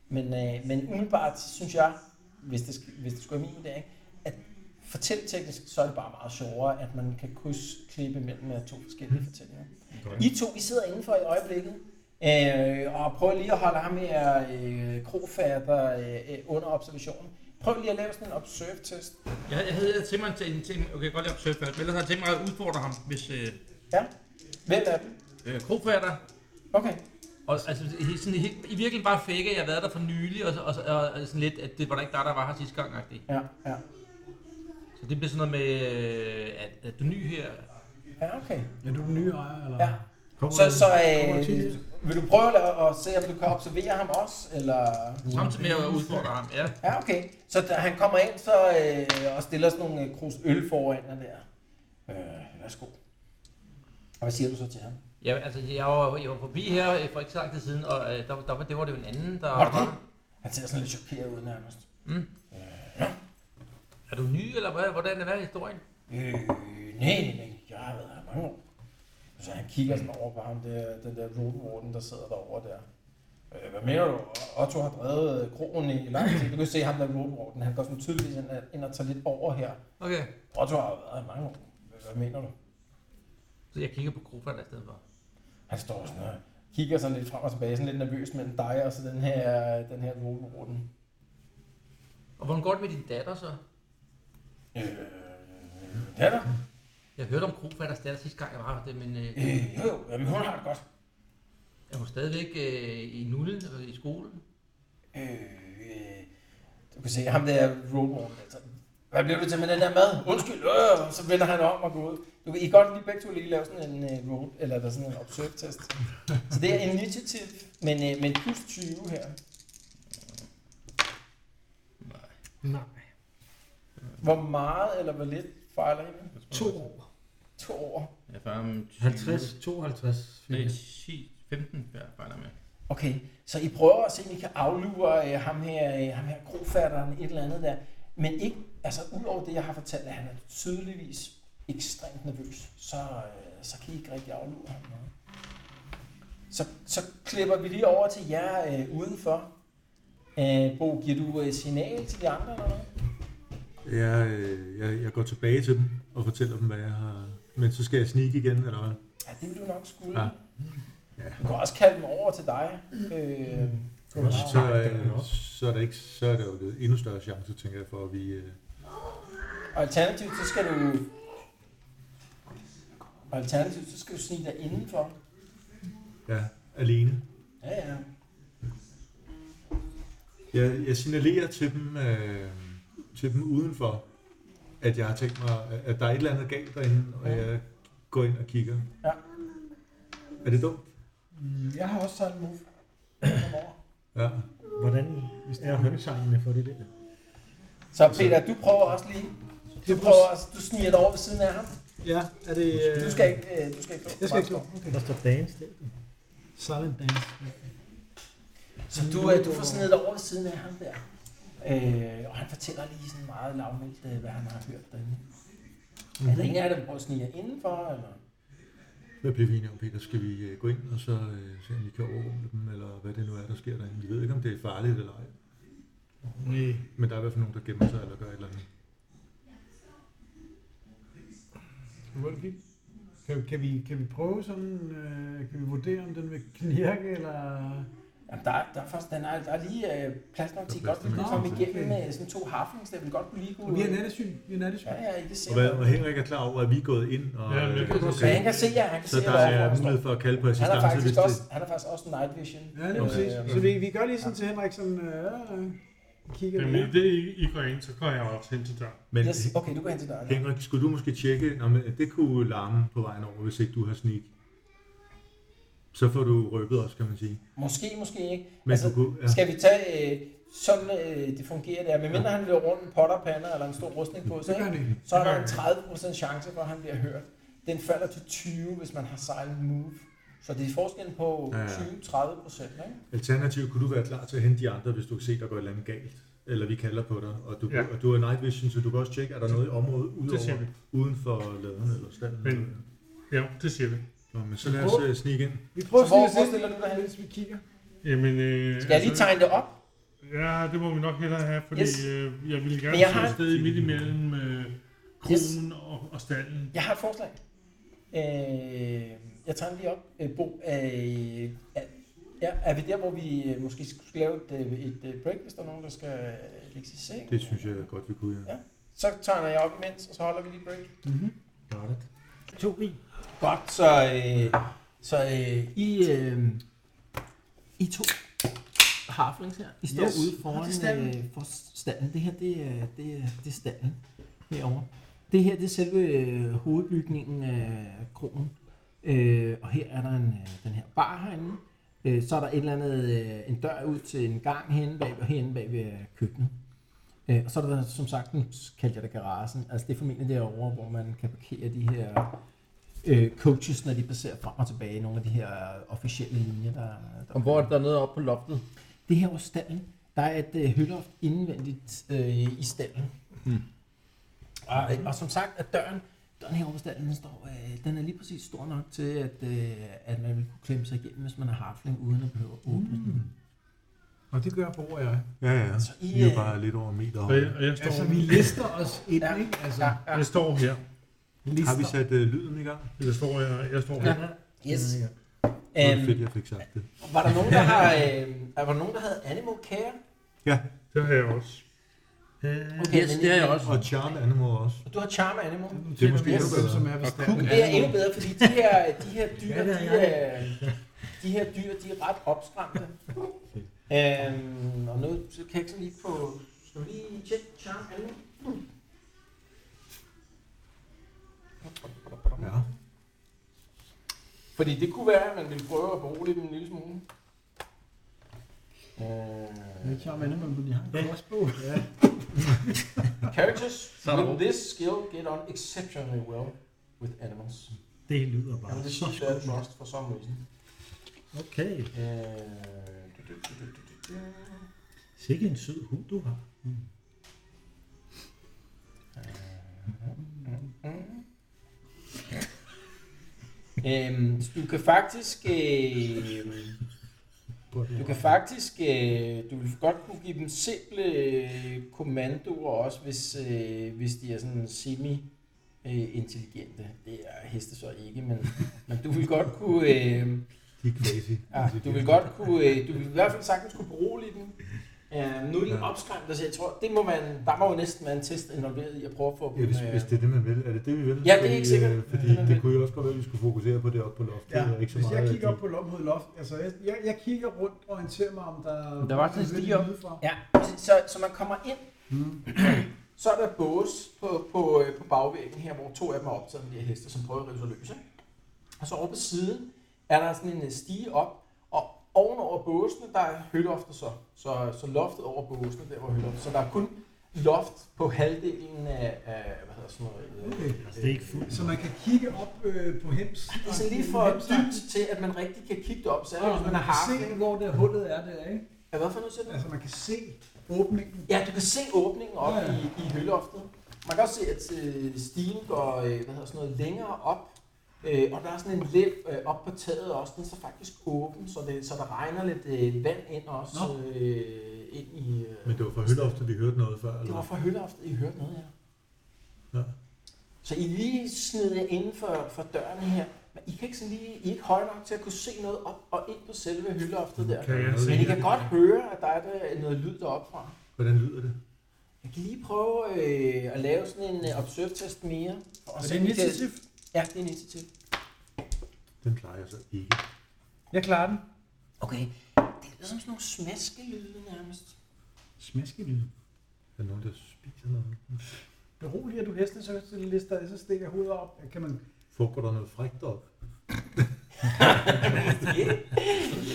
Speaker 2: men, øh, men umiddelbart så synes jeg, hvis det, sk- hvis det skulle være min idé, ikke, at fortælleteknisk, så er det bare meget sjovere, at man kan krydsklippe mellem øh, to forskellige fortællinger.
Speaker 8: Godt.
Speaker 2: I to, I sidder indenfor i øjeblikket, øh, og prøver lige at holde ham her øh, krofatter øh, øh, under observationen. Prøv lige at lave sådan en observe-test.
Speaker 9: Jeg, jeg havde tænkt mig til en ting, okay, jeg kan godt lide at observe først, men ellers har jeg tænkt mig at udfordre ham, hvis øh,
Speaker 2: Ja. Hvem er det?
Speaker 9: øh, krogfatter,
Speaker 2: Okay.
Speaker 9: og altså, he- sådan, he, i virkeligheden bare fake, at jeg har været der for nylig, og, så- og, så- og, og sådan lidt, at det var der ikke dig, der var her sidste gang, agtig.
Speaker 2: Ja, ja.
Speaker 9: Så det bliver sådan noget med, øh, at, at du er ny her.
Speaker 2: Ja, okay.
Speaker 7: Er du den nye ejer, eller?
Speaker 2: Ja. Så, så øh, vil du prøve at, at se, om du kan observere ham også, eller...
Speaker 9: Samtidig med at udfordre ham, ja.
Speaker 2: Ja, okay. Så da han kommer ind så, øh, og stiller sådan nogle øh, krus øl foran dig der. Øh, værsgo. Og hvad siger du så til ham?
Speaker 9: Ja, altså, jeg var, jeg var forbi her øh, for ikke så lang tid siden, og øh, der, der, var, det var det jo en anden, der
Speaker 2: Var det
Speaker 9: var.
Speaker 2: det? Han ser sådan lidt chokeret ud nærmest.
Speaker 9: Er du ny, eller hvad? Hvordan er hvad er historien?
Speaker 2: Øh, nej, nej, jeg har været her mange år. Så han kigger sådan over på ham, der, den der road warden, der sidder derovre der. Øh, hvad mener du? Otto har drevet øh, krogen i lang tid. Du kan se ham der road warden, han går sådan tydeligvis ind og- ind og tager lidt over her.
Speaker 9: Okay.
Speaker 2: Otto har jo været her i mange år. Hvad- Hvad mener du?
Speaker 9: Så jeg kigger på krogfatter i stedet for.
Speaker 2: Han står sådan og kigger sådan lidt frem og tilbage, sådan lidt nervøs mellem dig og så den her, den her road warden.
Speaker 9: Og hvordan går det med din datter så?
Speaker 2: Øh, det er der.
Speaker 9: Jeg hørte om Krofatters datter sidste gang, jeg var her, det, men øh,
Speaker 2: Øh, jo, jo, jamen, hun har det godt.
Speaker 9: er hun stadigvæk øh, i nullen og i skolen?
Speaker 2: Øh, øh, du kan se ham der roadwarden. Altså, hvad bliver du til med den der mad? Undskyld, øh, så vender han om og går ud. Du kan I kan godt lige begge to lige lave sådan en øh, road, eller der er sådan en observe test. Så det er initiativ, men, øh, men plus 20 her.
Speaker 5: Nej.
Speaker 2: Hvor meget eller hvor lidt fejler I med?
Speaker 5: To år.
Speaker 2: To år.
Speaker 3: Jeg er
Speaker 5: 50, 52.
Speaker 3: Det er
Speaker 5: fik
Speaker 3: 10, 15, jeg fejler med.
Speaker 2: Okay, så I prøver at se, om I kan aflure øh, ham her, øh, ham her grofatteren, et eller andet der. Men ikke, altså udover det, jeg har fortalt, at han er tydeligvis ekstremt nervøs, så, øh, så kan I ikke rigtig aflure ham noget. Så, så klipper vi lige over til jer øh, udenfor. Øh, Bo, giver du øh, signal til de andre eller noget?
Speaker 8: Jeg, øh, jeg, jeg går tilbage til dem og fortæller dem, hvad jeg har... Men så skal jeg snige igen, eller hvad?
Speaker 2: Ja, det vil du nok skulle.
Speaker 8: Ja.
Speaker 2: Ja.
Speaker 8: Ja.
Speaker 2: Du kan også kalde dem over til dig. Øh,
Speaker 8: Så, øh, så, er der ikke, så er der jo en endnu større chance, tænker jeg, for at vi... Øh,
Speaker 2: Og alternativt, så skal du... Og alternativt, så skal du snige dig indenfor.
Speaker 8: ja, alene.
Speaker 2: Ja, ja.
Speaker 8: Jeg, jeg signalerer til dem, øh, til dem udenfor, at jeg har tænkt mig, at der er et eller andet galt derinde, og jeg går ind og kigger.
Speaker 2: Ja.
Speaker 8: Er det dumt?
Speaker 7: Mm, Jeg har også taget en move.
Speaker 8: Ja.
Speaker 5: Hvordan, hvis det er håndtegnene for det der?
Speaker 2: Så Peter, du prøver også lige. Du prøver også, du sniger dig over ved siden af ham.
Speaker 7: Ja, er det... Øh,
Speaker 2: Du skal ikke, øh, du skal ikke,
Speaker 7: Jeg skal ikke slå.
Speaker 5: Der står dance der.
Speaker 7: Silent dance.
Speaker 2: Så du, øh, du får snedet dig over ved siden af ham der. Øh, og han fortæller lige sådan meget lavmældt, øh, hvad han har hørt derinde. Mm-hmm.
Speaker 7: Mhm.
Speaker 2: Er der ingen af jer, der vil prøve at snige jer indenfor? Eller?
Speaker 8: Hvad bliver vi enige om, Peter? Skal vi øh, gå ind og så øh, se, om vi kan overrumple dem, eller hvad det nu er, der sker derinde? Vi ved ikke, om det er farligt eller ej.
Speaker 4: Nej.
Speaker 8: Men der er i hvert fald nogen, der gemmer sig eller gør et eller andet.
Speaker 7: Okay. Kan, kan, vi, kan vi prøve sådan, øh, kan vi vurdere, om den vil knirke, eller...
Speaker 2: Jamen, der, er- der, er først, den er, der er lige øh, plads nok til, at I godt
Speaker 8: plads til
Speaker 2: kunne
Speaker 8: mig.
Speaker 2: komme
Speaker 8: Nå,
Speaker 2: igennem
Speaker 7: okay.
Speaker 2: med sådan to harflings, der vil godt kunne lige
Speaker 7: Vi
Speaker 2: kunne...
Speaker 7: er nattesyn, vi er nattesyn.
Speaker 2: Ja, ja, I kan se.
Speaker 8: Og, hvad, og Henrik er klar over, at vi er gået ind, og, øh,
Speaker 4: Ja, men det kan jeg godt
Speaker 2: Ja, han kan se jer, han kan
Speaker 8: så
Speaker 2: se
Speaker 8: der
Speaker 2: jer,
Speaker 8: er
Speaker 2: han står.
Speaker 8: mulighed for at kalde på
Speaker 2: Han har
Speaker 8: assistance, hvis
Speaker 2: faktisk
Speaker 8: det...
Speaker 2: også, han har faktisk også night vision. Øh,
Speaker 7: Ja, det er præcis. Så vi, vi gør lige sådan til Henrik, sådan... Øh, øh, kigger
Speaker 4: Jamen,
Speaker 7: lidt.
Speaker 4: i det I, I går ind, så går jeg også hen til døren.
Speaker 8: Men
Speaker 2: Yes, okay, du går hen til døren.
Speaker 8: Henrik, skulle du måske tjekke, Nå, men det kunne larme på vejen over, hvis ikke du har sneak. Så får du røbet os, kan man sige.
Speaker 2: Måske, måske ikke.
Speaker 8: Men
Speaker 2: Altså,
Speaker 8: altså, du kunne, ja.
Speaker 2: Skal vi tage øh, sådan, øh, det fungerer der? Men mindre han løber rundt med potter, pander eller en stor rustning på, så,
Speaker 7: Det gør han ikke.
Speaker 2: så er der en 30% chance for, at han bliver hørt. Den falder til 20, hvis man har silent move. Så det er forskellen på
Speaker 8: Ja, ja.
Speaker 2: 20-30%, ikke?
Speaker 8: Alternativt kunne du være klar til at hente de andre, hvis du kan se, der går et eller andet galt. Eller vi kalder på dig, og du,
Speaker 4: Ja.
Speaker 8: ja. og du har night vision, så du kan også tjekke, er der noget i området
Speaker 4: Det siger vi.
Speaker 8: udover, uden for laderne eller stallen.
Speaker 4: Men- Ja, det siger vi.
Speaker 8: Nå, men så lad os uh, snige ind.
Speaker 7: Vi prøver
Speaker 2: Så hvor-
Speaker 7: sådan
Speaker 2: hvor
Speaker 7: lidt,
Speaker 2: stiller du dig hen?
Speaker 7: hvis vi kigger.
Speaker 4: Jamen, øh,
Speaker 2: Skal jeg lige
Speaker 4: altså-
Speaker 2: tegne det op?
Speaker 4: Ja, det må vi nok hellere have, fordi
Speaker 2: Yes.
Speaker 4: yes. øh, jeg ville gerne
Speaker 2: Men jeg
Speaker 4: jeg
Speaker 2: har-
Speaker 4: have... et sted midt imellem øh, kronen yes. og, og stallen.
Speaker 2: Jeg har et forslag. Øh, jeg tegner lige op. Øh, Bo, øh, er, ja, er vi der, hvor vi øh, måske skulle lave et, øh, et øh, break, hvis der er nogen, der skal øh, lægge sig i seng?
Speaker 8: Det synes jeg godt, vi kunne,
Speaker 2: Ja.
Speaker 8: ja.
Speaker 2: Så tegner jeg op imens, og så holder vi lige break.
Speaker 5: Got it. To i.
Speaker 2: Godt, så, øh, så øh, I, øh, I to harflings her, I står
Speaker 7: Yes.
Speaker 2: yes. ude
Speaker 7: Og
Speaker 2: foran
Speaker 7: det er stalden.
Speaker 2: øh, for stalden. Det her, det er, det er, det er stalden herovre. Det her, det er selve øh, hovedbygningen af kronen. Øh, og her er der en, øh, den her bar herinde. Øh, så er der et eller andet, øh, en dør ud til en gang herinde bag, og herinde bag ved øh, køkkenet. Øh, og så er der, som sagt, nu kaldte jeg det garagen. Altså det er formentlig derovre, hvor man kan parkere de her øh, coaches, når de passerer frem og tilbage nogle af de her øh, officielle linjer, der, der
Speaker 3: Og hvor er der noget oppe på loftet?
Speaker 2: Det her var stallen. Der er et øh, hyldeloft indvendigt øh, i stallen.
Speaker 3: Hmm.
Speaker 2: Mm. Og, øh, og som sagt, at døren, døren herovre på stallen, den, står, øh, den er lige præcis stor nok til, at, øh, at man vil kunne klemme sig igennem, hvis man er harfling, uden at behøve at åbne
Speaker 7: Hmm.
Speaker 2: den.
Speaker 7: Og det gør Bo og jeg.
Speaker 8: Ja, ja.
Speaker 2: Altså, I,
Speaker 8: Vi er
Speaker 2: øh,
Speaker 8: jo bare lidt over en meter
Speaker 4: Og jeg,
Speaker 8: høje.
Speaker 4: og jeg, står,
Speaker 7: Altså, vi lister os ind,
Speaker 2: Ja.
Speaker 7: ikke? Altså,
Speaker 2: ja.
Speaker 4: jeg står her.
Speaker 8: Har vi sat øh, lyden i gang?
Speaker 4: Eller står jeg, jeg står her.
Speaker 2: Yes.
Speaker 8: Det var fedt,
Speaker 2: Um,
Speaker 8: jeg fik sagt det.
Speaker 2: var der nogen, der har, øh, var der nogen, der havde animal care?
Speaker 4: Det har jeg også.
Speaker 7: Øh,
Speaker 2: Okay,
Speaker 3: yes,
Speaker 2: men
Speaker 3: det er
Speaker 2: ikke-
Speaker 3: jeg også.
Speaker 8: Og Charm Animal også.
Speaker 2: Du har charm animal.
Speaker 8: Det er måske
Speaker 7: Hvem-
Speaker 8: endnu bedre.
Speaker 7: Hvem som er ved standen.
Speaker 2: Men det er endnu bedre, fordi de her, de her dyr,
Speaker 5: Hvad ved
Speaker 2: de,
Speaker 5: jeg?
Speaker 2: øh, de her dyr, de er ret opskræmte. øhm, og nu så kan jeg ikke sådan lige på... Skal vi lige tjekke charm alle?
Speaker 8: Ja.
Speaker 2: Fordi det kunne være, at man ville prøve at berolige dem en lille smule. Øh,
Speaker 7: Jeg tager med men de har en crossbow. Ja.
Speaker 2: characters
Speaker 3: Så er der ro.
Speaker 2: with this skill get on exceptionally well with animals.
Speaker 5: Det lyder bare
Speaker 2: And
Speaker 5: så
Speaker 2: receive their
Speaker 5: skønt.
Speaker 2: trust for some reason.
Speaker 5: Okay.
Speaker 2: Øh, du, du, du, du, du, du.
Speaker 5: Sikke en sød hund, du har.
Speaker 2: mm. Øhm, du kan faktisk, øh, du kan faktisk, øh, du vil godt kunne give dem simple øh, kommandoer også, hvis, øh, hvis de er sådan semi øh, intelligente. Det er heste så ikke, men, men du vil godt kunne, øh,
Speaker 8: De Altså, er crazy.
Speaker 2: ja, du vil godt kunne, øh, du vil i hvert fald sagtens kunne berolige dem. Øh, nu er de opskræmte, så jeg tror, det må man, der må jo næsten være en test involveret i at prøve at få
Speaker 8: Ja,
Speaker 2: dem.
Speaker 8: hvis,
Speaker 2: øh,
Speaker 8: hvis det er det, man vil. Er det det, vi vil?
Speaker 2: Ja, det er ikke sikkert.
Speaker 8: øh,
Speaker 2: Det
Speaker 8: Fordi
Speaker 2: er det, man
Speaker 8: det
Speaker 2: vil.
Speaker 8: kunne jo også godt være, at vi skulle fokusere på det oppe på loftet.
Speaker 7: Ja,
Speaker 8: og ikke så
Speaker 7: hvis
Speaker 8: meget,
Speaker 7: jeg kigger
Speaker 8: at
Speaker 7: op på loft mod loft, altså jeg, jeg, jeg kigger rundt og orienterer mig, om der,
Speaker 2: Der var sådan en
Speaker 7: lidt
Speaker 2: stige op.
Speaker 7: lyde fra.
Speaker 2: Ja, præcis. så, så man kommer ind,
Speaker 8: Mm.
Speaker 2: så er der bås på, på, øh, på bagvæggen her, hvor to af dem er optaget med de her heste, som prøver at rive sig løs. Ikke? Og så over på siden er der sådan en øh, stige op, og ovenover båsene, der er høloftet så. så. Så loftet over båsene, der var høloftet. Så der er kun, loft på halvdelen af, af hvad hedder sådan noget, øh, okay.
Speaker 5: Altså, det er ikke fuldt.
Speaker 4: Så man kan kigge op øh, på hems.
Speaker 2: Det er sådan lige for dybt til, at man rigtig kan kigge derop, særligt
Speaker 4: Og
Speaker 2: hvis man
Speaker 4: man
Speaker 2: har
Speaker 4: kan
Speaker 2: harpen.
Speaker 4: se, hvor det hullet er der, ikke?
Speaker 2: Ja, hvad for noget siger du?
Speaker 4: Altså man kan se åbningen.
Speaker 2: Ja, du kan se åbningen op
Speaker 4: Ja,
Speaker 2: ja,
Speaker 4: ja.
Speaker 2: ja. i, i høloftet. Man kan også se, at øh, stigen går øh, hvad hedder sådan noget, længere op, øh, og der er sådan en læb øh, op på taget også. Den er så faktisk åben, så, det, så der regner lidt øh, vand ind også
Speaker 4: Nå.
Speaker 2: øh, ind i... Øh,
Speaker 8: Men det var fra Hølofte, vi hørte noget før.
Speaker 2: det var
Speaker 8: Eller?
Speaker 2: fra høloftet, I hørte noget her.
Speaker 8: Ja.
Speaker 2: Så I lige sned jer inden for, for døren her, men I kan ikke sådan lige, I er ikke høje nok til at kunne se noget op og ind på selve høloftet der.
Speaker 10: Kan jeg se
Speaker 2: Men I kan
Speaker 10: det?
Speaker 2: godt høre, at der er der noget lyd deroppe fra.
Speaker 8: Hvordan lyder det?
Speaker 2: Jeg kan lige prøve øh, at lave sådan en øh, observe-test mere.
Speaker 11: Og så initiativ.
Speaker 2: Ja, det er initiativ.
Speaker 8: Den klarer jeg så ikke.
Speaker 11: Jeg klarer den.
Speaker 2: Okay. Det lyder som sådan nogle smaskelyde nærmest.
Speaker 4: Smaskelyd.
Speaker 8: Er der nogen, der spiser noget?
Speaker 4: Beroliger du hesten, så lister, så stikker hovedet op. Kan man
Speaker 8: Foregår der noget frækt op?
Speaker 3: Dem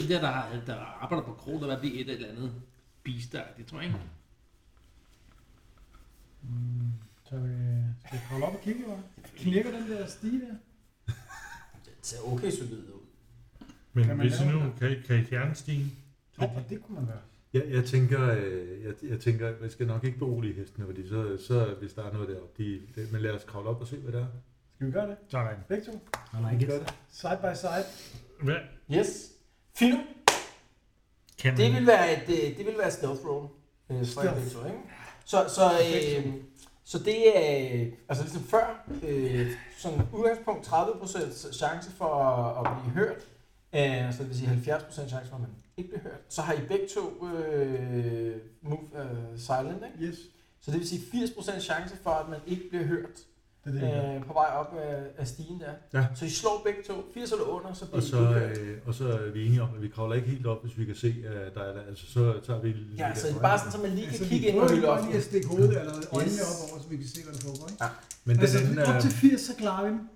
Speaker 3: der, der, der arbejder på krogen, der er det et eller andet bister, det tror jeg ikke.
Speaker 4: Så øh, skal jeg kravle op og kigge, eller hvad? Knækker den der stige der?
Speaker 2: Det ser okay solidt ud.
Speaker 10: Men
Speaker 4: Kan man
Speaker 10: hvis I
Speaker 4: lave
Speaker 10: nu
Speaker 4: det?
Speaker 10: kan, I- kan I fjerne stigen?
Speaker 4: Nå, det kunne man gøre.
Speaker 8: Ja, jeg tænker, øh, jeg, jeg tænker, at man skal nok ikke berolige hestene, fordi så, så hvis der er noget deroppe, de, de, men lad os kravle op og se, hvad der er.
Speaker 4: Skal vi gøre det?
Speaker 10: Sådan.
Speaker 4: Begge to?
Speaker 5: Han har ikke
Speaker 8: Gør
Speaker 5: et-
Speaker 4: Side by side.
Speaker 10: Hvad?
Speaker 2: Yes. Fint.
Speaker 5: Kan man
Speaker 2: Det vil være et, øh, det vil være stealth roll. Øh, for
Speaker 4: Stealth.
Speaker 2: jer begge to, ikke? Så, så, øh, så det er, øh, altså ligesom før, øh, sådan udgangspunkt 30% chance for at, at blive hørt, øh, så det vil sige 70% chance for, at man ikke bliver hørt. Så har I begge to øh, move øh, silent, ikke?
Speaker 4: Yes.
Speaker 2: Så det vil sige 80% chance for, at man ikke bliver hørt
Speaker 4: Det er det. Øh.
Speaker 2: øh, på vej op af, af stigen der.
Speaker 8: Ja.
Speaker 2: Så I slår begge to, 80 eller under, så bliver
Speaker 8: Og
Speaker 2: I
Speaker 8: så,
Speaker 2: ikke hørt.
Speaker 8: øh, og så er vi enige om, at vi kravler ikke helt op, hvis vi kan se, at der er, altså så tager vi lige
Speaker 2: Ja,
Speaker 8: lidt
Speaker 2: så
Speaker 8: af
Speaker 2: det er
Speaker 8: vejen.
Speaker 2: bare sådan, så man lige kan kigge ind på
Speaker 4: Altså, vi prøver
Speaker 2: hyldeoften.
Speaker 4: lige at stikke hovedet eller øjnene
Speaker 2: Yes.
Speaker 4: op over, så vi kan se, hvad der foregår. Ikke?
Speaker 8: Men den
Speaker 4: Altså,
Speaker 8: anden
Speaker 4: op
Speaker 8: er,
Speaker 4: til 80, så klarer vi den.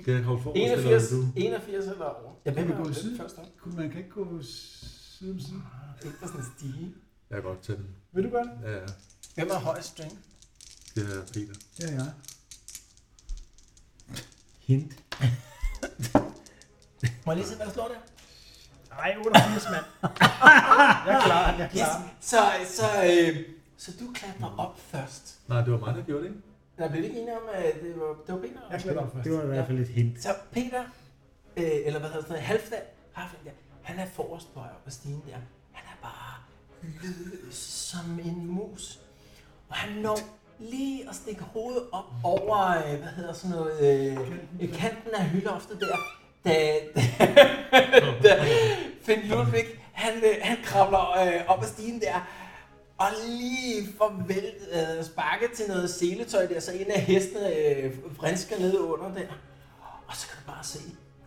Speaker 8: skal jeg kravle forrest, eller
Speaker 2: 81,
Speaker 8: vil du?
Speaker 2: 81 eller over. Jeg
Speaker 4: Kan
Speaker 2: ved
Speaker 4: vi
Speaker 2: ikke,
Speaker 4: gå
Speaker 2: om
Speaker 4: i
Speaker 2: det er
Speaker 4: siden?
Speaker 2: først op.
Speaker 4: Kunne man kan ikke gå side om side.
Speaker 2: Det er sådan en stige.
Speaker 8: Jeg kan godt tage den.
Speaker 4: Vil du gøre det?
Speaker 8: Ja, ja.
Speaker 2: Hvem er højst strength?
Speaker 8: det er Peter.
Speaker 4: Ja, ja.
Speaker 5: hint.
Speaker 2: Må jeg lige se, hvad der står der?
Speaker 4: Nej, 88, mand. jeg klarer den, jeg
Speaker 2: Yes.
Speaker 4: klarer den.
Speaker 2: Så, så, øh, så du klatrer op først.
Speaker 8: Nej, det var mig, der gjorde det, ikke?
Speaker 2: Der blev vi ikke enige om, at det var, det var Peter.
Speaker 4: Jeg klatrer op først.
Speaker 5: Det var i hvert fald et hint.
Speaker 2: Så Peter, øh, eller hvad hedder sådan noget, Halfdan, Halfdan der, han er forrest på op ad stigen der. Han er bare lydløs som en mus. Og han når lige at stikke hovedet op over, øh, hvad hedder sådan noget, øh, øh, kanten af hyldeoftet der, da, da Finn Ludvig, han, øh, han kravler øh, op ad stigen der, og lige får vel, øh, sparket til noget seletøj der, så en af hestene øh, vrinsker ned under der. Og så kan du bare se,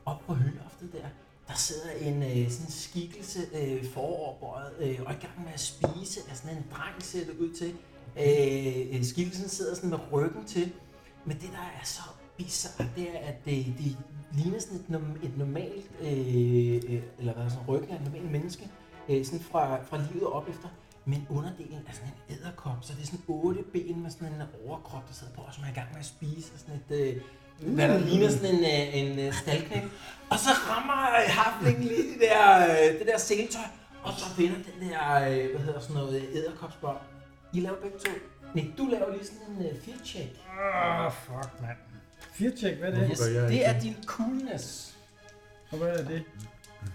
Speaker 2: op på høloftet der, der sidder en øh, sådan en skikkelse øh, foroverbøjet øh, og i gang med at spise af sådan en dreng, ser det ud til. Øh, øh, skikkelsen sidder sådan med ryggen til. Men det, der er så bizarrt, det er, at det, det ligner sådan et, nom- et normalt, øh, øh, eller hvad sådan ryggen af et normalt menneske, øh, sådan fra, fra livet op efter. Men underdelen er sådan en æderkop, så det er sådan otte ben med sådan en overkrop, der sidder på, og som er i gang med at spise og sådan et... Øh,
Speaker 4: Mm.
Speaker 2: hvad der ligner sådan en, øh, en øh, staldknæk. Og så rammer øh, harflingen lige det der, øh, det der seletøj, og så vender den der, øh, hvad hedder sådan noget, øh, æderkopsbånd. I laver begge to. Nej, du laver lige sådan en øh, fear check.
Speaker 4: Ah, fuck, mand. Firtjek, hvad er det?
Speaker 2: Yes,
Speaker 8: gør jeg
Speaker 2: det
Speaker 8: ikke
Speaker 2: er
Speaker 8: det?
Speaker 2: din coolness.
Speaker 4: Og hvad er det?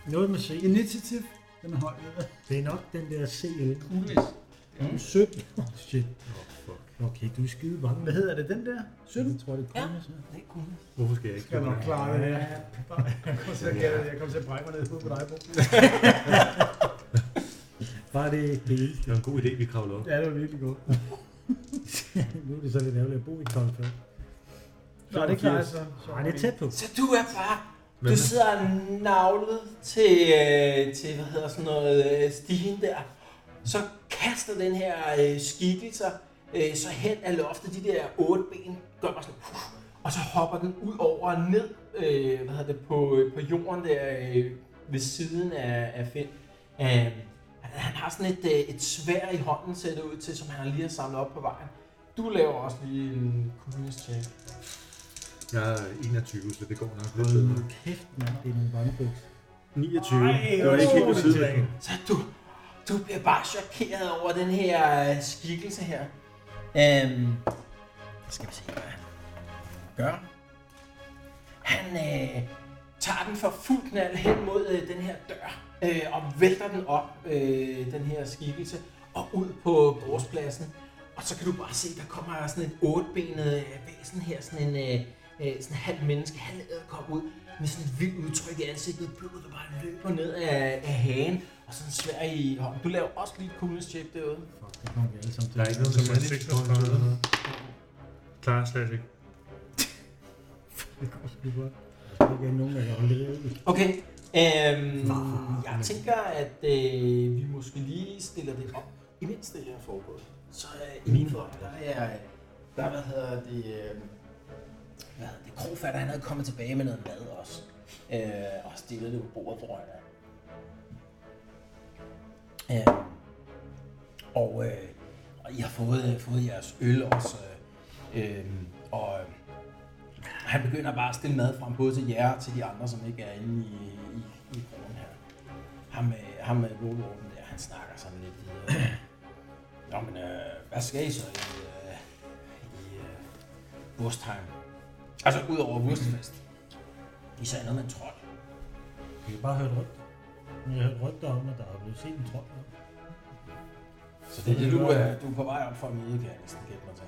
Speaker 5: Noget med C.
Speaker 4: Initiativ. Den er høj. ved jeg.
Speaker 5: Det er nok den der CL.
Speaker 3: Coolness.
Speaker 5: 17. Oh, shit.
Speaker 8: Åh, oh, fuck.
Speaker 5: Okay, du er skide bange.
Speaker 4: Hvad hedder det, den der? 17?
Speaker 5: Jeg tror, det er
Speaker 2: Ja.
Speaker 5: Kronos. Ja.
Speaker 2: Det er coolness.
Speaker 8: Hvorfor skal jeg ikke?
Speaker 4: Skal jeg nok klare det her? Jeg kommer til at gætte det. Jeg kommer til at brække mig ned på dig, Bo.
Speaker 5: Bare det ikke det eneste.
Speaker 8: Det var en god idé, vi kravler op.
Speaker 4: Ja, det var virkelig godt.
Speaker 5: nu er det så lidt ærgerligt at bo i Koldfjord.
Speaker 4: Nej, det klarer jeg så. så
Speaker 5: Nej, det er tæt på.
Speaker 2: Så du er bare,
Speaker 8: Hvad
Speaker 2: du
Speaker 8: med-
Speaker 2: sidder navlet til, øh, til hvad hedder sådan noget, øh, stigen der. Så kaster den her øh, skikkelse øh, så hen af loftet, de der otte ben, gør bare sådan, uh, og så hopper den ud over og ned øh, hvad hedder det, på, øh, på jorden der øh, ved siden af, af Finn. Øh, Han, han har sådan et, øh, et svær i hånden, ser det ud til, som han lige har samlet op på vejen. Du laver også lige en convenience check.
Speaker 8: Jeg er 21, så det går nok lidt bedre.
Speaker 12: Kæft, mand, det er nogle vandbuks.
Speaker 8: 29. det var ikke helt ved siden af.
Speaker 2: Så du, du bliver bare chokeret over den her øh, skikkelse her. Øhm, skal vi se, hvad han gør. Han øh, tager den for fuld knald hen mod øh, den her dør, øh, og vælter den op, øh, den her skikkelse, og ud på gårdspladsen. Og så kan du bare se, der kommer sådan en otbenet øh, væsen her, sådan en øh, øh, sådan halv menneske, halv æderkop ud, med sådan et vildt udtryk i ansigtet, blodet der bare løber ned af, af hagen, og sådan en svær i hånden. Du laver også lige et coolness check derude.
Speaker 5: Det kommer vi alle sammen til.
Speaker 8: Der er ikke noget,
Speaker 4: Som
Speaker 8: der
Speaker 4: er
Speaker 8: er lidt
Speaker 4: 36 eller noget. Klarer slet ikke.
Speaker 5: Det går sgu godt. Der er ikke rigtig nogen, der kan holde det ud.
Speaker 2: Okay. Øhm, jeg tænker, at øh, vi måske lige stiller det op, imens det her er foregået. Så øh, indenfor, der er, der hvad hedder det, øh, hvad hedder det, Krofatter, han havde kommet tilbage med noget mad også. Øh, og stillet det på bordet foran dig. Øh, og, øh, og I har fået, fået jeres øl også. Øh, øh, og øh, han begynder bare at stille mad frem, både til jer og til de andre, som ikke er inde i, i, i kronen her. Ham, øh, ham med Wolverhampton der, han snakker sådan lidt videre. Nå, men øh, hvad skal I så i, øh, i øh, Wurstheim? Altså, ud over Wurstfest. I sagde noget med en trold.
Speaker 5: Jeg har bare hørt rygter. Men jeg har hørt rygter om, at der er blevet set en trold.
Speaker 2: Så det er det, du, øh, du er på vej op for at møde, kan jeg næsten gætte mig til.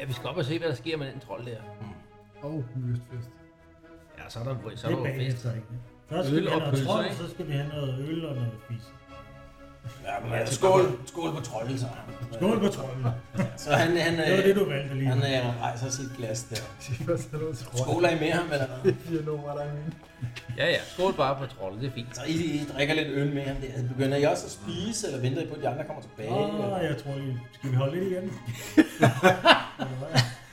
Speaker 1: Ja, vi skal op og se, hvad der sker med den trold der.
Speaker 13: Og lystfest.
Speaker 1: Ja, så er der, så
Speaker 5: Det
Speaker 1: er der
Speaker 5: er
Speaker 1: jo fest.
Speaker 5: bagefter, ikke? Først skal
Speaker 1: Øl
Speaker 5: vi
Speaker 1: og
Speaker 5: have noget
Speaker 1: pølser,
Speaker 5: trold,
Speaker 1: ikke?
Speaker 5: så skal vi have noget øl og noget at spise.
Speaker 2: Ja, men altså, skål, skål på trolden, så.
Speaker 5: Skål på trolden.
Speaker 2: Så han, han,
Speaker 5: Det var
Speaker 2: øh,
Speaker 5: det, du valgte lige.
Speaker 2: han øh, rejser sit glas der.
Speaker 13: Det er først noget til Rønne.
Speaker 2: Skåler I med ham, eller hvad?
Speaker 13: Fire numre, der er mine.
Speaker 1: Ja, ja, skål bare på trolde, det er fint.
Speaker 2: Så I, I drikker lidt øl med ham der. Altså, Begynder I også at spise, eller venter I på, at de andre kommer tilbage?
Speaker 5: Åh, jeg tror lige. Skal vi holde lidt igen?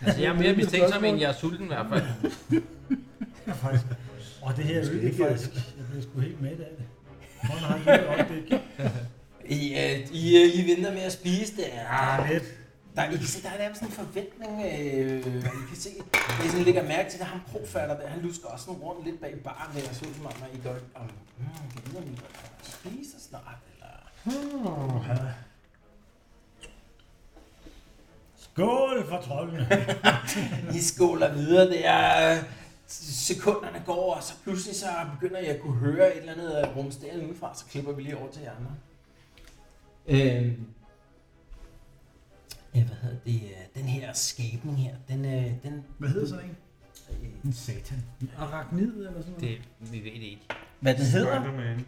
Speaker 1: Altså, jeg er mere mistænksom, end jeg er sulten i hvert fald.
Speaker 5: Jeg er faktisk... Åh, det her øl, det er faktisk... Jeg bliver sgu helt med af det. Hvordan har jeg det op, det ikke?
Speaker 2: I, øh, I, øh, I venter med at spise det.
Speaker 5: Ah,
Speaker 2: Der,
Speaker 5: lidt.
Speaker 2: der, I kan se, der er nærmest sådan en forventning. Øh, I kan se, det er sådan lægger mærke til, at han profatter der. Han lusker også sådan rundt lidt bag baren der, og så ud som om, at I godt, om, mm, jeg ved, om I godt kommer og spiser snart, eller...
Speaker 5: Skål for troldene.
Speaker 2: I skåler videre der. Sekunderne går, og så pludselig så begynder jeg at kunne høre et eller andet rumsteren udefra, så klipper vi lige over til jer andre. Øhm. Ja, hvad hedder det? øh, Den her skæbning her, den... Øh, den
Speaker 12: Hvad hedder sådan en?
Speaker 2: øh,
Speaker 12: En satan. En arachnid eller sådan noget?
Speaker 1: Det, vi ved det ikke.
Speaker 2: hvad den hedder?
Speaker 4: Spider-Man.
Speaker 12: Jamen,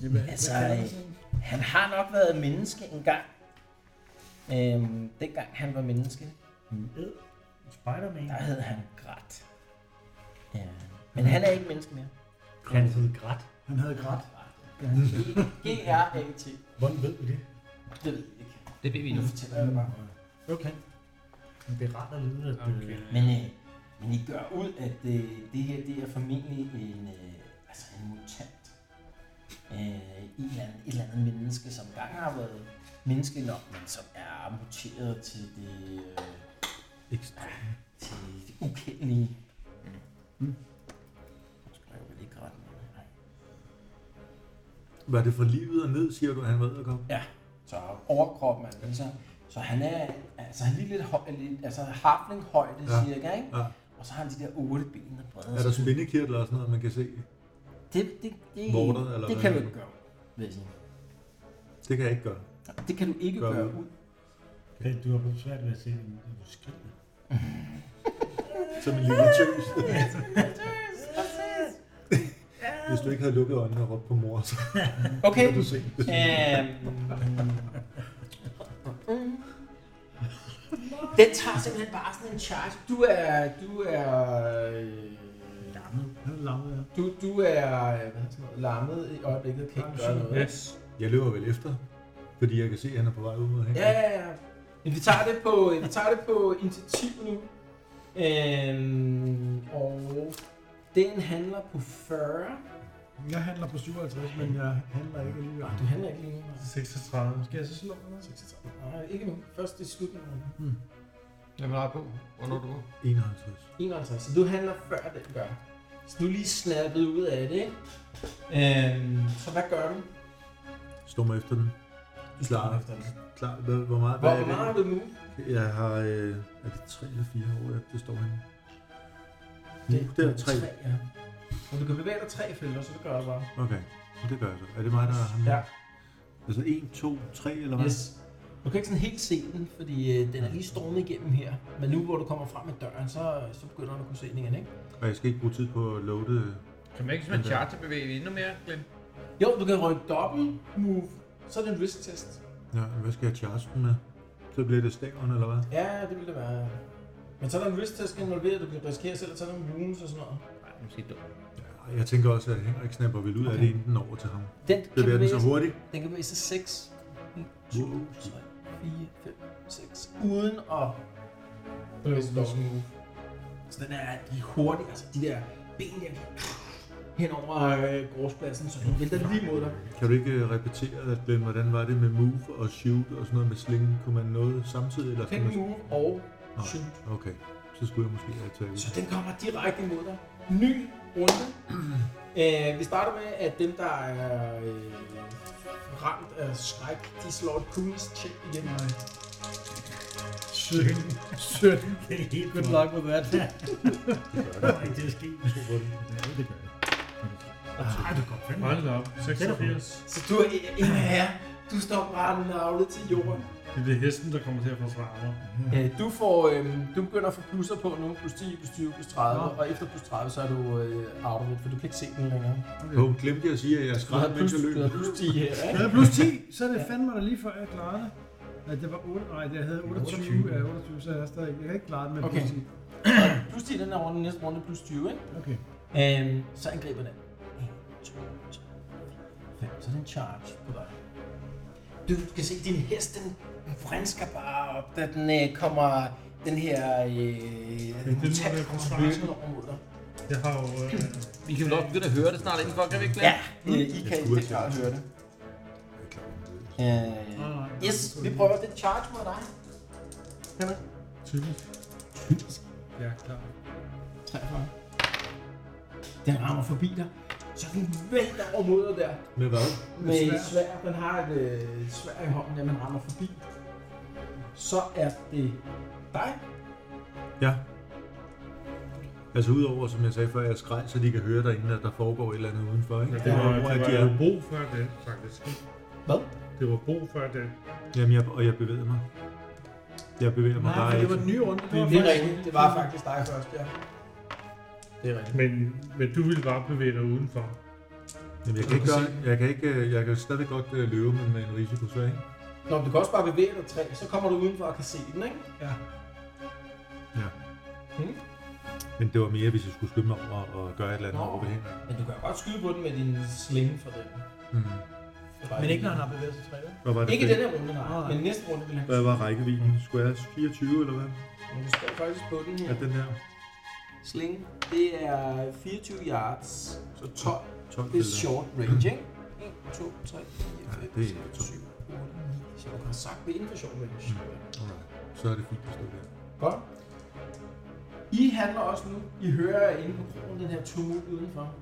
Speaker 12: hvad- hvad
Speaker 2: Altså,
Speaker 12: kalder man
Speaker 2: øh,
Speaker 12: sådan en?
Speaker 2: Han har nok været menneske engang. Øhm, dengang han var menneske,
Speaker 5: Ed. Spider-Man.
Speaker 2: der hed han Grat. Ja. Men han er ikke menneske mere.
Speaker 5: Han hed Grat.
Speaker 12: Han havde grædt.
Speaker 2: G-R-A-T.
Speaker 5: Hvordan ved du det?
Speaker 2: Det ved jeg ikke.
Speaker 1: Det ved vi nu.
Speaker 2: Nu fortæller jeg det bare.
Speaker 5: Okay. Han beretter lidt, at... Okay.
Speaker 2: Men, øh, men I gør ud, at øh, det her det er formentlig en, øh, altså en mutant. Øh, en eller anden, et eller andet menneske, som engang har været menneske nok, men som er muteret til det, øh, til det ukendelige. Mm. Skrev jeg ikke ret meget. Nej.
Speaker 8: Var det for livet og ned, siger du, at han var æderkop?
Speaker 2: Så overkroppen er så, så han er altså han er lige lidt, høj, lidt altså harflinghøjde
Speaker 8: Ja.
Speaker 2: ja. cirka, ikke?
Speaker 8: Ja.
Speaker 2: Og så har han de der otte ben, der breder
Speaker 8: Er der spindekirtler og sådan noget, man kan se?
Speaker 2: Det, det, det,
Speaker 8: Vorter, eller
Speaker 2: det
Speaker 8: hvad?
Speaker 2: kan du ikke gøre, vil jeg sige.
Speaker 8: Det kan jeg ikke gøre.
Speaker 2: Det kan du ikke
Speaker 8: Gør
Speaker 2: gøre, gøre
Speaker 8: ud.
Speaker 2: ud.
Speaker 5: Okay, du har blevet svært ved at se, men du skriver.
Speaker 8: Som en lille tøs. Hvis du ikke havde lukket øjnene og råbt på mor, så
Speaker 2: Okay.
Speaker 8: kunne du se det.
Speaker 2: Øhm. Den tager simpelthen bare sådan en charge. Du er... Du er... øh,
Speaker 12: Han er lammet, ja.
Speaker 2: Du, du er øh, hvad hedder sådan noget, lammet i øjeblikket og kan ikke gøre noget.
Speaker 4: Yes.
Speaker 8: Jeg løber vel efter, fordi jeg kan se, at han er på vej ud mod hængen.
Speaker 2: Ja, ja, ja. Men vi tager det på, vi tager det på initiativ nu. Øhm, og den handler på 40.
Speaker 13: Jeg handler på 57, men jeg handler ikke alligevel.
Speaker 2: Ah, Du handler ikke lige nu. nej.
Speaker 4: 36.
Speaker 13: Skal jeg så slå eller hvad? 36.
Speaker 2: Nej, ikke nu. Først i slutningen. af runden.
Speaker 1: Hvem har på? Hvornår er du?
Speaker 8: 51.
Speaker 2: 51. Så du handler før den gør. Så du er lige snappet ud af det, ikke? Øhm, så hvad gør du?
Speaker 8: Står mig efter den.
Speaker 2: Du
Speaker 8: Klar.
Speaker 2: slår efter den.
Speaker 8: Klar, hvad, hvor meget?
Speaker 2: Hvor,
Speaker 8: hvad
Speaker 2: hvor meget har
Speaker 8: er
Speaker 2: du nu?
Speaker 8: det? Jeg har, øh, er det 3 eller 4 år, jeg det står henne? Nu,
Speaker 2: Det-
Speaker 8: det er 3.
Speaker 2: Tre, ja. Og du kan bevæge dig tre felter, så det gør du bare.
Speaker 8: Okay, men det gør jeg så. Er det mig, der har ham?
Speaker 2: Ja.
Speaker 8: Altså 1, 2, 3 eller hvad?
Speaker 2: Yes. Du kan ikke sådan helt se den, fordi øh, den er lige stormet igennem her. Men nu hvor du kommer frem med døren, så, øh, så begynder du at kunne se den igen, ikke?
Speaker 8: Og jeg skal ikke bruge tid på at loade. øh,
Speaker 1: Kan man ikke sådan en charter bevæge endnu mere, Glenn?
Speaker 2: Jo, du kan rykke dobbelt move. Så er det en risk test.
Speaker 8: Ja, hvad skal jeg charge den med? Så bliver det stævn eller hvad?
Speaker 2: Ja, det ville det være. Men så er der en risk test involveret, du kan risikere selv at tage nogle wounds og sådan noget.
Speaker 3: Nej, måske dumt.
Speaker 8: Ja, jeg tænker også, at Henrik snapper vil ud af det, inden den over til ham.
Speaker 2: Den
Speaker 8: Bevæger den
Speaker 2: bevæge
Speaker 8: så
Speaker 2: sig-
Speaker 8: hurtigt?
Speaker 2: Den kan bevæge sig 6, 2,
Speaker 8: Wow.
Speaker 2: 3, 4, 5, 6, uden at bevæge sig move. Så den er de er hurtige, altså de der ben der hen over øh, gårdspladsen, så den vælter lige mod dig.
Speaker 8: Kan du ikke øh, repetere, at Glenn, hvordan var det med move og shoot og sådan noget med slingen? Kunne man noget samtidig? Eller
Speaker 2: Pick
Speaker 8: skulle man...
Speaker 2: move og
Speaker 8: Nå,
Speaker 2: shoot.
Speaker 8: Okay, så skulle jeg måske have taget
Speaker 2: Så den kommer direkte imod dig. Ny runde. Øh, vi starter med, at dem, der er øh, ramt af skræk, de slår et coolness check igen.
Speaker 13: Nej. 17. 17.
Speaker 5: Det er helt
Speaker 13: Good
Speaker 5: godt.
Speaker 13: luck with that.
Speaker 5: Det kommer ikke til at ske.
Speaker 14: Ja, det gør det.
Speaker 5: Nej, du kommer fandme.
Speaker 4: Hold da op. 86.
Speaker 2: Så du er en af jer. Du står bare navlet til jorden.
Speaker 4: Det bliver hesten, der kommer til at forsvare mig.
Speaker 2: Øh, du, får, øh, du begynder at få plusser på nu. Plus 10, plus 20, plus 30. Og efter plus 30, så er du øh, out of it, for du kan ikke se den længere.
Speaker 8: Hov, glemte jeg at sige, at jeg
Speaker 2: Du har
Speaker 8: skræd,
Speaker 2: plus,
Speaker 8: mens jeg
Speaker 2: du
Speaker 8: løb.
Speaker 2: har plus 10 her,
Speaker 13: Jeg
Speaker 2: ikke?
Speaker 13: havde plus 10, så er det fandme da lige før, jeg klarede det. Nej, det var 8, nej, jeg havde 28,
Speaker 14: 28.
Speaker 13: Ja, 28 så jeg stadig jeg har ikke klaret det med
Speaker 2: Okay.
Speaker 13: plus 10.
Speaker 2: Og plus 10 i den her runde, næste runde plus 20, ikke?
Speaker 13: Okay.
Speaker 2: Øhm, så angriber den. 1, 2, 3, 5. Så er det en charge på dig. Du kan se, din hest, den vrinsker bare op, da den øh, kommer den her øh, mutant
Speaker 4: der
Speaker 2: kommer
Speaker 4: forsvarer
Speaker 2: løbende over mod dig.
Speaker 4: Jeg har jo... Øh,
Speaker 3: Vi kan jo nok begynde at høre det snart indenfor, kan vi ikke, Glenn?
Speaker 2: Ja, øh, I kan i den grad høre det. Øh, yes, vi prøver det charge mod dig. Henrik.
Speaker 4: typisk.
Speaker 13: Ja, klar.
Speaker 2: 43. Den rammer forbi dig. Så den vælter over mod dig der.
Speaker 8: Med hvad?
Speaker 2: Med svær. svær. Den har et øh, svær i hånden, der man rammer forbi. Så er det dig.
Speaker 8: Ja. Altså udover, som jeg sagde før, jeg skreg, så de kan høre derinde, at der foregår et eller andet udenfor, ikke?
Speaker 4: Men det var,
Speaker 8: Ja, hvor
Speaker 4: det
Speaker 8: er
Speaker 4: var
Speaker 8: de
Speaker 4: jo
Speaker 8: er-
Speaker 4: brug før den, faktisk.
Speaker 2: Hvad?
Speaker 4: Det var brug før den.
Speaker 8: Jamen, jeg, og jeg bevæger mig. Jeg bevæger mig.
Speaker 13: Nej,
Speaker 8: der
Speaker 13: for
Speaker 8: er
Speaker 13: det var
Speaker 8: ikke...
Speaker 13: den nye runde. Det var
Speaker 2: Det er
Speaker 13: faktisk-
Speaker 2: rigtigt. Det var faktisk dig først, ja. Det er rigtigt.
Speaker 4: Men, men du ville bare bevæge dig udenfor.
Speaker 8: Jamen, jeg kan ikke gøre... Jeg kan, ikke, øh, jeg kan stadig godt øh, løbe, men med en risiko, så ikke?
Speaker 2: Nå, men du kan også bare bevæge dig tre, så kommer du udenfor og kan se den, ikke?
Speaker 8: Men det var mere, hvis jeg skulle skynde mig over og gøre et eller andet
Speaker 2: Nå.
Speaker 8: over ved hende.
Speaker 2: Men du kan jo godt skyde på den med din slinge for den.
Speaker 8: Mm.
Speaker 13: Men ikke når han har bevæget sig træet.
Speaker 8: Hvad var det?
Speaker 2: Ikke i
Speaker 8: for-
Speaker 2: den her runde, nej.
Speaker 13: Nej.
Speaker 2: Men næste runde vil han.
Speaker 8: Hvad var rækkevidden? Skulle jeg 24 eller hvad?
Speaker 2: Men du står faktisk på den her.
Speaker 8: Er den her?
Speaker 2: Sling, det er 24 yards, så 12.
Speaker 8: 12
Speaker 2: Det er
Speaker 8: eller?
Speaker 2: short range, ikke? 1, 2, 3, 4,
Speaker 8: Ja,
Speaker 2: 5,
Speaker 8: det er
Speaker 2: 6, 7, 8, 9. Så du har sagt, vi er inden for short range.
Speaker 8: Mm. Alright. Så er det fint at stå der.
Speaker 2: Godt. I handler også nu. I hører inde på krogen den her tumult udenfor.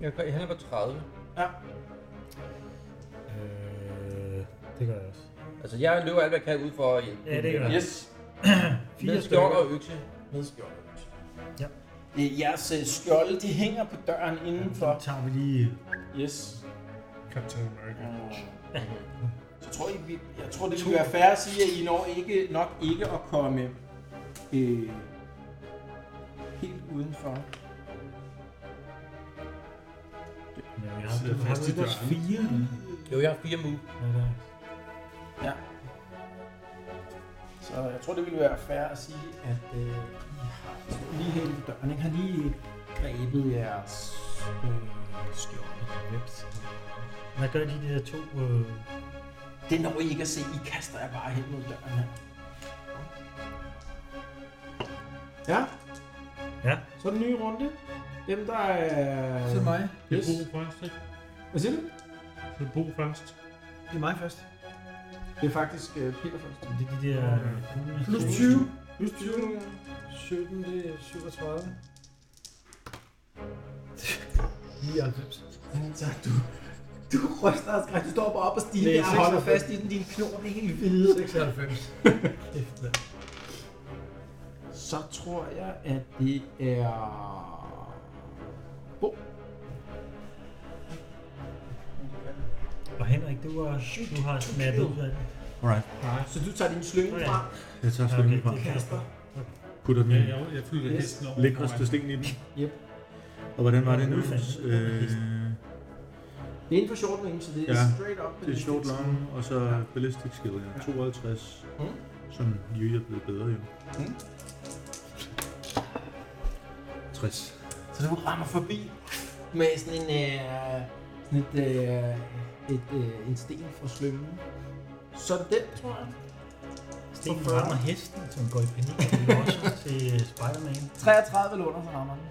Speaker 1: Jeg, jeg handler på 30.
Speaker 14: Øh, det gør jeg også.
Speaker 3: Altså, jeg løber alt, hvad jeg kan ud for at hjælpe.
Speaker 5: Ja, det gør jeg.
Speaker 2: Yes.
Speaker 3: Med skjorter
Speaker 5: Fire stykker.
Speaker 3: og økse.
Speaker 2: Med skjoldet.
Speaker 5: Ja.
Speaker 2: Øh, Jeres øh, skjolde, de hænger på døren
Speaker 5: Så
Speaker 2: indenfor.
Speaker 5: tager vi lige...
Speaker 2: Yes.
Speaker 4: Captain America.
Speaker 2: Så tror jeg, vi, jeg tror, det vil være fair at sige, at I når ikke, nok ikke at komme øh, helt udenfor.
Speaker 5: Ja, vi har,
Speaker 4: Sidder
Speaker 5: har
Speaker 4: fast
Speaker 5: du
Speaker 4: i
Speaker 5: ikke også
Speaker 4: døren.
Speaker 5: fire?
Speaker 3: Jo, jeg har fire move.
Speaker 5: Ja, der.
Speaker 2: Så jeg tror, det ville være fair at sige, at øh, I har stået lige her ved døren. Ikke? Har lige grebet jeres øh, skjolde.
Speaker 5: Hvad gør de der to... Øh...
Speaker 2: Det når I ikke at se. I kaster jer bare hen mod døren her. Ja.
Speaker 5: Ja.
Speaker 2: Så er den nye runde.
Speaker 13: Dem, der er...
Speaker 7: Så er det mig.
Speaker 4: Det er
Speaker 13: Yes.
Speaker 4: Bo først, ikke?
Speaker 13: Hvad siger du?
Speaker 4: Det er Bo først.
Speaker 13: Det er mig først. Det er faktisk øh, Peter først.
Speaker 5: Det er de der... øh,
Speaker 13: Plus 20. Plus 20 nogle gange. 17, det er 37. 99.
Speaker 9: Tak, du, du ryster og skræk. Du står bare op og stiger.
Speaker 13: Det er
Speaker 9: Jeg holder
Speaker 13: 96.
Speaker 9: fast i den. Din knor det er helt hvide.
Speaker 13: 96.
Speaker 2: Så tror jeg, at det er... Bo.
Speaker 5: Og Henrik, du, var, du har snappet ud af det.
Speaker 8: Alright.
Speaker 2: Så du tager din slynge
Speaker 5: Nå ja.
Speaker 2: fra.
Speaker 8: Jeg tager
Speaker 5: Okay,
Speaker 8: slyngen fra.
Speaker 5: det kaster.
Speaker 8: Putter den
Speaker 4: Ja,
Speaker 8: i.
Speaker 4: jeg, jeg flytter
Speaker 2: Yes.
Speaker 4: yes. hesten over.
Speaker 8: Lækreste sten i den.
Speaker 2: Yep.
Speaker 8: Og hvordan var det nu?
Speaker 5: Udfald.
Speaker 8: Øh,
Speaker 2: Det er inden for short range, så det er
Speaker 8: Ja,
Speaker 2: straight up.
Speaker 8: det er short long, og så ballistic skill, ja. 52.
Speaker 2: Mm.
Speaker 8: Som jo er blevet bedre, jo. 60.
Speaker 9: Så du rammer forbi med sådan en, øh, sådan et, øh, et, øh, en sten fra slyngen.
Speaker 2: Så er det den, tror jeg.
Speaker 5: Sten rammer hesten, som går i panik. Det er også til øh, Spider-Man.
Speaker 9: 33 eller under, så rammer den.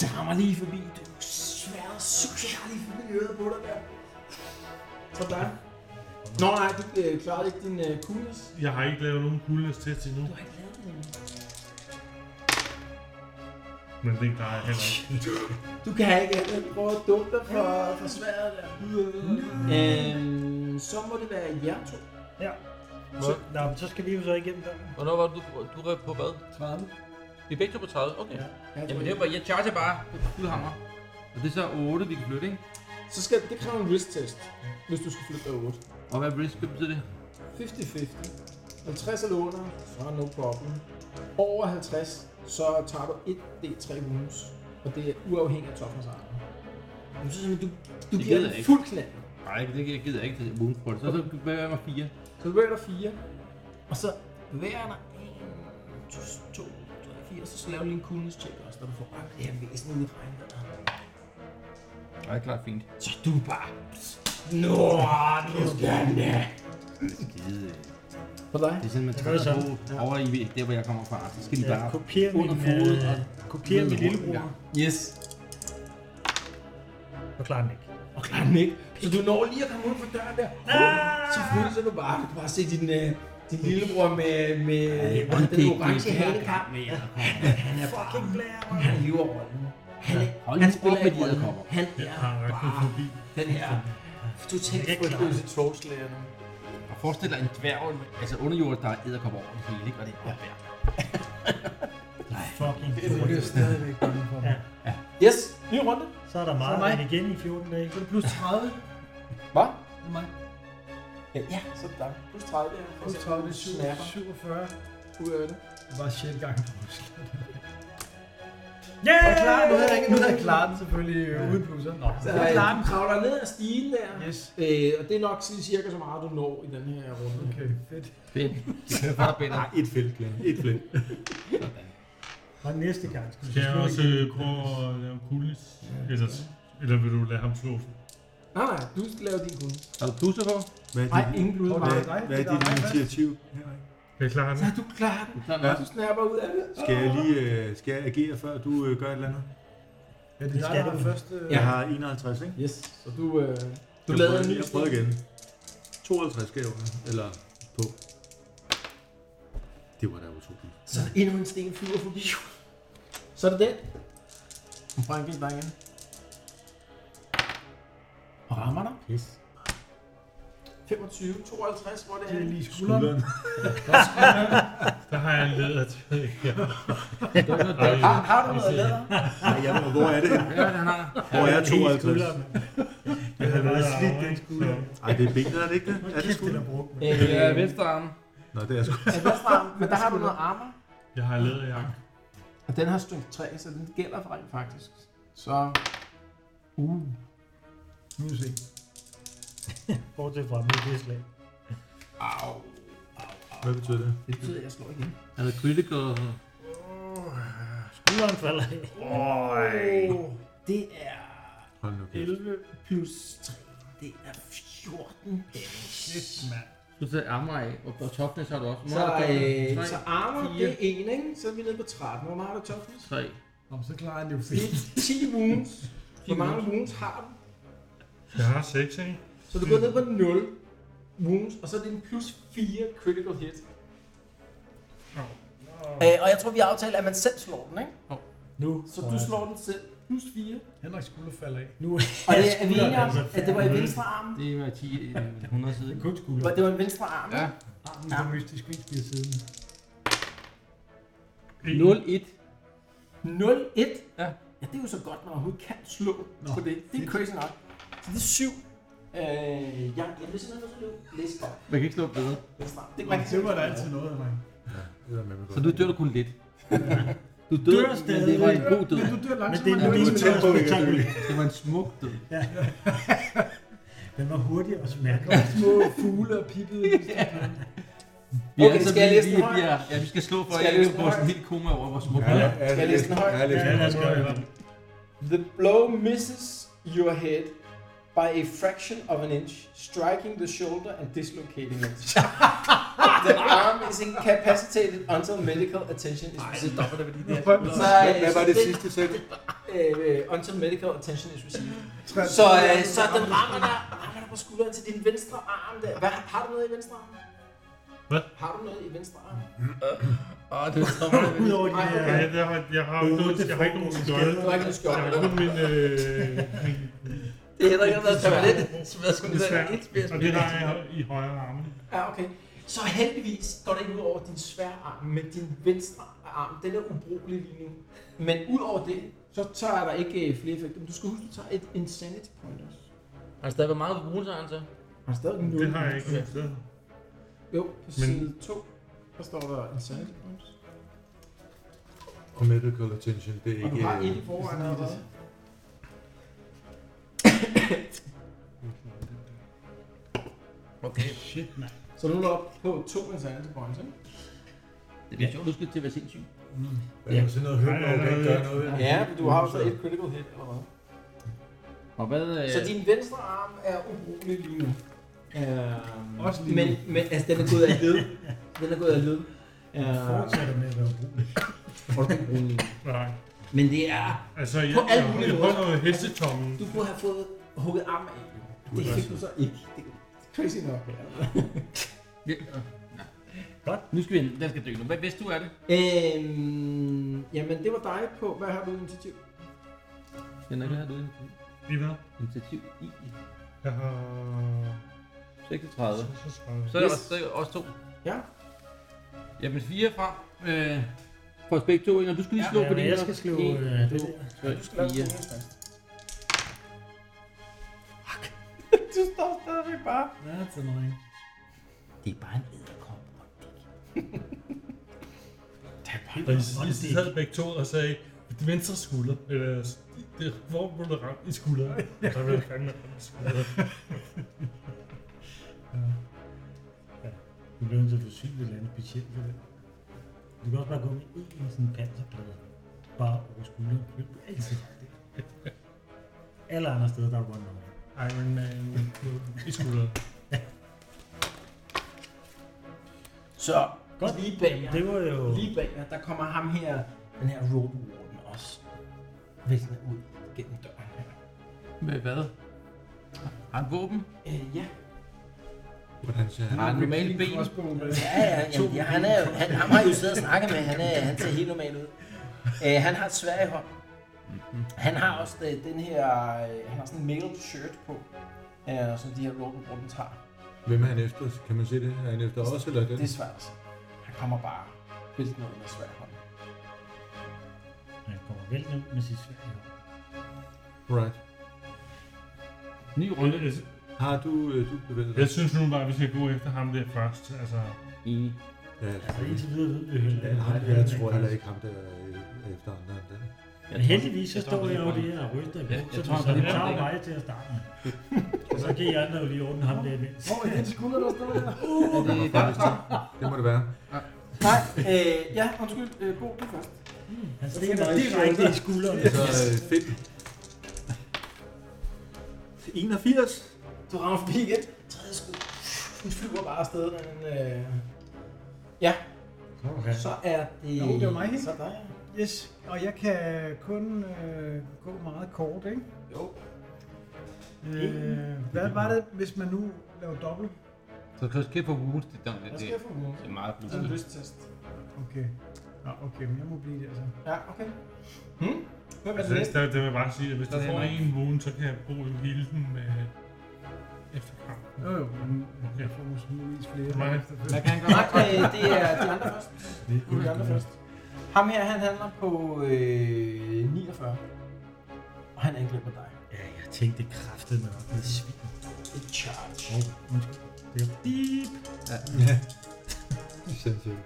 Speaker 9: Det rammer lige forbi. Du sværder suger lige forbi øret på dig der.
Speaker 2: Så der. Nå nej, du øh, klarede ikke din øh, coolness.
Speaker 4: Jeg har ikke lavet nogen coolness test endnu,
Speaker 9: Du har ikke lavet den.
Speaker 4: men det klarer jeg heller ikke.
Speaker 2: Du kan ikke andet prøve at dumme dig for, for sværet der. Øhm, så må det være jer to.
Speaker 5: Så, nå, men så skal vi jo så igennem der.
Speaker 15: Hvornår var det, du, du røg på hvad?
Speaker 13: 30.
Speaker 15: Vi er begge to på 30, okay.
Speaker 13: Ja.
Speaker 15: Jamen det var bare, jeg charger bare på flyhammer.
Speaker 3: Og det er så 8, vi kan flytte, ikke?
Speaker 2: Så skal det kræver en wrist test, hvis du skal flytte dig 8.
Speaker 3: Og hvad risk hvad betyder det?
Speaker 2: 50-50. 50 eller under, så er no problem. Over 50, så tager du 1 D3 wounds. Og det er uafhængigt af toffens arme.
Speaker 9: Men så siger du,
Speaker 2: Du
Speaker 3: Det
Speaker 2: giver
Speaker 3: gider jeg
Speaker 2: den
Speaker 3: ikke.
Speaker 2: fuld knald.
Speaker 3: Nej, det jeg gider jeg ikke til wound point. Så, så bevæger jeg mig 4.
Speaker 2: Så du vælger 4.
Speaker 9: og så bevæger jeg dig. 1, 2, 3, 4, så laver du lige en coolness check også, når du får ramt det her væsen ude i regnen.
Speaker 3: Nej, klart fint.
Speaker 9: Så du er bare... Nå, nu skal han da.
Speaker 3: Skide.
Speaker 2: På dig?
Speaker 3: Det er sådan, man
Speaker 5: gør
Speaker 3: tager
Speaker 5: det
Speaker 3: så
Speaker 5: sådan.
Speaker 3: over i der, hvor jeg kommer fra. Så skal de
Speaker 5: Ja,
Speaker 3: bare...
Speaker 5: kopier min,
Speaker 3: under foden
Speaker 5: øh,
Speaker 3: og
Speaker 5: kopier min
Speaker 3: ned i
Speaker 5: lillebror,
Speaker 2: Yes.
Speaker 5: og klarer den ikke.
Speaker 2: Og klarer den ikke. Så du når lige at komme ud fra døren der.
Speaker 9: Ah.
Speaker 2: Så fryser du bare. Du kan bare se din, øh, din lillebror med, med den orange hanekamp.
Speaker 9: Han er fucking blære. Han lever rollen. Han, er,
Speaker 3: Hold
Speaker 9: han
Speaker 3: nu op
Speaker 9: spiller
Speaker 3: med
Speaker 9: ikke
Speaker 3: de
Speaker 9: rollen.
Speaker 3: edderkopper.
Speaker 9: Han
Speaker 5: Jeg
Speaker 9: er
Speaker 5: har arachnofobi.
Speaker 9: den her totalt
Speaker 5: Jeg kan ikke
Speaker 9: frygtløse trollslayer nu.
Speaker 3: Og forestil dig en dværg, altså underjord, der er æderkopper over det hele, ikke? Og det er bare værd.
Speaker 5: Fucking
Speaker 13: Du bliver stadigvæk bange for mig.
Speaker 5: Ja.
Speaker 2: Yes, ny runde.
Speaker 5: Så er der meget
Speaker 13: mig.
Speaker 5: vand igen i 14 dage.
Speaker 13: Så er det plus 30.
Speaker 2: Hvad?
Speaker 13: Det er mig.
Speaker 2: Ja, ja, så er det dig. Plus 30. ja.
Speaker 13: Plus 30, det er
Speaker 2: Snapper
Speaker 13: 47.
Speaker 2: ud af det.
Speaker 13: Det var sjældent gang på os.
Speaker 5: Ja!
Speaker 13: Og klar, nu havde jeg ikke nu havde jeg klaret den selvfølgelig øh, uden plusser. Nå,
Speaker 2: Så
Speaker 13: jeg klarer
Speaker 2: øh, du kravler ned ad stigen der.
Speaker 13: den. Yes.
Speaker 2: Øh, og det er nok sådan cirka så meget, du når i den her runde.
Speaker 13: Okay, fedt.
Speaker 3: Fedt. Det kan jeg bare binde.
Speaker 8: Ah, et felt, Glenn. Et felt.
Speaker 5: Og næste gang skal vi
Speaker 4: Kan jeg
Speaker 5: slå
Speaker 4: også
Speaker 5: igen.
Speaker 4: øh, prøve at lave coolness? Eller, eller vil du lade ham slå?
Speaker 2: Nej, nej, du skal lave din kunde.
Speaker 3: Har du plusser på?
Speaker 8: Hvad er
Speaker 2: Nej,
Speaker 8: dit,
Speaker 2: ingen blod.
Speaker 13: Hvor er
Speaker 8: hvad,
Speaker 13: det dig?
Speaker 8: hvad er
Speaker 13: Det er
Speaker 8: dit
Speaker 13: dig først.
Speaker 8: initiativ?
Speaker 4: Kan jeg klare den?
Speaker 2: Du klarer den.
Speaker 3: Du er klar
Speaker 8: Ja.
Speaker 3: med?
Speaker 2: Du snapper ud af det.
Speaker 8: Skal jeg lige øh, skal jeg agere, før du øh, gør et eller andet?
Speaker 13: Ja, det er dig,
Speaker 5: skal
Speaker 13: der
Speaker 5: du.
Speaker 13: har først. øh,
Speaker 8: Jeg har 51, ikke?
Speaker 2: Yes, så du, øh, du
Speaker 8: Jeg
Speaker 2: lader
Speaker 8: prøver-
Speaker 2: en ny
Speaker 8: Jeg prøver
Speaker 2: stil.
Speaker 8: igen. 52 skal jeg under. Eller på. Det var da utroligt.
Speaker 2: Så er der endnu en sten flyver forbi. Så er det den. Franklin bare igen. Og rammer dig.
Speaker 8: Yes.
Speaker 2: 25, 52, hvor det er.
Speaker 13: Det er lige skulderen.
Speaker 8: Skulderen.
Speaker 4: Der har jeg en læder til. Ja.
Speaker 2: Har, har du noget læder?
Speaker 8: Nej, jeg ved, hvor er det henne?
Speaker 3: Ja, han har.
Speaker 8: Hvor er
Speaker 5: Helt
Speaker 8: 52?
Speaker 5: skulderen, mand.
Speaker 4: Jeg har
Speaker 5: bare
Speaker 4: læder
Speaker 5: slidt
Speaker 4: over,
Speaker 5: den
Speaker 4: ikke?
Speaker 5: skulder.
Speaker 4: Så-
Speaker 8: Ej, det er benet, er det ikke det? Er det
Speaker 5: Kæft, den
Speaker 8: skulderen?
Speaker 5: er brugt, mand.
Speaker 2: Øh,
Speaker 3: Det er venstre arm.
Speaker 8: Nå, det er sgu.
Speaker 2: er venstre arm, men der har du noget armor.
Speaker 4: Jeg har en læderjakke.
Speaker 2: Og den har styrke 3, så den gælder for rent faktisk. Så uh.
Speaker 13: Nu se.
Speaker 5: Bortset fra mit det slag.
Speaker 8: Hvad betyder det?
Speaker 2: det betyder, at jeg slår igen.
Speaker 3: Han er critical.
Speaker 5: Skulderen falder af.
Speaker 9: Det er
Speaker 8: Hold nu kæft.
Speaker 13: 11.
Speaker 9: plus 3. Det er 14 damage.
Speaker 13: Shit, mand.
Speaker 3: Du tager armor af, og på toppen så har du også.
Speaker 2: Så, øh, så
Speaker 3: så...
Speaker 2: armor,
Speaker 3: fire.
Speaker 2: det er en, ikke? Så er vi nede på 13. Hvor meget har du toughness?
Speaker 3: 3.
Speaker 7: Om så klarer han det jo
Speaker 2: Det
Speaker 7: fint.
Speaker 2: er 10 wounds. Hvor mange wounds har du?
Speaker 4: Jeg har 6, ikke?
Speaker 2: Så du går ned på 0 wounds, og så er det en plus 4 critical hit. Øh, og jeg tror, vi har aftalt, at man selv slår den, ikke?
Speaker 5: Nu.
Speaker 2: Så du slår den selv. Plus 4.
Speaker 7: Henrik skulle falde af.
Speaker 5: Nu.
Speaker 2: Og det er vi enige om, at det var i venstre arm.
Speaker 3: Det var 10, øh, 100 siden.
Speaker 5: Kun skulder. Ah,
Speaker 2: Det Ah. var en venstre arm.
Speaker 3: Ja.
Speaker 5: Armen på Mystisk Wings bliver siden.
Speaker 3: 0-1.
Speaker 2: 0-1.
Speaker 3: Ja.
Speaker 2: ja, det er jo så godt, når hun kan slå Nå, på det. Det er crazy nok. Så det er 7. Øh, jeg, jeg vil simpelthen nødt til at læse godt.
Speaker 3: Man kan ikke slå bedre.
Speaker 2: Læse godt. Det, er
Speaker 7: Man
Speaker 2: man
Speaker 7: det var
Speaker 2: kan
Speaker 7: der altid noget, Henrik.
Speaker 3: Så du dør kun lidt. Du dør,
Speaker 5: Dør
Speaker 3: men
Speaker 5: stadig.
Speaker 3: det var en god død.
Speaker 7: Men du dør
Speaker 5: Men
Speaker 7: langsomt.
Speaker 5: det er
Speaker 8: Ja,
Speaker 5: den
Speaker 8: du er
Speaker 5: mest
Speaker 8: tæt på, ikke? at dø.
Speaker 5: spektakulære.
Speaker 3: Det var en smuk død.
Speaker 5: Den var hurtig og smertelig.
Speaker 7: små fugle og pippede.
Speaker 3: Vi er
Speaker 2: Okay,
Speaker 3: altså,
Speaker 2: skal jeg
Speaker 3: vi-
Speaker 2: læse
Speaker 3: vi-
Speaker 2: den
Speaker 3: vi
Speaker 2: højt?
Speaker 3: er- Ja, vi skal slå for,
Speaker 2: Skal
Speaker 3: at
Speaker 2: jeg
Speaker 3: jeg
Speaker 2: læse
Speaker 3: ikke
Speaker 2: den
Speaker 3: vores
Speaker 2: højt?
Speaker 3: helt koma over, hvor smuk
Speaker 8: Ja,
Speaker 3: den
Speaker 8: ja,
Speaker 3: er.
Speaker 8: ja,
Speaker 2: Skal jeg læse den højt?
Speaker 8: Ja, læs
Speaker 5: Ja,
Speaker 8: den
Speaker 5: lad os gøre det.
Speaker 2: The blow misses your head by a fraction of an inch, striking the shoulder and dislocating it. the arm is incapacitated until medical attention is received. Nej, det
Speaker 7: Nu prøv-
Speaker 8: Hvad- Hvad var det sidste selv?
Speaker 2: Øh, until medical attention is received. Så, øh, så den rammer dig, rammer dig på skulderen til din venstre arm. Der. Hvad, har du noget i venstre arm?
Speaker 4: Hvad?
Speaker 2: Har du noget i venstre arm?
Speaker 15: Åh, det kommer det vel.
Speaker 5: Udover de
Speaker 2: Ej,
Speaker 5: der...
Speaker 4: Ja, jeg har, jeg har,
Speaker 5: Otte
Speaker 4: jeg har, jeg har ikke nogen
Speaker 5: former
Speaker 4: skjold.
Speaker 5: skader.
Speaker 2: Du har ikke noget skjold.
Speaker 4: Jeg har kun min, øh, min
Speaker 15: Det er heller ikke, der har været permanent. Så jeg skulle
Speaker 4: svær,
Speaker 15: tage et spil.
Speaker 4: og det har jeg i højre arme.
Speaker 2: Ja, okay. Så heldigvis går det ikke ud over din svære arm, men din venstre arm, den er ubrugelig lige nu. Men ud over det, så tager jeg der ikke øh, flere effekter. Men du skal huske, du tager et insanity point også.
Speaker 15: Altså, der var meget brune, så han så.
Speaker 2: Har du stadig nul?
Speaker 4: Det har jeg ikke nogen sted.
Speaker 2: Jo, på side 2, der står der insanity points.
Speaker 8: Og medical attention, det
Speaker 2: Og
Speaker 8: er ikke...
Speaker 2: du har
Speaker 8: øh,
Speaker 2: et i forvejen allerede.
Speaker 15: Okay.
Speaker 2: Så nu er du oppe på to insanity points, ikke?
Speaker 3: Det bliver sjovt, du skal til at være sindssyg.
Speaker 8: Hvad er sådan noget højt,
Speaker 4: Nej, nej,
Speaker 8: der ikke
Speaker 4: nej.
Speaker 8: gør noget ved det?
Speaker 2: Ja, men du har jo så et critical hit allerede.
Speaker 3: Og hvad... øh,
Speaker 2: Så din venstre arm er ubrugelig lige nu. Øhm,
Speaker 7: Også lige
Speaker 2: men, men altså, den er gået af led. Den er gået af led. Øhm,
Speaker 5: Fortsætter med at være ubrugelig.
Speaker 4: Nej.
Speaker 2: Men det er...
Speaker 4: Altså, jeg,
Speaker 2: På
Speaker 4: jeg,
Speaker 2: alle
Speaker 4: jeg,
Speaker 2: mulige
Speaker 4: jeg
Speaker 2: måder.
Speaker 4: holder jo hestetommen.
Speaker 2: Du burde have fået hugget armen af. Det fik du så ikke. Det er crazy nok.
Speaker 3: Ja. Godt. Nu skal vi ind. Den skal dykke nu. Hvad vidste du af det?
Speaker 2: Øhm, jamen, det var dig på. Hvad har du initiativ?
Speaker 3: Den er klar, du er
Speaker 4: Lige hvad?
Speaker 3: initiativ i
Speaker 4: Jeg har...
Speaker 3: 36.
Speaker 4: Så, så, så.
Speaker 15: Så er der
Speaker 2: Yes.
Speaker 15: også- så er der også to.
Speaker 2: Ja.
Speaker 3: Jamen fire fra. Øh, for os begge to ind, og du skal lige slå
Speaker 5: Ja,
Speaker 3: på
Speaker 5: men
Speaker 3: det.
Speaker 5: jeg skal skrive
Speaker 3: En,
Speaker 5: øh, det
Speaker 3: to,
Speaker 5: der.
Speaker 3: tre,
Speaker 2: Du skal lave
Speaker 3: fire.
Speaker 2: sådan her. Du står stadigvæk bare.
Speaker 5: Ja, det er mig.
Speaker 3: Det er bare en edderkop.
Speaker 4: Og I, I sad begge to og sagde, det venstre skulder, eller det, hvor blev det ramt i skulderen? Og Der blev det fandme ramt i skulderen.
Speaker 5: Du bliver nødt til at få syg ved et eller andet specielt. ved det. Du kan også bare gå med én sådan panserplade. Bare over skulderen. Det er altid ramt det. Alle andre steder, der er rundt om.
Speaker 4: Iron Man i skulderen.
Speaker 2: Så, Godt. lige bag
Speaker 5: Jamen,
Speaker 2: jer,
Speaker 5: det var jo...
Speaker 2: lige bag jer, der kommer ham her, den her road warden også. Væsnet ud gennem døren her.
Speaker 3: Med hvad? Har han våben?
Speaker 2: Øh, ja,
Speaker 8: Hvordan ser han?
Speaker 3: Har han normale ben?
Speaker 2: Ja, ja, jamen, ja, han, er, jo- han, ham har jeg jo siddet og snakket med. Han, er, han ser helt normal ud. Øh, han har et svær i hånden. Han har også det, den her... øh, Han har sådan en mailed shirt på, øh, som de her Rogan Runden tager.
Speaker 8: Hvem er han efter? Kan man se det? Er han efter os, eller er den?
Speaker 2: Det er svært. altså. Han kommer bare vildt noget med svær i hånden.
Speaker 5: Han kommer væltende ud med sit sværd. i hånden.
Speaker 8: Right.
Speaker 3: Ny runde.
Speaker 8: Har du, øh, du bevæget
Speaker 4: Jeg
Speaker 8: dig?
Speaker 4: synes nu bare, at vi skal gå efter ham der først. Altså,
Speaker 3: Enig.
Speaker 8: Ja,
Speaker 5: Altså indtil videre ved vi jo heller
Speaker 8: ja,
Speaker 5: ikke.
Speaker 8: nej,
Speaker 5: hvordan
Speaker 8: jeg
Speaker 5: det er.
Speaker 8: tror heller ikke ham, der er efter andre end den.
Speaker 5: Men heldigvis så står jeg jo
Speaker 15: det.
Speaker 5: der og ryster i
Speaker 3: Ja,
Speaker 5: bukserne,
Speaker 3: jeg tror,
Speaker 5: så
Speaker 3: han
Speaker 5: det
Speaker 3: bare
Speaker 5: tager
Speaker 3: ligger.
Speaker 5: mig til at starte med. Og så kan I andre jo lige ordne ham der imens.
Speaker 7: Hvor er den skulder, der står der?
Speaker 8: Det, det må det være.
Speaker 2: Nej, øh, ja, undskyld. Øh, Bo, du først.
Speaker 5: Han stikker mig direkte i skulderen.
Speaker 8: Så øh, fedt. 81.
Speaker 2: Du rammer forbi igen. Tredje skud. Den flyver bare afsted. Den, øh... Ja,
Speaker 5: Okay.
Speaker 2: så er det...
Speaker 7: Nå, det var mig, ikke?
Speaker 2: Så er det dig, ja.
Speaker 7: Yes, og jeg kan kun øh, gå meget kort, ikke?
Speaker 3: Jo.
Speaker 7: Øh, hvad var det, hvis man nu laver dobbelt?
Speaker 3: Så du kan også kæft på wounds, det, det,
Speaker 7: Jeg
Speaker 3: det,
Speaker 7: skal få wounds.
Speaker 3: det er meget
Speaker 2: Så er det
Speaker 3: blødt.
Speaker 2: lysttest.
Speaker 7: Okay. Nå, okay, men jeg må blive der så.
Speaker 2: Ja, okay. Hmm? Hvem er
Speaker 4: Altså,
Speaker 2: den
Speaker 4: det,
Speaker 2: næste?
Speaker 4: der, der vil jeg bare sige, at hvis
Speaker 3: Der
Speaker 4: du
Speaker 3: er
Speaker 4: får
Speaker 3: en
Speaker 4: en vågen, så kan jeg bruge hele den med efter kampen.
Speaker 7: Jo jo, men
Speaker 4: Okay.
Speaker 7: jeg får måske muligvis flere.
Speaker 4: Mange.
Speaker 2: Hvad kan han gøre? Nej, øh, det er de andre først. Det er de andre først.
Speaker 9: Ham her, han handler på øh, 49. Og han angriber dig.
Speaker 5: Ja, jeg tænkte kraftet med op. Det er svin.
Speaker 9: Et charge.
Speaker 8: Sindssygt.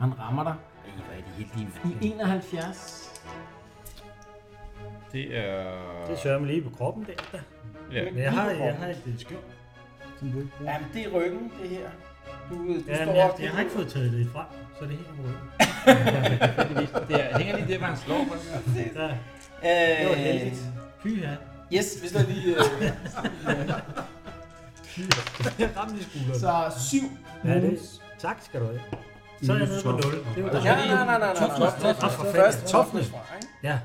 Speaker 9: Han rammer dig. Ej, hvor er det heldige. I 71.
Speaker 3: Det er...
Speaker 5: Det sørger mig lige på kroppen der. da.
Speaker 3: Ja.
Speaker 5: Men jeg har, jeg har et lidt skjold.
Speaker 2: Jamen, det er ryggen, det her. Du, øh, du
Speaker 5: Ja,
Speaker 2: står
Speaker 5: men jeg,
Speaker 2: op.
Speaker 5: jeg, har ikke fået taget det fra, så det er helt området.
Speaker 3: Det er, hænger lige der, hvor han slår på det.
Speaker 5: Der,
Speaker 2: Øh,
Speaker 5: det var heldigt. Fy ja.
Speaker 2: Yes, hvis der lige... Øh,
Speaker 5: Jeg ramte i skulderen.
Speaker 2: så syv.
Speaker 5: Ja, det Tak skal du have. Så er jeg nede på 0. Det var
Speaker 2: Ja, nej, nej, nej, nej.
Speaker 5: Toughness,
Speaker 2: nej,
Speaker 5: toughness.
Speaker 2: nej, nej. Først toughness fra, ikke?
Speaker 5: Ja.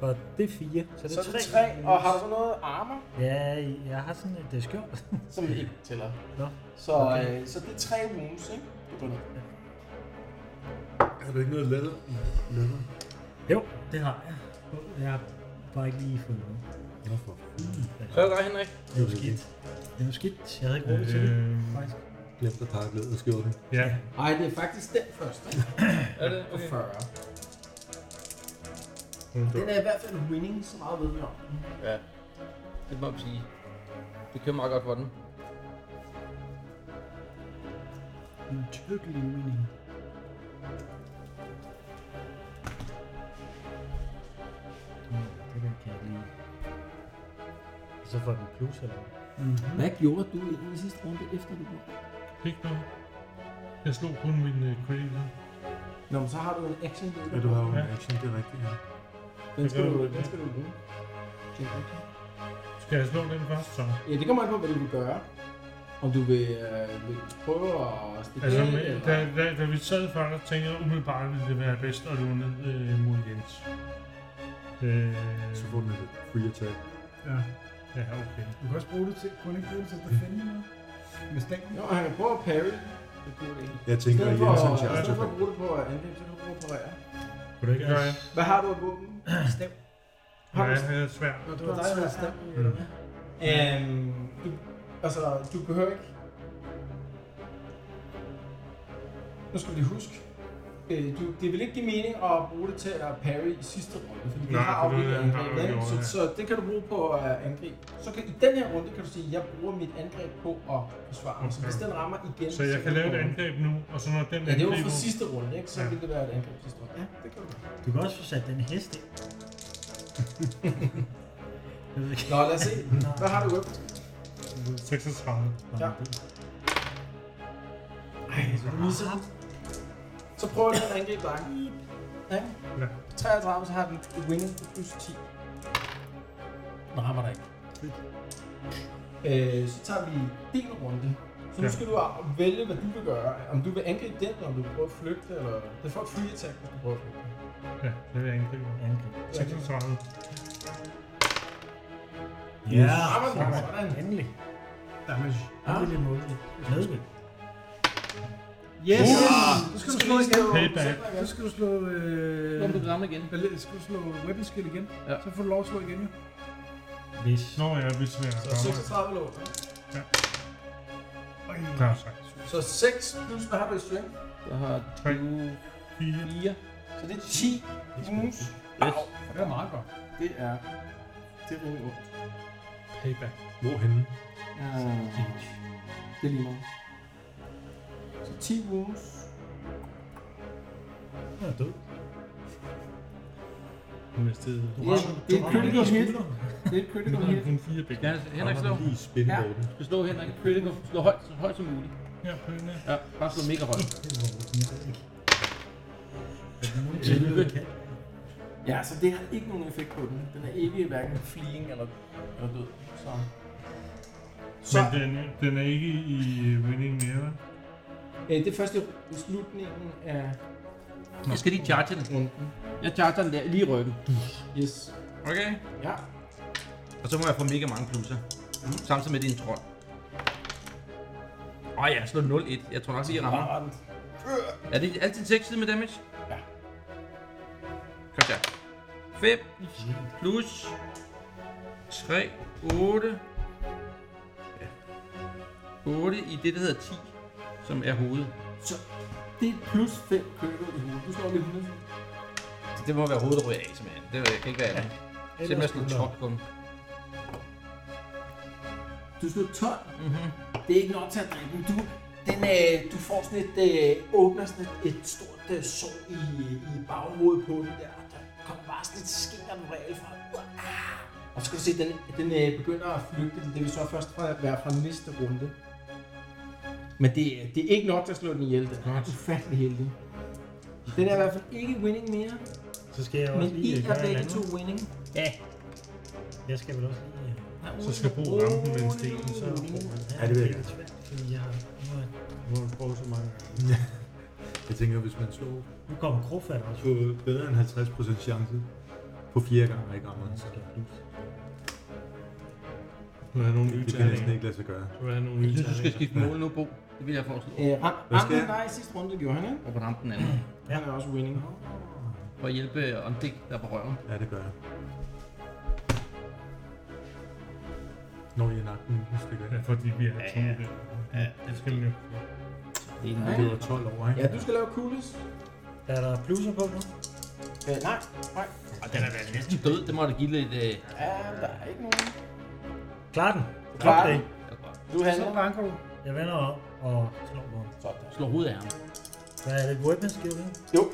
Speaker 5: Og det er 4, så det
Speaker 2: Så
Speaker 5: er
Speaker 2: er
Speaker 5: 3.
Speaker 2: det tre. Og har du så noget armor,
Speaker 5: Ja, jeg har sådan et øh, skjold.
Speaker 2: som ikke tæller?
Speaker 5: Nå.
Speaker 2: Så,
Speaker 5: Okay.
Speaker 2: øh, så det er tre wounds, ikke? Du går ned.
Speaker 8: Har du ikke noget læder? Læder?
Speaker 5: Jo, det har jeg. Jeg har bare ikke lige fået noget.
Speaker 8: Nå, for.
Speaker 15: Prøv at gøre, Henrik.
Speaker 5: Det var skidt. Det var skidt. Jeg havde ikke råd til det.
Speaker 4: Øh,
Speaker 5: faktisk.
Speaker 8: Glemt at pakke læder skjorten.
Speaker 4: ja,
Speaker 2: Ej, det er faktisk den første, ikke?
Speaker 15: Er det?
Speaker 2: På
Speaker 15: Okay.
Speaker 2: 40. Den er i hvert fald winning, så meget ved vi om.
Speaker 15: Ja. Det må man sige. Det kører meget godt for den.
Speaker 7: En tykkelig mening.
Speaker 5: Mm, Det der kan jeg ikke lide. Og så får den plus eller hvad?
Speaker 9: Hvad gjorde du i den sidste runde, efter du blev?
Speaker 4: ikke noget. Jeg slog kun min øh, kreditter.
Speaker 2: Nå, men så har du en action
Speaker 8: Ja,
Speaker 2: leader.
Speaker 8: du har jo en
Speaker 4: Ja.
Speaker 8: action, det er rigtigt. Ja.
Speaker 2: Den skal
Speaker 4: Det gør
Speaker 2: du,
Speaker 4: du, ja.
Speaker 2: den skal du bruge. Check it.
Speaker 4: Skal jeg slå den først, så?
Speaker 2: Ja, det kommer an på, hvad du vil gøre. Om du vil, øh, vil prøve at stikke
Speaker 4: Altså,
Speaker 2: af,
Speaker 4: men,
Speaker 2: eller-
Speaker 4: da, da, da vi sad før, der tænkte jeg umiddelbart, ville det være bedst at løbe ned øh, mod Jens. Øh,
Speaker 8: Så får den et free attack.
Speaker 4: ja, okay.
Speaker 7: Du kan også bruge det til, kun ikke bruge det til at finde noget. Med stængen.
Speaker 2: Jo, han kan prøve at parry. Det kunne det ikke.
Speaker 8: Jeg
Speaker 2: I
Speaker 8: tænker, at
Speaker 2: stedet for,
Speaker 8: Jens har en
Speaker 2: i
Speaker 8: chance
Speaker 2: stedet for
Speaker 8: for.
Speaker 2: at bruge det på at angribe, så kan du bruge det på at parere.
Speaker 4: Kunne det ikke gøre det?
Speaker 2: Hvad har du af våben? Stem.
Speaker 4: Nej,
Speaker 2: Har du
Speaker 4: jeg havde svært.
Speaker 2: Når du har dig, der stem. Øhm, du, altså, du behøver ikke... Nu skal vi lige huske. Øh, du, det vil ikke give mening at bruge det til at parry i sidste runde, fordi det
Speaker 4: Nej,
Speaker 2: har
Speaker 4: for det
Speaker 2: afgivet
Speaker 4: har jeg
Speaker 2: angreb, ikke?
Speaker 4: gjort,
Speaker 2: så,
Speaker 4: ja.
Speaker 2: så det kan du bruge på at øh, angribe. Så kan, i den her runde kan du sige, at jeg bruger mit angreb på at forsvare mig. Så
Speaker 4: Okay.
Speaker 2: hvis den rammer igen...
Speaker 4: Så jeg kan lave et angreb nu, og så når
Speaker 2: Ja,
Speaker 4: den
Speaker 2: det var
Speaker 4: angriber-
Speaker 2: for sidste runde, ikke? Så
Speaker 4: Ja.
Speaker 2: ville det være et angreb sidste runde. Ja, det kan du.
Speaker 5: Du kan også få sat den hest ind. Jeg ved ikke.
Speaker 2: Nå, lad os se. Hvad har du i weapons?
Speaker 4: 36.
Speaker 2: Ja. Ej, så du misser den. Så prøver den at angribe dig. Ja.
Speaker 4: Ja.
Speaker 2: 33, så har den winning på plus 10. Den rammer dig ikke. Øh, så tager vi din runde. Så nu
Speaker 4: Ja.
Speaker 2: skal du vælge, hvad du vil gøre. Om du vil angribe den, eller om du vil prøve at flygte, eller... Det får et free attack, hvis du prøver at flygte.
Speaker 4: Ja, det vil jeg angribe.
Speaker 5: Angreb.
Speaker 4: 36.
Speaker 5: Ja,
Speaker 2: Rammer den, Ah, sådan.
Speaker 5: endelig.
Speaker 7: Damage.
Speaker 5: Det er lidt målet. Medvind.
Speaker 7: Yes!
Speaker 13: Uh!
Speaker 2: Ah,
Speaker 7: Nu skal du slå igen.
Speaker 4: Payback.
Speaker 7: Nu skal du slå... Øh...
Speaker 15: Nu må du ramme igen.
Speaker 7: Eller skal du slå weapon skill igen?
Speaker 15: Ja.
Speaker 7: Så får du lov at slå igen, jo.
Speaker 5: Hvis.
Speaker 4: Nå ja, hvis vi er
Speaker 2: Så
Speaker 4: rammer.
Speaker 2: 36 lå. ikke?
Speaker 4: Der er 6.
Speaker 2: Så 6 plus, hvad har du i strength?
Speaker 15: Jeg har
Speaker 4: Tre.
Speaker 15: 20...
Speaker 4: 4.
Speaker 15: 4.
Speaker 2: Så det er 10 wounds.
Speaker 15: Yes.
Speaker 2: Det er meget godt. Det er... Det er rimelig ondt.
Speaker 4: Payback.
Speaker 8: Hvorhenne?
Speaker 2: Det er lige meget. Så 10 wounds.
Speaker 5: Han er død.
Speaker 4: Hun er stedet.
Speaker 2: Det er, det er et critical hit. Det er et critical
Speaker 4: Nu har
Speaker 2: hit.
Speaker 4: hun kun 4 begge.
Speaker 15: Skal
Speaker 3: altså,
Speaker 15: Hen- Henrik slå?
Speaker 8: Lige spille
Speaker 2: Ja.
Speaker 8: ja. den.
Speaker 15: Du slå Henrik. Critical. Slå højt, så højt som muligt.
Speaker 4: Ja, på den her.
Speaker 15: Ja, bare slå mega højt.
Speaker 2: Ja, så det har ikke nogen effekt på den. Den er ikke hverken fleeing eller, eller død. Så. Så
Speaker 4: Men den, er- den er ikke i øh, winning mere, vel?
Speaker 2: øh, det er først i slutningen af
Speaker 3: Jeg skal lige charge den.
Speaker 16: Jeg charger den der lige i ryggen. Yes.
Speaker 3: Okay.
Speaker 16: Ja.
Speaker 3: Og så må jeg få mega mange plusser. Samtidig med din trold. Åh oh, ja, jeg slår 0-1. Jeg tror nok, lige, jeg rammer. Er det altid 6 side med damage? Ja. Kom der. 5 plus 3, 8. Ja. 8 i det, der hedder 10, som er hovedet.
Speaker 16: Så det er plus 5 køber i hovedet. Du slår lige 100.
Speaker 3: Så det må være hovedet, der ryger af, simpelthen. Det øh, kan ikke være andet.
Speaker 16: Ellers
Speaker 3: Selvom jeg slog
Speaker 16: skulle
Speaker 3: 12
Speaker 16: der-
Speaker 3: på dem.
Speaker 2: Du slog 12.
Speaker 3: Mhm.
Speaker 2: Mm-hmm. Det er ikke nok til at dræbe den. Du, den, øh, du får sådan et, øh, åbner sådan et, et stort øh, sår i, i baghovedet på den der. og Der kommer bare sådan et skin af vrel fra. Ah! Og så kan du se, den, den øh, begynder at flygte. Det vil så først fra, være fra næste runde. Men det, er- det er ikke nok til at slå den ihjel. Den er ufattelig heldig. Den er i hvert fald ikke winning mere.
Speaker 5: Så skal jeg også
Speaker 2: Men
Speaker 5: lige
Speaker 2: I
Speaker 5: gøre
Speaker 2: er
Speaker 5: en
Speaker 2: begge
Speaker 5: anden.
Speaker 2: to winning. Ja.
Speaker 5: Jeg skal vel også lige...
Speaker 4: Så skal jeg bruge rampen med en sten, så...
Speaker 8: Ja, det vil jeg gerne.
Speaker 5: Fordi jeg har... nu har-
Speaker 4: Nu har du prøvet så mange gange.
Speaker 8: Jeg tænker, hvis man så
Speaker 5: Nu kommer Krofat også.
Speaker 8: på bedre end 50% chance på fire gange, og ikke rammer den, så
Speaker 4: Nu har jeg nogle nye
Speaker 8: det kan næsten
Speaker 4: terninger.
Speaker 8: ikke lade sig gøre.
Speaker 4: Nu har jeg nogle
Speaker 3: Jeg
Speaker 4: nye
Speaker 3: synes, du skal
Speaker 4: terninger.
Speaker 3: skifte mål nu, Bo. Det vil jeg foreslå.
Speaker 2: Øh, ram,
Speaker 8: Hvad skal
Speaker 2: ramte
Speaker 8: jeg?
Speaker 2: dig i sidste runde, gjorde han, ikke?
Speaker 3: Og på ramte den anden.
Speaker 2: Han er også winning.
Speaker 3: For at hjælpe Ondik, der er på røven.
Speaker 8: Ja, det gør jeg. Når I er nagt nu, hvis det gør
Speaker 4: Ja,
Speaker 8: jeg.
Speaker 4: fordi vi er to.
Speaker 3: Ja,
Speaker 4: Det skal lige.
Speaker 8: Ja, det var 12 over, ikke?
Speaker 2: Ja, du skal lave coolest.
Speaker 5: Er der plusser på nu?
Speaker 2: Øh, nej, nej.
Speaker 3: Og den er da næsten død. Det må da give lidt... Øh...
Speaker 2: Ja, der er ikke nogen.
Speaker 5: Klar den.
Speaker 2: Klar
Speaker 5: Klap det.
Speaker 2: Du handler.
Speaker 13: Så banker du.
Speaker 5: Jeg vender om og slår på ham.
Speaker 3: Slå hovedet af ham.
Speaker 5: Hvad er det? Weapon skill? ikke?
Speaker 2: Jo.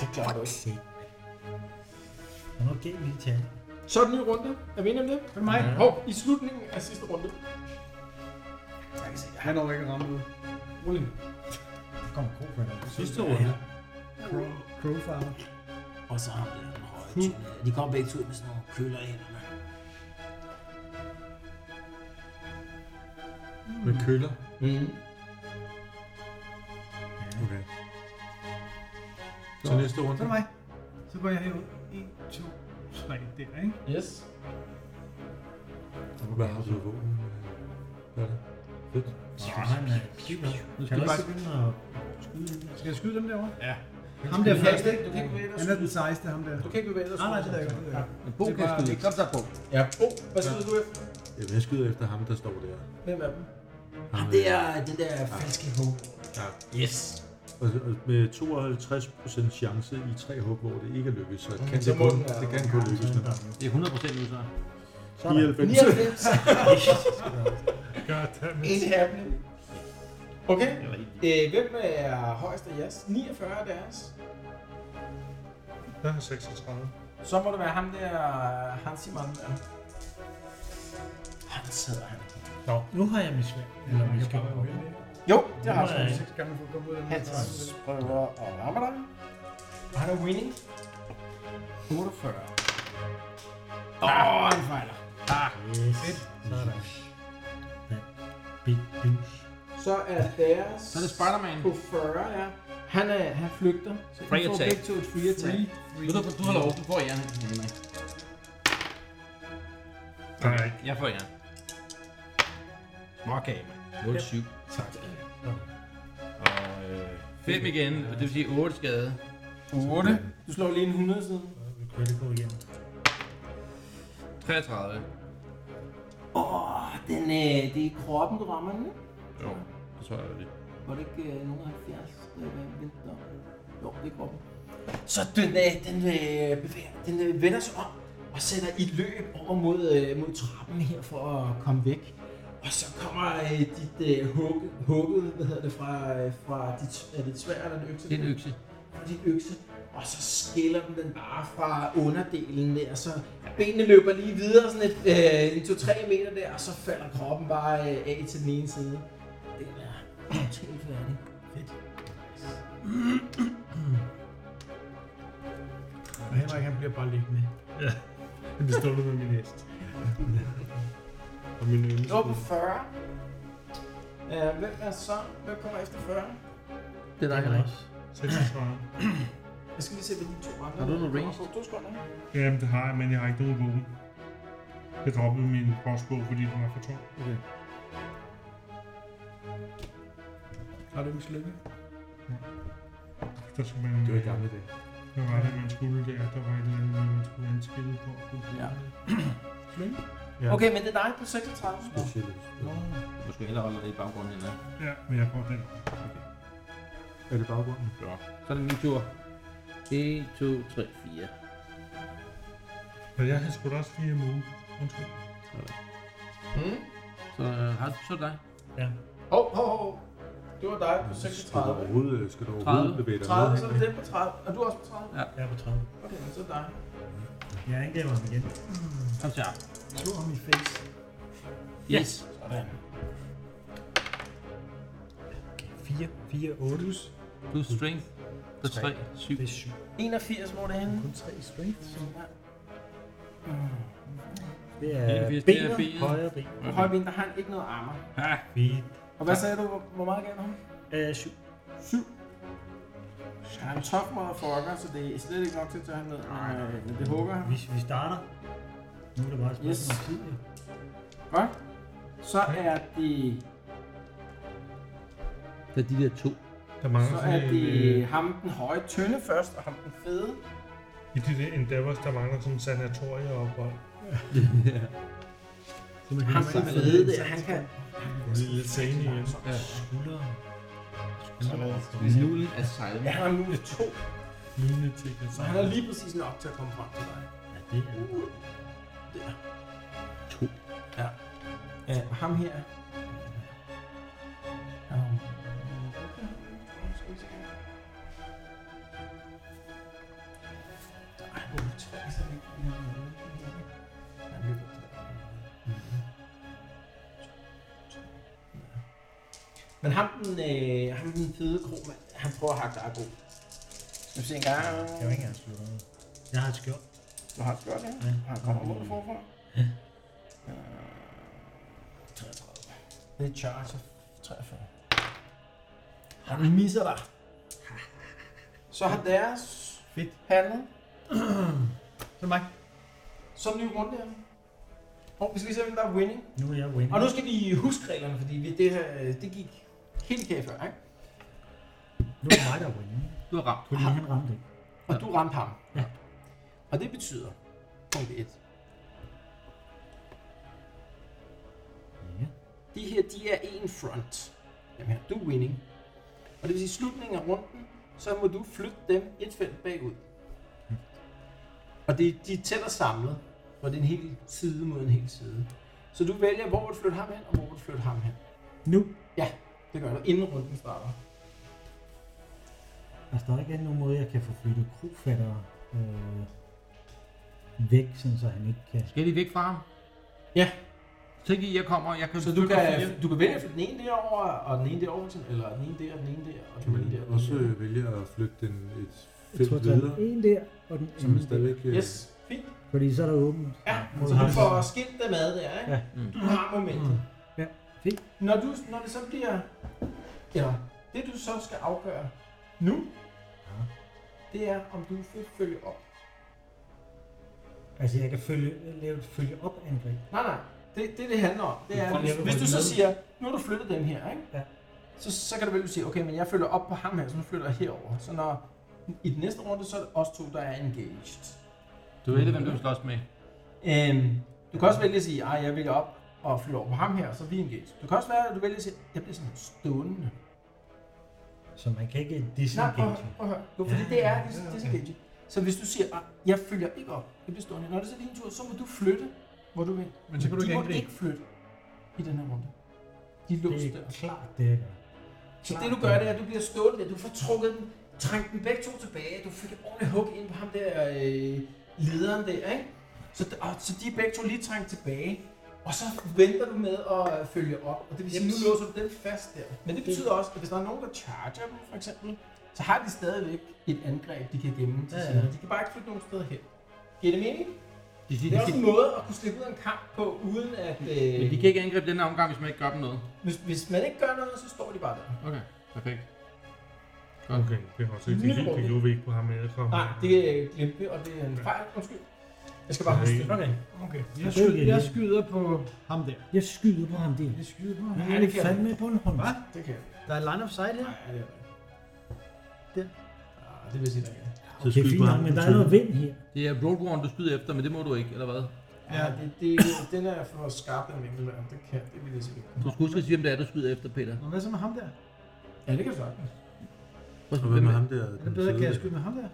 Speaker 2: Det klarer du ikke.
Speaker 5: Han har galt lige til.
Speaker 17: Så er det en ny runde. Er vi enige om det?
Speaker 13: Det er mig.
Speaker 2: Mm-hmm.
Speaker 17: Hov, i slutningen af sidste runde.
Speaker 13: Han når ikke at ramme ud.
Speaker 17: Rolig.
Speaker 5: Der kommer Krofat også.
Speaker 8: Sidste runde.
Speaker 13: Crowfarm.
Speaker 2: Og så ham der, den høje tynd. De kommer begge to ud med sådan nogle køller i hænderne.
Speaker 8: Med køller.
Speaker 2: Mm.
Speaker 8: Okay. Så næste runde.
Speaker 13: Så er det mig. Så går jeg herud. 1, 2, 3 der, ikke?
Speaker 17: Yes.
Speaker 8: Hvad har du på? Hvad er det? Fedt.
Speaker 5: Ja, han er syg nok. Du skal også begynde at skyde den der.
Speaker 13: Skal jeg skyde dem derovre?
Speaker 17: Ja.
Speaker 13: Ham der
Speaker 17: kan
Speaker 13: først,
Speaker 17: ikke-
Speaker 13: ikke?
Speaker 17: du kan ikke bevæge dig.
Speaker 13: Han er den sejeste, ham der.
Speaker 17: Du kan ikke bevæge dig.
Speaker 13: Nej, nej, det er jeg godt. det ved jeg godt.
Speaker 3: Men Bo kan skyde. Kom så, Bo.
Speaker 17: Ja. Bo, hvad skyder du efter?
Speaker 8: Jamen, jeg skyder efter ham, der står der.
Speaker 17: Hvem af dem?
Speaker 8: Ham,
Speaker 2: Det er den der falske håb.
Speaker 3: Yes.
Speaker 8: Og, og med 52% chance i tre hug, hvor det ikke er lykkedes, så kan
Speaker 17: så
Speaker 8: det,
Speaker 17: må
Speaker 8: kun,
Speaker 17: den være-
Speaker 8: det kan kun lykkes nu.
Speaker 3: Det er 100% nu, så.
Speaker 8: 99.
Speaker 2: 99.
Speaker 4: God damn it.
Speaker 17: It's happening. Okay. Øh, hvem er højst af jeres?
Speaker 2: 49 er deres.
Speaker 4: Jeg har 36.
Speaker 17: Så må det være ham der, Hansi Mann.
Speaker 2: Han sidder han.
Speaker 5: Nå, nu har jeg min svær. Eller min skab.
Speaker 17: Jo, det har
Speaker 5: Nej.
Speaker 17: jeg.
Speaker 13: Seks gange for at komme ud af den.
Speaker 2: Han prøver at ramme dig. Og han er winning.
Speaker 3: 48.
Speaker 2: Åh,
Speaker 17: Ah.
Speaker 2: oh, han fejler.
Speaker 5: Yes. Sådan. Ja. Big douche.
Speaker 17: Så er deres
Speaker 3: Så er det Spider-Man.
Speaker 17: på 40, ja. Han, er, han flygter. Så I
Speaker 3: Free
Speaker 17: får
Speaker 3: attack.
Speaker 17: begge to et free attack.
Speaker 3: Du, du, du har lov. Du får jern, Henrik.
Speaker 4: Nej.
Speaker 3: Jeg får jern. Småkage, mand. 07.
Speaker 17: Tak.
Speaker 3: Og øh, 5 igen, og det vil sige 8 skade.
Speaker 17: 8. Du slår lige en 100 siden.
Speaker 5: Vi kører det på igen.
Speaker 3: 33.
Speaker 2: Åh, oh, den, øh, det er kroppen, du rammer den, ikke?
Speaker 3: Jo, det tror jeg det.
Speaker 2: Var det ikke øh, nogen af 70, der øh, vendte den om? Jo, det er kroppen. Så den, øh, den, øh, bevæger, den øh, vender sig om og sætter i løb over mod, øh, mod trappen her for at komme væk. Og så kommer øh, dit øh, hug, hugget, hvad hedder det, fra, øh, fra dit, er det et sværd eller en økse?
Speaker 3: Det er en økse.
Speaker 2: Fra din økse. Og så skiller den den bare fra underdelen der, så benene løber lige videre sådan et, øh, en 2-3 meter der, og så falder kroppen bare øh, af til den ene side. Den er totalt færdig.
Speaker 13: Og Henrik, han bliver bare liggende.
Speaker 4: Det består nu med min hest. og min øl.
Speaker 17: Du er på 40.
Speaker 2: Øh, hvem er så? Hvem kommer efter 40?
Speaker 15: Det er dig, Henrik.
Speaker 2: Jeg skal lige se, hvilke to andre...
Speaker 15: Har du noget
Speaker 2: kommer
Speaker 15: ranged?
Speaker 2: på. Du skal noget.
Speaker 4: Jamen, det har jeg, men jeg har ikke nogen våben. Jeg droppede min crossbow, fordi den var for tung.
Speaker 18: Okay.
Speaker 4: Har du en slynge? Ja. Der skulle man...
Speaker 8: Det var i gamle dage.
Speaker 4: Hvad var det, man skulle der? Der var et eller andet, man skulle have en skill på. Ja. slynge?
Speaker 2: Okay, men det er dig på 36.
Speaker 3: Du skal hellere holde dig i baggrunden end hvad?
Speaker 4: Ja, men jeg prøver den.
Speaker 8: Er det baggrunden?
Speaker 3: Ja. Så er det min tur. 1, 2, 3, 4.
Speaker 4: Men jeg havde sgu da også fire move. Undskyld.
Speaker 15: Hmm?
Speaker 2: Mm.
Speaker 3: Så øh, har du så er det dig.
Speaker 2: Hov, hov, hov. Det var dig på 36.
Speaker 8: Overhovedet, skal du overhovedet
Speaker 3: 30.
Speaker 8: bevæge dig
Speaker 2: 30,
Speaker 8: ned?
Speaker 2: så er det den på 30. Er du også på 30?
Speaker 3: Ja.
Speaker 5: Jeg er på 30.
Speaker 2: Okay, men så er det dig.
Speaker 5: Jeg angiver ham igen.
Speaker 3: Kom så.
Speaker 7: Slå ham i face.
Speaker 3: Yes.
Speaker 2: Sådan.
Speaker 5: 4, 4, 8.
Speaker 3: Plus strength. Plus 3, 7.
Speaker 7: Det er sygt.
Speaker 2: 81, hvor er det henne?
Speaker 7: Kun tre i strength. Så.
Speaker 18: Det er
Speaker 3: 81, det
Speaker 18: benet,
Speaker 3: er benet.
Speaker 18: højre ben.
Speaker 2: Okay. Højben, der har han ikke noget armor.
Speaker 3: Ah,
Speaker 5: Fint.
Speaker 2: Og hvad sagde du, hvor- hvor meget gav du ham?
Speaker 5: Øh, 7.
Speaker 2: 7. Han er en tough motherfucker, så det er slet ikke nok til at tage ham ned, men, øh, men det hugger ham.
Speaker 5: Hvis vi starter. Nu er det bare et spørgsmål om
Speaker 2: Yes.
Speaker 5: tid. ja.
Speaker 2: Godt. Så er det,
Speaker 3: Der er de der to.
Speaker 4: Der mangler
Speaker 2: så
Speaker 4: sådan
Speaker 2: er
Speaker 4: en,
Speaker 2: det
Speaker 4: øh,
Speaker 2: ham den høje tynde først, og ham den fede.
Speaker 4: I de der endeavors, der mangler sådan en sanatorieophold.
Speaker 5: Så man
Speaker 2: Ham
Speaker 5: kan
Speaker 2: den fede, der, han kan...
Speaker 4: Det er lidt sane igen.
Speaker 3: Ja.
Speaker 5: skulder.
Speaker 3: Hvis nulen er sejlet.
Speaker 2: Ja, han har minus 2,
Speaker 4: Lunatic
Speaker 2: så han er lige præcis nok til at komme frem til dig.
Speaker 5: Ja, det er
Speaker 3: To.
Speaker 2: Ja, og ham her. Øhm. Men ham den, øh, ham den fede kromand, han prøver at hakke dig god. Skal vi se en gang.
Speaker 18: Jeg vil ikke engang slå noget.
Speaker 5: Jeg har et skjold.
Speaker 2: Du har et skjold, ja? Han kommer mod dig forfra. Øh, 33. Det er charge 43. Han misser dig. Så har deres
Speaker 7: Fedt.
Speaker 2: handlet.
Speaker 7: Så mig.
Speaker 2: Så er det en ny runde her. Og vi skal lige se, hvem der er winning.
Speaker 5: Nu er jeg winner.
Speaker 2: Og nu skal vi huske reglerne, fordi vi, det, her, øh, det gik helt kage før, ikke?
Speaker 5: Nu er det mig, der er winner.
Speaker 3: Du har ramt.
Speaker 5: Fordi han ramte ikke.
Speaker 2: Og du ramte ham.
Speaker 5: Ja.
Speaker 2: Og det betyder, punkt 1.
Speaker 5: Ja.
Speaker 2: De her, de er en front. Dem her, du er winning. Og det vil sige, i slutningen af runden, så må du flytte dem et felt bagud. Og det, de er tæt og samlet, hvor det er en hel side mod en hel side. Så du vælger, hvor vil du flytte ham hen, og hvor vil du flytte ham hen.
Speaker 5: Nu.
Speaker 2: Det gør du, inden runden starter.
Speaker 5: Altså, der er ikke andet nogen måde, jeg kan få flyttet krofatter øh, væk, sådan så han ikke kan...
Speaker 3: Skal de væk fra ham?
Speaker 2: Ja.
Speaker 3: Tænk I, jeg kommer, jeg kan
Speaker 2: Så du kan, du kan vælge at flytte den ene derover og den ene derover, til- eller den ene der, og den ene der, og den
Speaker 8: Kan man
Speaker 2: ene der. og den
Speaker 8: også
Speaker 2: ene der.
Speaker 8: øh, vælge at flytte den et
Speaker 5: Jeg
Speaker 8: felt
Speaker 5: tror, der
Speaker 8: videre,
Speaker 5: er en der, og den
Speaker 8: så man
Speaker 5: anden der.
Speaker 8: stadigvæk... øh,
Speaker 2: Yes, fint.
Speaker 5: Fordi så er der åbent.
Speaker 2: Ja,
Speaker 5: Mod
Speaker 2: så du
Speaker 5: ham.
Speaker 2: får skilt dem ad der, ikke?
Speaker 5: Ja.
Speaker 3: Mm.
Speaker 2: Du har momentet.
Speaker 5: Ja, fint.
Speaker 2: Når, du, når det så bliver... Eller det du så skal afgøre nu, det er, om du vil følge op.
Speaker 5: Altså, jeg kan følge, lave et følge-op-angreb.
Speaker 2: Nej, nej. Det, det, det handler om, det er,
Speaker 5: Om jeg
Speaker 2: hvis,
Speaker 5: vil
Speaker 2: hvis du
Speaker 5: rykke
Speaker 2: så
Speaker 5: med.
Speaker 2: siger, nu har du flyttet dem her, ikke?
Speaker 5: Ja.
Speaker 2: Så, så kan du vel sige, okay, men jeg følger op på ham her, så nu flytter jeg herover. Så når i den næste runde, så er det os to, der er engaged.
Speaker 3: Du ved hvem du vil slås med.
Speaker 2: Øhm, du kan også vælge at sige, at jeg vælger op og flytter over på ham her, så er vi engaged. Du kan også være, at du vælger at sige, jeg bliver sådan stående.
Speaker 5: Så man kan ikke
Speaker 2: Nej, prøv,
Speaker 5: disengage.
Speaker 2: at- prøv, at høre. jo, fordi det er dis- disengage. Så hvis du siger, at jeg følger ikke op, jeg bliver stående. Når det så er din tur, så må du flytte, hvor du vil.
Speaker 4: Men så kan du
Speaker 2: de
Speaker 4: ikke
Speaker 2: må
Speaker 4: angribe.
Speaker 2: ikke flytte i den her runde. De er låst
Speaker 5: Det
Speaker 2: der.
Speaker 5: er klart, det jeg gør.
Speaker 2: Så det du gør, det er, at du bliver stående der. Du får trukket dem, trængt dem begge to tilbage. Du fik et ordentligt hug ind på ham der øh, lederen der, ikke? Så, og, så de er begge to lige trængt tilbage. Og så venter du med at øh, følge op. Og det vil sige, nu låser du dem fast der. Men det betyder også, at hvis der er nogen, der charger dem, for eksempel, så har de stadigvæk et angreb, de kan gemme til
Speaker 5: Ja,
Speaker 2: ja,
Speaker 5: ja.
Speaker 2: ja. De kan bare ikke flytte nogen steder hen. Giver det mening?
Speaker 3: De, de,
Speaker 2: Det er også en måde at kunne slippe ud af en kamp på, uden at... Øh,
Speaker 3: Men de kan ikke angribe denne omgang, hvis man ikke gør dem noget.
Speaker 2: hvis, hvis man ikke gør noget, så står de bare der.
Speaker 3: Okay, perfekt.
Speaker 4: Okay, det har også ikke det, det gjorde vi ikke på ham med æderkoppen.
Speaker 2: Nej, det øh, glemte vi, og det er en fejl. Undskyld. Jeg skal bare huske det.
Speaker 7: Okay.
Speaker 2: okay.
Speaker 7: Jeg skyder, jeg
Speaker 13: skyder på ham der.
Speaker 7: Jeg skyder på ham der.
Speaker 13: Jeg skyder på ham.
Speaker 7: Han er fandme på en hånd.
Speaker 2: Hvad? Det kan jeg.
Speaker 13: Der er line of sight her.
Speaker 2: Nej, det er
Speaker 13: Der.
Speaker 2: Ah, det vil sige, der ikke er.
Speaker 7: Okay, fint nok, men der er noget vind her.
Speaker 3: Det er Roadrunner, du skyder efter, men det må du ikke, eller hvad?
Speaker 2: Ja, det, det, den er for skarp, den vinkel der. Det kan det vil jeg sige.
Speaker 3: Du skulle huske at sige, om det er, du skyder efter, Peter.
Speaker 13: Og hvad så med ham der?
Speaker 2: Ja, det kan du sagtens.
Speaker 3: Prøv at
Speaker 8: Og
Speaker 3: spørge,
Speaker 8: hvad
Speaker 3: hvem
Speaker 8: med
Speaker 3: er-
Speaker 8: ham der?
Speaker 13: Er det bedre, kan jeg skyde med ham der?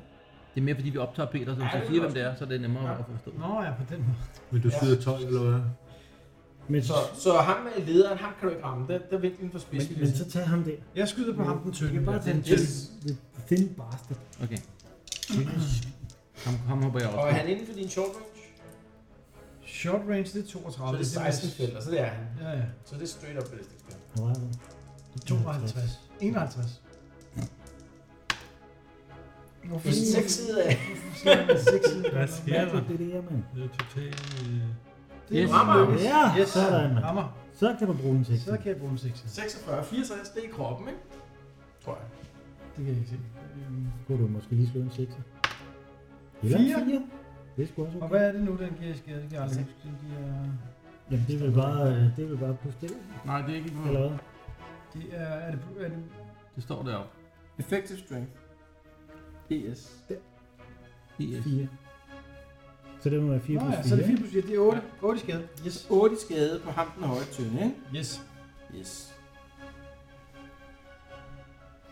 Speaker 3: Det er mere, fordi vi optager Peter, så hvis
Speaker 2: Ja,
Speaker 3: jeg
Speaker 2: det
Speaker 3: siger,
Speaker 2: er
Speaker 3: hvem det er, så er det nemmere at forstå.
Speaker 13: Nå ja, på den måde.
Speaker 8: Men du skyder 12, eller hvad?
Speaker 7: Men,
Speaker 2: Så, så ham med lederen, ham kan du ikke ramme. Der, der er vinklen for
Speaker 7: men,
Speaker 2: spids. vil jeg
Speaker 7: men så
Speaker 2: sige.
Speaker 7: tag ham der.
Speaker 13: Jeg skyder på ham den
Speaker 7: Du
Speaker 13: tynde.
Speaker 7: kan bare
Speaker 13: der.
Speaker 7: tage den
Speaker 2: Yes.
Speaker 7: til. Thin bastard.
Speaker 3: Okay. Ham, ham hopper jeg op.
Speaker 2: Og er
Speaker 3: på.
Speaker 2: han inden for din short range?
Speaker 13: Short range, det er
Speaker 2: Så
Speaker 13: 32.
Speaker 2: er det 16 felt, og så det er han.
Speaker 13: Ja, ja.
Speaker 2: Så det er straight up ballistic. damage.
Speaker 7: Hvor er den?
Speaker 13: 52. 51.
Speaker 2: På sin seks side af.
Speaker 4: Hvad sker der?
Speaker 7: Mærkeligt, det der, mand.
Speaker 4: Det er totalt...
Speaker 13: Det er
Speaker 3: Yes.
Speaker 2: Rammer ham.
Speaker 13: lykkes.
Speaker 7: Ja,
Speaker 13: yes.
Speaker 7: sådan, mand.
Speaker 13: Rammer.
Speaker 7: Så kan du bruge en seks.
Speaker 13: Så kan jeg bruge en 6.
Speaker 2: 46, 64, det er i kroppen, ikke? Tror jeg.
Speaker 13: Det kan jeg ikke se. Øhm,
Speaker 7: Kunne du måske lige slå en seks. Eller en
Speaker 13: Fire.
Speaker 7: fire. Det er sgu også
Speaker 13: Og
Speaker 7: okay.
Speaker 13: hvad er det nu, den giver i skade? Det kan jeg aldrig huske. Den giver...
Speaker 7: Jamen, det vil bare, øh, det vil bare puste det,
Speaker 3: Nej, det er ikke
Speaker 13: Ah.
Speaker 3: på.
Speaker 7: eller hvad?
Speaker 13: Det er... Er det... Er det
Speaker 3: Det står deroppe.
Speaker 2: Effective strength. ES.
Speaker 3: Yes.
Speaker 7: Fire. Så det må være fire
Speaker 13: Nå
Speaker 7: plus
Speaker 13: ja, så er
Speaker 7: fire.
Speaker 13: det 4 plus 4. Det er 8. 8 i skade. Yes.
Speaker 2: 8 i skade på ham, den høje tynde, ikke?
Speaker 13: Yes.
Speaker 2: Yes.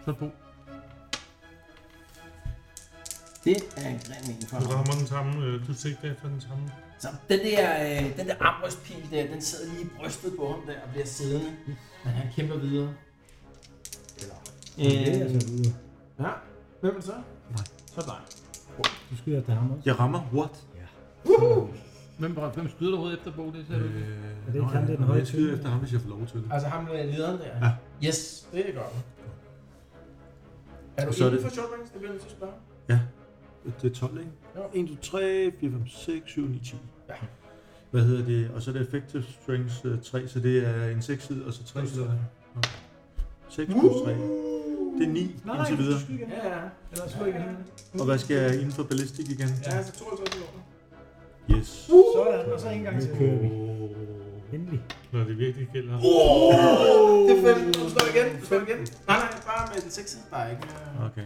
Speaker 3: Så på.
Speaker 2: Det er en grim en for
Speaker 4: Du
Speaker 2: ham.
Speaker 4: rammer den samme, øh, du sigter efter den samme.
Speaker 2: Så den der, øh, den der armbrystpil der, den sidder lige i brystet på ham der og bliver siddende. Men han kæmper videre.
Speaker 7: Det er
Speaker 2: Eller... Øh,
Speaker 7: altså videre.
Speaker 2: ja, hvem er det så? Nej. Så er det dig.
Speaker 7: Du skyder efter ham også.
Speaker 8: Jeg rammer. What?
Speaker 3: Hvem, hvem skyder du hovedet efter, Bo? Det ser du ikke.
Speaker 8: Øh,
Speaker 7: Er det ikke
Speaker 8: nå,
Speaker 7: ham, der er
Speaker 8: ja.
Speaker 7: den
Speaker 8: Nå,
Speaker 7: høje
Speaker 8: Jeg skyder
Speaker 7: type?
Speaker 8: efter ham, hvis jeg får lov til det.
Speaker 2: Altså ham med lederen der?
Speaker 8: Ja.
Speaker 2: Yes, det er godt. Er du
Speaker 8: Og så er
Speaker 2: inden
Speaker 8: det-
Speaker 2: for short range? Det bliver jeg nødt til at spørge.
Speaker 8: Det er 12, ikke?
Speaker 2: Jo.
Speaker 8: 1, 2, 3, 4, 5, 6, 7, 9, 10.
Speaker 2: Ja.
Speaker 8: Hvad hedder det? Og så er det effective strength øh, 3, så det er en 6 side, og så 3 sider. 6 plus 3. Det er 9
Speaker 13: Nej,
Speaker 8: indtil videre.
Speaker 13: du skyder igen.
Speaker 2: Ja, ja.
Speaker 13: Eller slå igen.
Speaker 8: Og hvad skal jeg inden for ballistik igen?
Speaker 2: Ja, så 52 altså millioner.
Speaker 8: Yes.
Speaker 13: Sådan, og så en gang til.
Speaker 7: Nu kører vi. Endelig.
Speaker 4: Når det virkelig gælder.
Speaker 2: Oh! Det er 15. Du slår igen. Du slår igen. Nej, nej, bare med den 6 Der er ikke.
Speaker 8: Okay.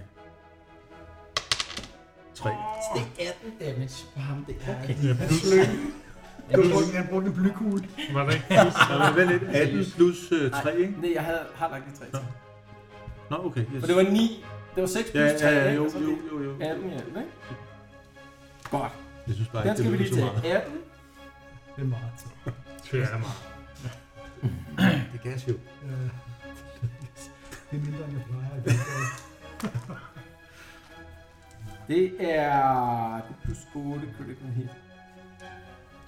Speaker 8: 3.
Speaker 2: Så det er 18 damage på ham der. Okay.
Speaker 4: Ja, plus,
Speaker 13: Han brugte en blykugle.
Speaker 4: var der ikke plus?
Speaker 8: Nå, men vent lidt. 18 plus 3, ikke?
Speaker 2: Nej, jeg havde, har lagt en 3 til.
Speaker 8: Nå, okay. Yes.
Speaker 2: For det var 9. Det var 6
Speaker 8: Ja,
Speaker 2: plus 3.
Speaker 8: ja, ja, jo,
Speaker 2: og så er
Speaker 8: jo,
Speaker 2: det
Speaker 8: jo, jo.
Speaker 2: 18 i alt, ikke? Godt.
Speaker 8: Jeg synes bare
Speaker 2: Den
Speaker 8: ikke, det
Speaker 2: skal vi lige
Speaker 8: lyder så
Speaker 2: til.
Speaker 8: meget.
Speaker 2: 18.
Speaker 13: Det er meget.
Speaker 4: Tværer mig.
Speaker 8: Det er gas jo.
Speaker 13: Øh, Det er mindre, end jeg plejer. at gøre.
Speaker 2: Det er det er plus 8 critical hit.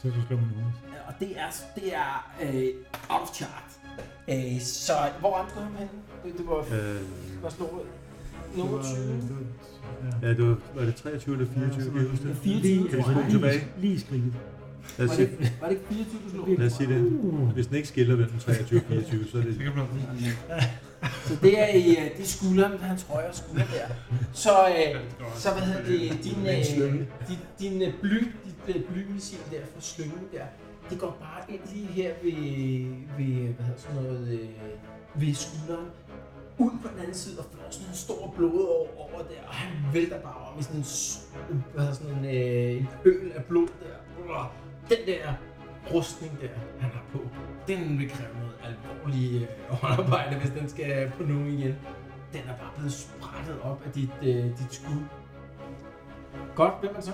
Speaker 7: Så skal du slå min hoved.
Speaker 2: Og det er, det er øh, out of chart. Øh, så hvor ramte du ham hen? Det, det var,
Speaker 8: Øh,
Speaker 2: det var slå nummer 20.
Speaker 8: ja, det var, var det 23 eller 24? Kan jeg huske det?
Speaker 2: 24,
Speaker 8: Kan vi
Speaker 2: tror jeg.
Speaker 8: spole tilbage?
Speaker 7: Lige skridt.
Speaker 8: Lad os
Speaker 2: Var
Speaker 8: se.
Speaker 2: det, var det ikke 24, du slog?
Speaker 8: Lad os sige det.
Speaker 7: Uh,
Speaker 8: Hvis den ikke skiller mellem 23 og 24, så er det...
Speaker 4: Det kan blive
Speaker 2: Så det er, i, øh, det er skulderen, hans højre skulder der. Så, øh, så hvad hedder det, din, øh, din, din øh, bly, dit øh, blymissil der fra slyngen der, det går bare ind lige her ved, ved hvad hedder sådan noget, øh, ved skulderen, ud på den anden side og får sådan en stor blod over, over der, og han vælter bare om i sådan en, s- hvad hedder sådan en, øh, en øl af blod der. Uah, Den der rustning der, han har på, den vil kræve noget alvorligt øh, håndarbejde, hvis den skal på nogen igen. Den er bare blevet sprættet op af dit, øh, dit skud. Godt, hvem er det så?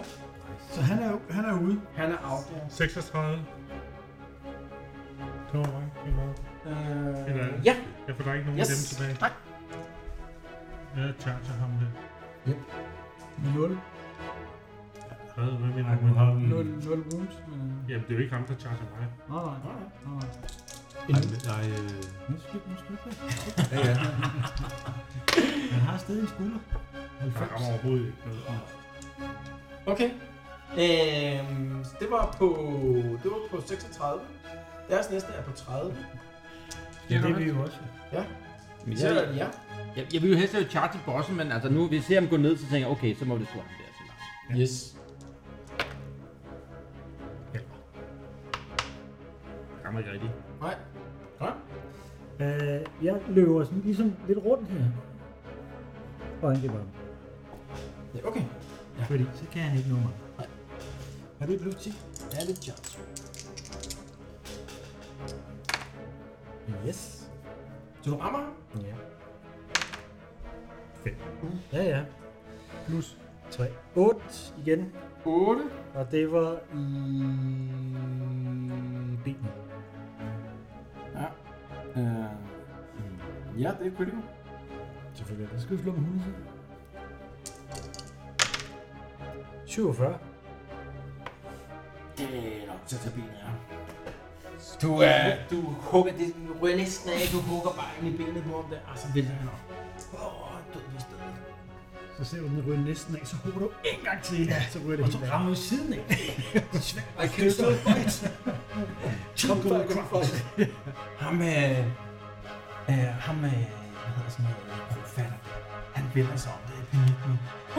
Speaker 13: Så han er, han er ude.
Speaker 2: Han er out. Ja.
Speaker 4: 36. Det var mig. Det var mig.
Speaker 2: Øh, ja,
Speaker 4: Jeg får da ikke nogen af dem
Speaker 2: yes.
Speaker 4: tilbage.
Speaker 2: Nej.
Speaker 4: Jeg charger ham der.
Speaker 13: 0.
Speaker 4: Hvad, hvad mener du med ham?
Speaker 8: Mm.
Speaker 13: 0, 0 wounds. Men...
Speaker 4: Jamen, det er jo ikke ham, der charger mig.
Speaker 13: Nej, nej, nej, nej.
Speaker 8: Nej, men- nej, øh,
Speaker 7: Nu skal du skyde dig.
Speaker 8: ja, ja.
Speaker 7: Han har stadig en skulder.
Speaker 4: Jeg rammer overhovedet ikke noget.
Speaker 2: Okay. Øhm, så det var på, det var på 36. Deres næste er på 30.
Speaker 3: Det er det, vi
Speaker 2: jo også. Ja.
Speaker 3: Men
Speaker 2: Så er det jer.
Speaker 3: Jeg, jeg vil jo helst have charge til bossen, men altså nu, vi ser ham gå ned, så tænker jeg, okay, så må det sgu ham der. Så
Speaker 2: ja. Yes.
Speaker 3: Rammer ikke rigtigt.
Speaker 2: Nej. Godt.
Speaker 5: Øh, jeg løber sådan ligesom lidt rundt her. Og han kan bare.
Speaker 2: Ja, okay.
Speaker 5: Ja. Fordi så kan han ikke nå mig.
Speaker 2: Er det blue tick? Ja, det er charge. Yes. Så du rammer ham?
Speaker 18: Ja.
Speaker 5: Ja, ja. Plus 3. 8 igen.
Speaker 3: 8.
Speaker 5: Og det var i... benene.
Speaker 2: Ja. Øh, ja, det er critical.
Speaker 5: Selvfølgelig. Så skal vi slå med 100. 47.
Speaker 2: Det er nok til at tage benet af.
Speaker 9: Du
Speaker 2: er-
Speaker 9: Du hugger det, du rører næsten af, du hugger bare ind i benet på ham der, og så vælter han op. Åh, død ved stedet.
Speaker 7: Så ser du den ryge næsten af, så hopper du en gang til, ja. så ryger det
Speaker 5: Og
Speaker 7: helt
Speaker 5: så
Speaker 7: af.
Speaker 5: rammer vi siden af.
Speaker 7: Det er svært.
Speaker 9: I can still fight.
Speaker 7: Come back and fight.
Speaker 2: Ham, øh, øh, ham, øh, hvad hedder sådan noget, øh, profatter, han vender sig om, der er i panik nu.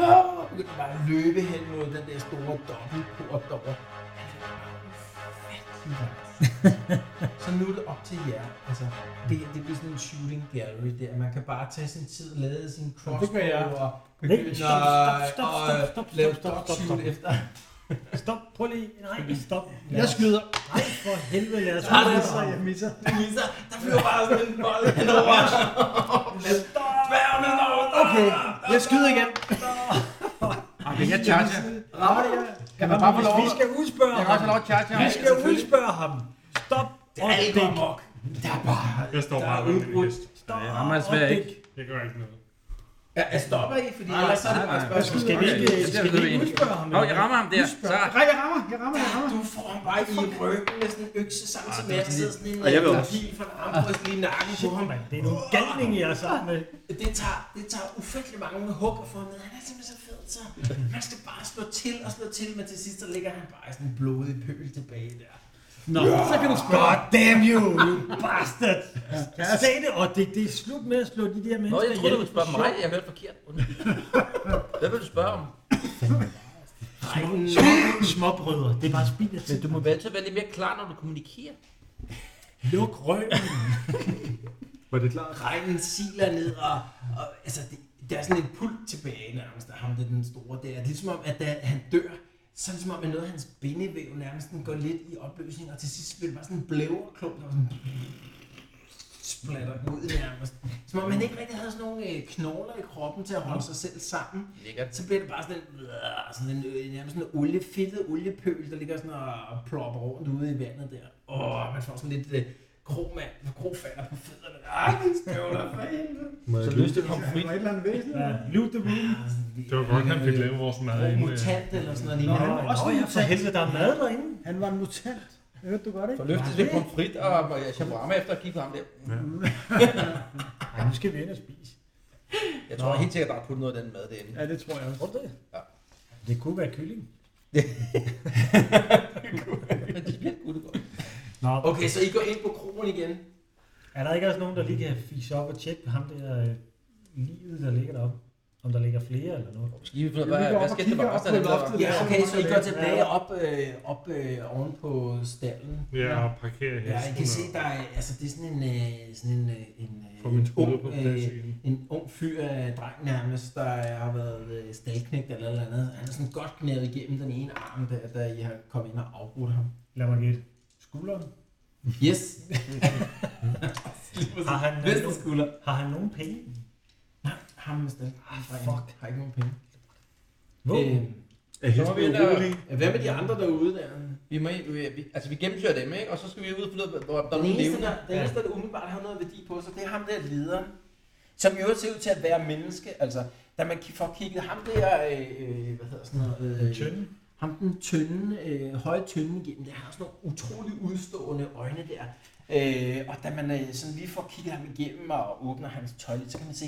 Speaker 9: Åh, begynder bare at løbe hen mod den der store dobbeltport derovre.
Speaker 2: Lige langt. Så nu er det op til jer. Altså, det, det bliver sådan en shooting gallery der. Man kan bare tage sin tid, lade sin crossbow
Speaker 9: Det gør jeg.
Speaker 2: og
Speaker 9: Nej,
Speaker 2: begynde
Speaker 9: stop, stop, stop, stop,
Speaker 2: at- at
Speaker 9: stop, stop,
Speaker 2: lave
Speaker 9: stop,
Speaker 2: dot
Speaker 9: stop,
Speaker 2: shoot
Speaker 9: stop.
Speaker 2: efter.
Speaker 5: Stop, prøv lige. Nej, stop.
Speaker 7: Jeg skyder.
Speaker 5: Nej, for helvede, lad os
Speaker 7: Ah, det er så, jeg misser.
Speaker 2: Du misser. Der flyver bare sådan en bold henover. Dværgen henover.
Speaker 7: Okay, jeg skyder igen.
Speaker 3: Okay, jeg charger.
Speaker 7: Rammer det,
Speaker 3: Kan man bare få lov
Speaker 7: Vi
Speaker 3: at-
Speaker 7: skal udspørge ham.
Speaker 3: Jeg kan også have lov at charge ham.
Speaker 7: Vi skal udspørge ham. Stop.
Speaker 2: Det er alt bare mok. Der er bare...
Speaker 4: Jeg står bare ved min hest.
Speaker 7: Stop.
Speaker 3: Jeg rammer desværre
Speaker 7: og
Speaker 3: ikke.
Speaker 7: dæk.
Speaker 4: Jeg gør ikke noget.
Speaker 2: Ja, jeg stopper I, fordi ellers så er det
Speaker 3: nej,
Speaker 2: bare
Speaker 3: nej.
Speaker 2: spørgsmål.
Speaker 5: Skal vi ikke,
Speaker 3: Okay,
Speaker 5: skal vi
Speaker 3: det er
Speaker 5: ikke
Speaker 3: det.
Speaker 5: udspørge ham?
Speaker 3: Nå, jeg rammer ham der. Så
Speaker 7: Nej, jeg rammer. Jeg rammer. Jeg rammer.
Speaker 2: Du får ham bare i ryggen med sådan en økse sammen til Mads, sidder sådan en
Speaker 8: Og jeg vil
Speaker 2: øh,
Speaker 8: også.
Speaker 2: pil fra en armbryst lige i nakken på ham.
Speaker 5: Det er nogle galninge, jeg er sammen med.
Speaker 2: Det tager, det tager ufattelig mange hug at få ham ned. Han er simpelthen så fed, så man skal bare slå til og slå til, men til sidst så ligger han bare i sådan en blodig pøl tilbage der.
Speaker 7: Nå, så kan du spørge.
Speaker 5: God damn you, you bastard! Sag det, og det, det er slut med at slå de der
Speaker 15: Nå,
Speaker 5: mennesker
Speaker 15: jeg troede, du
Speaker 5: ihjel.
Speaker 15: ville spørge mig. Jeg hørte forkert. Undskyld. Hvad vil du spørge om?
Speaker 5: Små- Småbrødre, det er bare spild af tid.
Speaker 15: Du må være til at være lidt mere klar, når du kommunikerer.
Speaker 5: Luk røven.
Speaker 8: Var det klart?
Speaker 2: Drengen siler ned, og, og altså, det, der er sådan et pult tilbage nærmest af ham, det er den store der. Det er ligesom om, at da han dør, så er det som om, at noget af hans bindevæv nærmest sådan går lidt i opløsning, og til sidst bliver det bare sådan en blæverklump, der sådan splatter ud nærmest. Som om han ikke rigtig havde sådan nogle øh, knogler i kroppen til at holde sig selv sammen.
Speaker 15: Lækkert.
Speaker 2: Så bliver det bare sådan en, øh, sådan en øh, nærmest sådan en olie, fedtet oliepøl, der ligger sådan og plopper rundt ude i vandet der. Åh, man får sådan lidt øh, krog, mand, krog falder på fødderne. Ej, min støvler, for helvede. Ah,
Speaker 8: Må jeg
Speaker 15: Så
Speaker 8: lytte?
Speaker 15: lyst til pomfrit.
Speaker 18: et eller andet væsen.
Speaker 5: Ja, Loot the room.
Speaker 4: Det var godt, han fik lavet vores mad
Speaker 2: Krog
Speaker 4: inden. øh,
Speaker 2: mutant eller sådan noget.
Speaker 7: Nå, han
Speaker 2: lignende.
Speaker 7: var også
Speaker 5: Nå,
Speaker 7: en
Speaker 5: ja, for
Speaker 7: mutant.
Speaker 5: helvede, der er mad derinde.
Speaker 7: Han var en mutant. Det hørte du godt, ikke?
Speaker 15: Så løftes vi pomfrit og og shawarma efter at kigge på ham der.
Speaker 5: Ej, nu skal vi ind og spise.
Speaker 15: Jeg tror helt sikkert, der er puttet noget af den mad derinde.
Speaker 7: Ja, det tror jeg også.
Speaker 15: Tror du det?
Speaker 5: Det kunne være kylling.
Speaker 15: Men det bliver godt godt.
Speaker 5: Nå,
Speaker 2: Okay, så I går ind på krogen igen.
Speaker 5: er der ikke også nogen, der lige kan fise op og tjekke på ham der øh, livet, der ligger deroppe? Om der ligger flere eller noget?
Speaker 15: Måske vi finder,
Speaker 7: Ja, vi
Speaker 15: hvad,
Speaker 7: går
Speaker 15: hvad
Speaker 7: op og
Speaker 15: skete der med
Speaker 7: kigger
Speaker 15: resten
Speaker 7: op
Speaker 15: af
Speaker 7: på
Speaker 15: dem
Speaker 7: loftet.
Speaker 15: der?
Speaker 2: Ja, okay, så I går tilbage op, øh, op øh, oven på stallen.
Speaker 4: Ja, og parkerer hesten.
Speaker 2: Ja, I kan se, der er, altså, det er sådan en, øh, sådan en, øh, en, øh,
Speaker 4: Få min skulder
Speaker 2: ung,
Speaker 4: på
Speaker 2: øh,
Speaker 4: plads igen.
Speaker 2: en ung fyr, øh, dreng nærmest, der har været øh, staldknægt eller noget andet. Han er sådan godt knævet igennem den ene arm, der, da I har kommet ind og afbrudt ham.
Speaker 5: Lad mig gætte. Skulderen?
Speaker 2: Yes.
Speaker 5: Har han, øh,
Speaker 2: Venstre skulder.
Speaker 5: har han nogen penge?
Speaker 2: Nej, ham med stald. Ah,
Speaker 5: fuck.
Speaker 2: Har ikke nogen penge.
Speaker 5: Hvor?
Speaker 2: Øh,
Speaker 8: Er hesten
Speaker 15: vi ind og-
Speaker 8: urolig?
Speaker 2: hvad med de andre derude der? Den
Speaker 15: Vi, må, vi, vi, altså, vi gennemfører dem, ikke? Og så skal vi ud og finde ud af, hvor der er nogen
Speaker 2: eneste,
Speaker 15: levende.
Speaker 2: der, den eneste, der umiddelbart har noget værdi på sig, det er ham der lederen. Som jo ser ud til at være menneske. Altså, da man ki- får kigget ham der, øh, øh, hvad hedder sådan noget? Øh,
Speaker 5: Tynde?
Speaker 2: Ham den tynde, øh, høje tynde igennem, der har sådan nogle utrolig udstående øjne der. Øh, og da man øh, sådan lige får kigget ham igennem og åbner hans tøj lidt, så kan man se,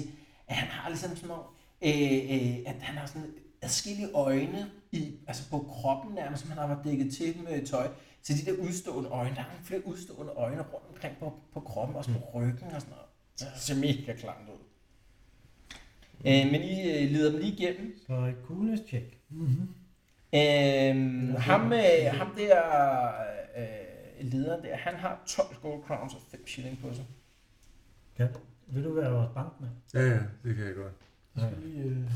Speaker 2: at han har ligesom sådan nogle, øh, øh, at han har sådan, adskillige øjne i, altså på kroppen nærmest, som han har været dækket til med tøj, til de der udstående øjne. Der er nogle flere udstående øjne rundt omkring på, på kroppen, også på ryggen og sådan noget. Mm. Det ser mega klamt ud. Øh, men I øh, leder dem lige igennem.
Speaker 5: Så et coolness check.
Speaker 2: Mm-hmm. Øhm, ham, øh, ham der øh, lederen der, han har 12 gold crowns og 5 shilling på sig.
Speaker 5: Kan, vil du være vores bankmand?
Speaker 8: Ja, ja, det kan jeg godt. øh-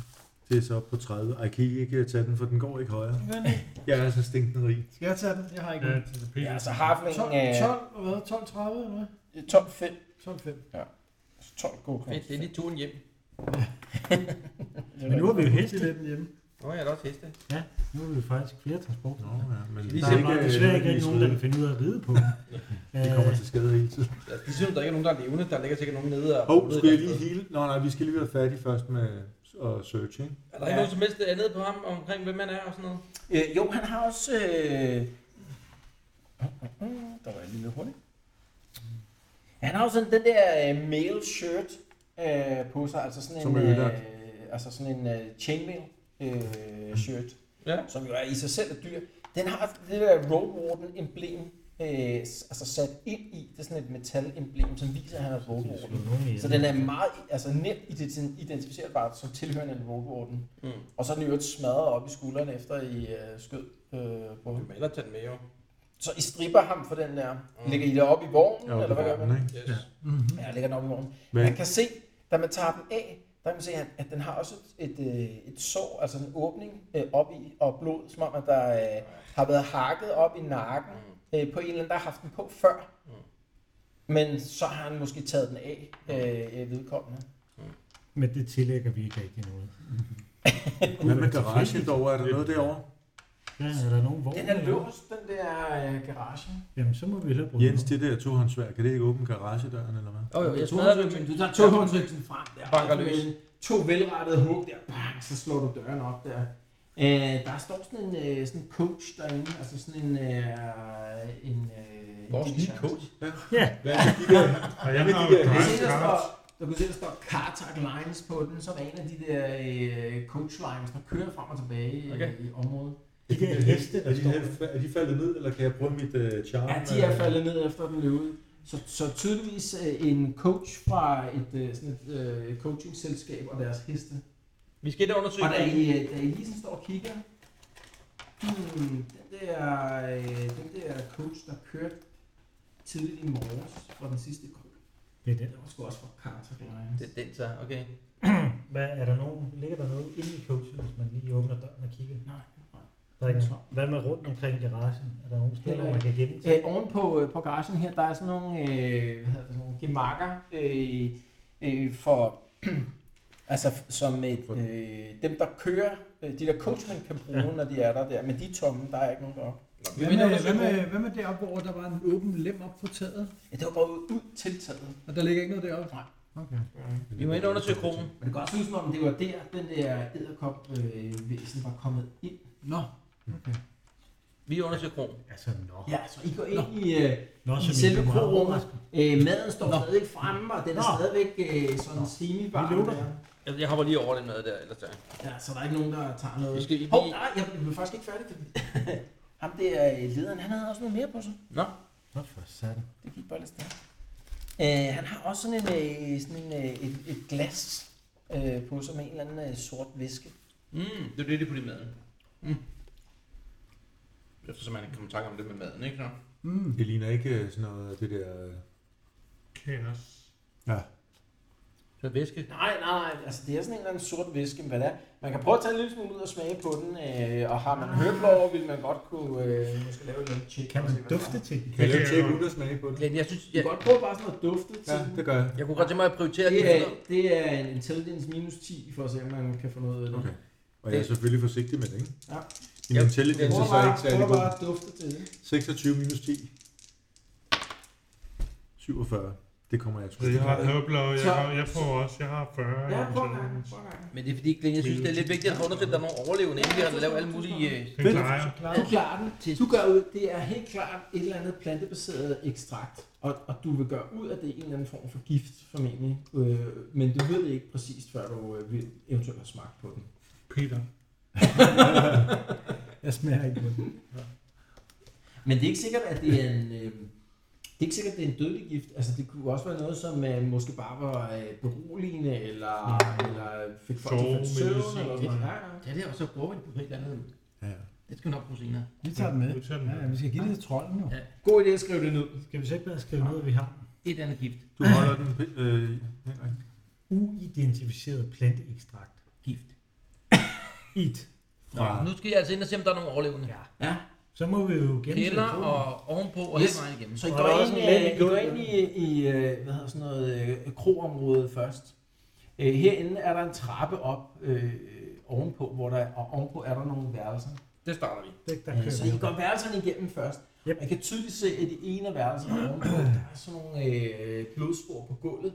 Speaker 8: Det er så op på 30. Ej, kan I ikke øh, tage den, for den går ikke højere.
Speaker 13: Gør den ikke?
Speaker 8: Jeg er så stinkende rig.
Speaker 13: Skal jeg tage den? Jeg har ikke
Speaker 8: Ja,
Speaker 13: nogen.
Speaker 8: til
Speaker 2: Ja, altså Harfling,
Speaker 13: 12,
Speaker 2: øh,
Speaker 13: 12, og hvad? 12, 30 eller hvad?
Speaker 2: 12-5.
Speaker 13: 12, 5.
Speaker 2: Ja. Altså 12 gold crowns.
Speaker 15: Fedt, det er lige turen hjem.
Speaker 5: Men nu har vi jo heste.
Speaker 13: Lidt hjemme.
Speaker 15: Nå, jeg er da også heste.
Speaker 5: Ja, nu er vi faktisk flere transporter. Nå,
Speaker 8: ja, men
Speaker 5: men
Speaker 8: det
Speaker 5: der
Speaker 8: er
Speaker 5: er
Speaker 8: ikke,
Speaker 5: meget,
Speaker 8: øh,
Speaker 5: desværre ikke rigtig nogen, der
Speaker 8: nødvendigvis
Speaker 5: kan finde ud af at ride på. Øh,
Speaker 8: Det kommer til skade hele tiden.
Speaker 15: Det synes, der ikke er nogen, der er levende. Der ligger sikkert nogen nede og...
Speaker 8: Hov, oh, skulle jeg lige hele? Nå nej, vi skal lige være færdige først med at search, ikke?
Speaker 15: Er der ikke nogen som helst andet på ham omkring, hvem han er og sådan noget?
Speaker 2: Øh, jo, han har også... Øh... Uh, uh, uh, Der var jeg lige lidt hurtig. Mm. Han har jo sådan den der øh, male shirt øh, på sig, altså sådan
Speaker 8: Som
Speaker 2: en,
Speaker 8: er ødelagt.
Speaker 2: altså sådan en øh, chainmail øh, shirt,
Speaker 15: Ja.
Speaker 2: som jo er i sig selv er dyr. Den har det der Road Warden emblem øh, s- altså sat ind i, det er sådan et metal emblem, som viser, at han er Road Warden. Så den er meget altså nemt ident- identificerbar som tilhørende en Road Warden.
Speaker 15: Mm.
Speaker 2: Og så er den jo smadret op i skuldrene efter I øh, skød øh, på
Speaker 15: Du
Speaker 2: ham.
Speaker 15: kan ellers tage den med, jo.
Speaker 2: Så I stripper ham for den der. Mm. Lægger I det op i vognen,
Speaker 8: Ja,
Speaker 2: eller hvad gør man?
Speaker 8: ikke?
Speaker 15: Yes. Ja.
Speaker 2: Ja, jeg lægger den op i morgen.
Speaker 8: Men-
Speaker 2: Men... Man kan se, da man tager den af, der kan man se, at- at den har også et, et, øh, et sår, altså en åbning øh, op i, og blod, som om, at der øh, har været hakket op i nakken
Speaker 15: Mm.
Speaker 2: øh, på en eller anden, der har haft den på før. Men så har han måske taget den af øh, øh, vedkommende.
Speaker 5: Men det tillægger vi ikke rigtig noget.
Speaker 8: Hvad med garagen dog? Er der noget derovre?
Speaker 5: Ja, er der nogen vogn?
Speaker 2: Den er
Speaker 5: eller hvad?
Speaker 2: låst, den der øh, garage.
Speaker 5: Jamen, så må vi hellere bruge
Speaker 8: Jens, det der tohåndsvær, kan det ikke åbne garagedøren eller hvad?
Speaker 15: Jo, jo, jeg smadrer den.
Speaker 2: Tohåndsøksen, du tager tohåndsøksen frem der.
Speaker 15: Banker
Speaker 2: og
Speaker 15: løs.
Speaker 2: med To velrettede hug der, bang, så slår du døren op der. Øh, der står sådan en øh, sådan en coach derinde, altså sådan en... Øh, en øh,
Speaker 15: Vores
Speaker 2: en
Speaker 15: nye
Speaker 2: chance.
Speaker 15: coach.
Speaker 8: Hvad er det, de der?
Speaker 4: Og jeg
Speaker 8: Hvad
Speaker 4: har jo
Speaker 8: med
Speaker 2: Du
Speaker 8: de der
Speaker 2: kan
Speaker 4: drejet
Speaker 2: se, der
Speaker 4: kart.
Speaker 2: står, du kan se, der står Cartac Lines på den, som er en af de der øh, coach lines, der kører frem og tilbage okay.
Speaker 15: Okay.
Speaker 2: i området.
Speaker 5: De der heste, der
Speaker 8: Er de
Speaker 5: står.
Speaker 8: her- Er de faldet ned, eller kan jeg bruge mit øh, charme?
Speaker 2: Ja, de er faldet ned efter den løb ud. Så, så tydeligvis øh, en coach fra et, øh, sådan et øh, coachingselskab og deres heste.
Speaker 15: Vi skal ind og undersøge.
Speaker 2: Og da I, øh, da I lige sådan står og kigger, hmm, den der, øh, den der coach, der kørte tidligt i morges fra den sidste krog,
Speaker 5: Det er den.
Speaker 2: den var sgu også fra Carter
Speaker 15: Det er den så, okay.
Speaker 5: Hvad, er der nogen, ligger der noget inde i coachen, hvis man lige åbner døren og kigger?
Speaker 2: Nej.
Speaker 5: Der er ikke noget. Hvad med rundt omkring garagen? Er der nogen steder, hvor man kan gemme sig?
Speaker 2: Øh, oven på, øh, på garagen her, der er sådan nogle, øh, hvad hedder det, sådan nogle gemakker øh, øh, for, altså f- som et, øh, dem, der kører, øh, de der coachmen kan bruge, ja. når de er der der, men de er tomme, der er ikke nogen deroppe.
Speaker 15: Nå, vi
Speaker 13: Hvad
Speaker 15: vil
Speaker 13: med, hvad
Speaker 15: undersøge.
Speaker 13: med, hvad med deroppe, hvor der var en åben lem op på taget?
Speaker 2: Ja, det var bare ud til taget.
Speaker 13: Og der ligger ikke noget deroppe?
Speaker 2: Nej.
Speaker 13: Okay.
Speaker 15: Vi må ind og
Speaker 8: øh,
Speaker 15: undersøge krogen.
Speaker 2: Men det kan også lyde som om, det var der, den der æderkop-væsen var kommet ind.
Speaker 13: Nå.
Speaker 15: Vi undersøger krogen.
Speaker 5: Altså, nå.
Speaker 2: Ja, så I går ind i, øh,
Speaker 5: Nå,
Speaker 2: i
Speaker 5: så
Speaker 2: selve
Speaker 5: vi
Speaker 2: korummet. Øh, maden står
Speaker 5: Nå.
Speaker 2: stadig fremme, og den er
Speaker 5: Nå.
Speaker 2: stadigvæk øh, sådan semi-bar.
Speaker 5: Vi lukker.
Speaker 2: der.
Speaker 15: Jeg- Jeg hopper lige over den mad der, ellers der.
Speaker 2: Ja, så der er ikke nogen, der tager noget.
Speaker 15: Vi skal lige-
Speaker 2: Hov, nej, jeg blev faktisk ikke færdig. fordi Ham der øh, lederen, han havde også noget mere på sig.
Speaker 15: Nå.
Speaker 5: Nå, for satan.
Speaker 2: Det gik bare lidt stærkt. Øh, han har også sådan, en, øh, sådan en, øh, et, et glas øh, på sig med en eller anden øh, sort væske.
Speaker 15: Mm, det er det, det på din maden. Mm. Eftersom man ikke kommer i tanke om det med maden, ikke? Så.
Speaker 13: Mm.
Speaker 8: Det ligner ikke øh, sådan noget af det der... øh,
Speaker 4: Kaos.
Speaker 15: Så væske.
Speaker 2: Nej, nej, nej. Altså, det er sådan en eller anden sort væske, men hvad det er. Man kan prøve at tage en lille smule ud og smage på den, øh, og har man høreblover, vil man godt kunne øh, måske lave et lille tjek.
Speaker 5: Kan
Speaker 2: og
Speaker 5: man
Speaker 2: se, hvad der
Speaker 5: dufte
Speaker 2: er.
Speaker 5: til den?
Speaker 8: Kan jeg lave
Speaker 4: Det
Speaker 8: en
Speaker 4: er
Speaker 8: tjek
Speaker 4: jo-
Speaker 8: ud og smage på det?
Speaker 15: Glenn, jeg synes,
Speaker 2: Du
Speaker 15: jeg,
Speaker 2: kan godt prøve bare sådan at dufte til
Speaker 8: Ja,
Speaker 2: den.
Speaker 8: det gør jeg.
Speaker 15: jeg kunne godt tænke mig at prioritere det.
Speaker 2: Det er, det er en intelligence minus 10, for at se, om man kan få noget ud af det.
Speaker 8: Okay. Og jeg er selvfølgelig forsigtig med det, ikke?
Speaker 2: Ja.
Speaker 8: I
Speaker 15: Ja,
Speaker 8: min intelligence
Speaker 2: Prøv
Speaker 8: er så
Speaker 2: bare,
Speaker 8: ikke særlig
Speaker 2: prøv
Speaker 8: god.
Speaker 2: bare at dufte til det.
Speaker 8: 26 minus 10. 47. Det kommer jeg sgu
Speaker 4: Jeg har
Speaker 8: ikke.
Speaker 4: høblad, jeg,
Speaker 2: Så-
Speaker 4: har, jeg får også, jeg har 40.
Speaker 2: Ja,
Speaker 4: jeg
Speaker 2: prøv
Speaker 4: har
Speaker 2: at
Speaker 4: sådan-
Speaker 2: gange, prøv at gange.
Speaker 15: Men det er fordi, Glenn, jeg synes, det er lidt vigtigt at få undersøgt, at der er nogle overlevende, inden vi har lavet alle mulige... Øh,
Speaker 4: Den klarer
Speaker 13: Klar.
Speaker 2: Du klarer den. Du gør ud, det er helt klart et eller andet plantebaseret ekstrakt, og, og du vil gøre ud af det en eller anden form for gift, formentlig. Øh, men du ved det ikke præcist, før du øh, vil- eventuelt har smagt på den.
Speaker 4: Peter.
Speaker 13: jeg smager ikke på den.
Speaker 2: Men det er ikke sikkert, at det er en... Øh, det er ikke sikkert, at det er en dødelig gift. Altså, det kunne også være noget, som øh, måske bare var øh, beroligende, eller, eller fik folk til at falde i søvn,
Speaker 3: Sovemedicin.
Speaker 2: Mm. eller sådan noget.
Speaker 3: Det er det, og så bruger vi det på et eller andet.
Speaker 8: Ja.
Speaker 3: Det skal vi nok bruge senere.
Speaker 13: Vi tager den med.
Speaker 4: Vi tager den med.
Speaker 13: Ja, vi skal give det til trolden jo.
Speaker 3: Ja.
Speaker 2: God idé at skrive det ned.
Speaker 5: Skal vi så ikke bare skrive noget, vi har?
Speaker 3: Et eller andet gift.
Speaker 8: Du holder den, øh, Henrik.
Speaker 5: Uidentificeret planteekstrakt.
Speaker 3: Gift.
Speaker 5: It.
Speaker 8: Fra-
Speaker 3: Nu skal jeg altså ind og se, om der er nogle overlevende.
Speaker 5: Ja.
Speaker 2: Ja.
Speaker 5: Så må vi jo gennemsøge
Speaker 3: Kælder
Speaker 5: bogen.
Speaker 3: og ovenpå og
Speaker 2: Yes.
Speaker 3: hele vejen igennem.
Speaker 2: Så I
Speaker 5: Og
Speaker 2: går
Speaker 5: der er
Speaker 2: ind,
Speaker 5: også en
Speaker 2: øh,
Speaker 5: let
Speaker 2: I går
Speaker 5: gåde.
Speaker 2: ind i, i øh, hvad hedder sådan noget, øh, kroområdet først. Øh, herinde er der en trappe op øh, ovenpå, hvor der, og ovenpå er der nogle værelser.
Speaker 3: Det starter vi.
Speaker 5: Det, der
Speaker 2: Ja,
Speaker 5: kører
Speaker 2: så
Speaker 5: vi.
Speaker 2: I går værelserne igennem først.
Speaker 5: Yep.
Speaker 2: Yep. Man kan tydeligt se, at i det ene af værelserne ovenpå, der er sådan nogle øh, blodspor på gulvet.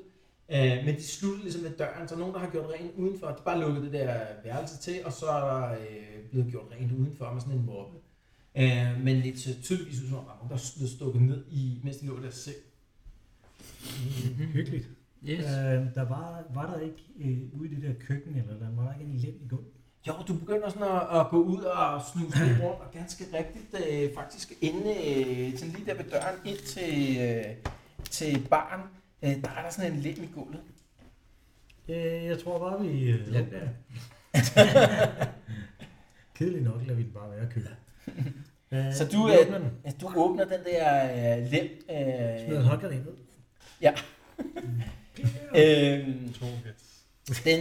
Speaker 2: Øh, men de slutter ligesom ved døren, så nogen, der har gjort rent udenfor, de bare lukket det der værelse til, og så er der øh, blevet gjort rent udenfor med sådan en moppe. Øh, men det ser tydeligvis ud som om, der er nogen, der er blevet stukket ned i, mens de lå der selv.
Speaker 5: Hyggeligt.
Speaker 3: Yes.
Speaker 5: Øh, der var, var der ikke øh, ude i det der køkken, eller der var der ikke en lem i gulvet?
Speaker 2: Jo, du begynder sådan at, at gå ud og snuse lidt rundt, og ganske rigtigt øh, faktisk inde øh, sådan lige der ved døren ind til, øh, til baren, øh, der er der sådan en lem i gulvet.
Speaker 5: Øh, jeg tror bare, vi... Øh,
Speaker 3: Ja, der.
Speaker 5: Kedeligt nok lader vi den bare være køle. Øh,
Speaker 2: Så du,
Speaker 5: vi
Speaker 2: øh,
Speaker 5: åbner den.
Speaker 2: altså, du åbner den der øh, lem, øh,
Speaker 5: Smider en håndgranat ned.
Speaker 2: øh,
Speaker 4: To, ja.
Speaker 2: den,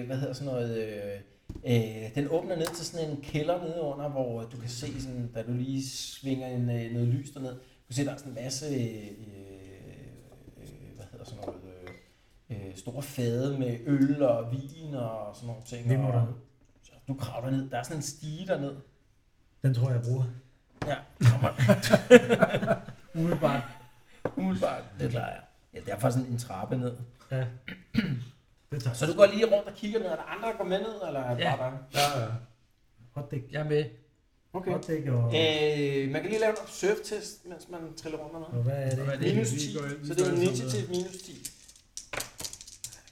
Speaker 2: øh, hvad hedder sådan noget, øh, øh, den åbner ned til sådan en kælder nede under, hvor du kan se, sådan, da du lige svinger en, øh, noget lys derned, du kan se, der er sådan en masse, øh, øh, hvad hedder sådan noget, øh, øh, store fade med øl og vin og sådan nogle ting.
Speaker 5: Hvem er der?
Speaker 2: og, så du kravler ned, der er sådan en stige derned.
Speaker 5: Den tror jeg, jeg bruger.
Speaker 2: Ja, kommer. Umiddelbart. Umiddelbart, det klarer jeg. Ja, der er faktisk sådan en trappe ned.
Speaker 5: Ja. Det tager
Speaker 2: Så du går lige rundt og kigger ned, er der andre, der går med ned, eller er det
Speaker 3: Ja.
Speaker 2: bare dig?
Speaker 8: Ja, ja.
Speaker 5: Hotdæk.
Speaker 3: Jeg er med.
Speaker 5: Hotdæk og...
Speaker 2: Øh, man kan lige lave en surf-test, mens man triller rundt dernede.
Speaker 5: Og hvad er det?
Speaker 3: Hvad er det?
Speaker 2: Minus
Speaker 3: Vi
Speaker 2: 10,
Speaker 19: går ind- vi
Speaker 2: så det er
Speaker 19: går
Speaker 2: en
Speaker 19: ind sammen
Speaker 2: initiativ minus 10.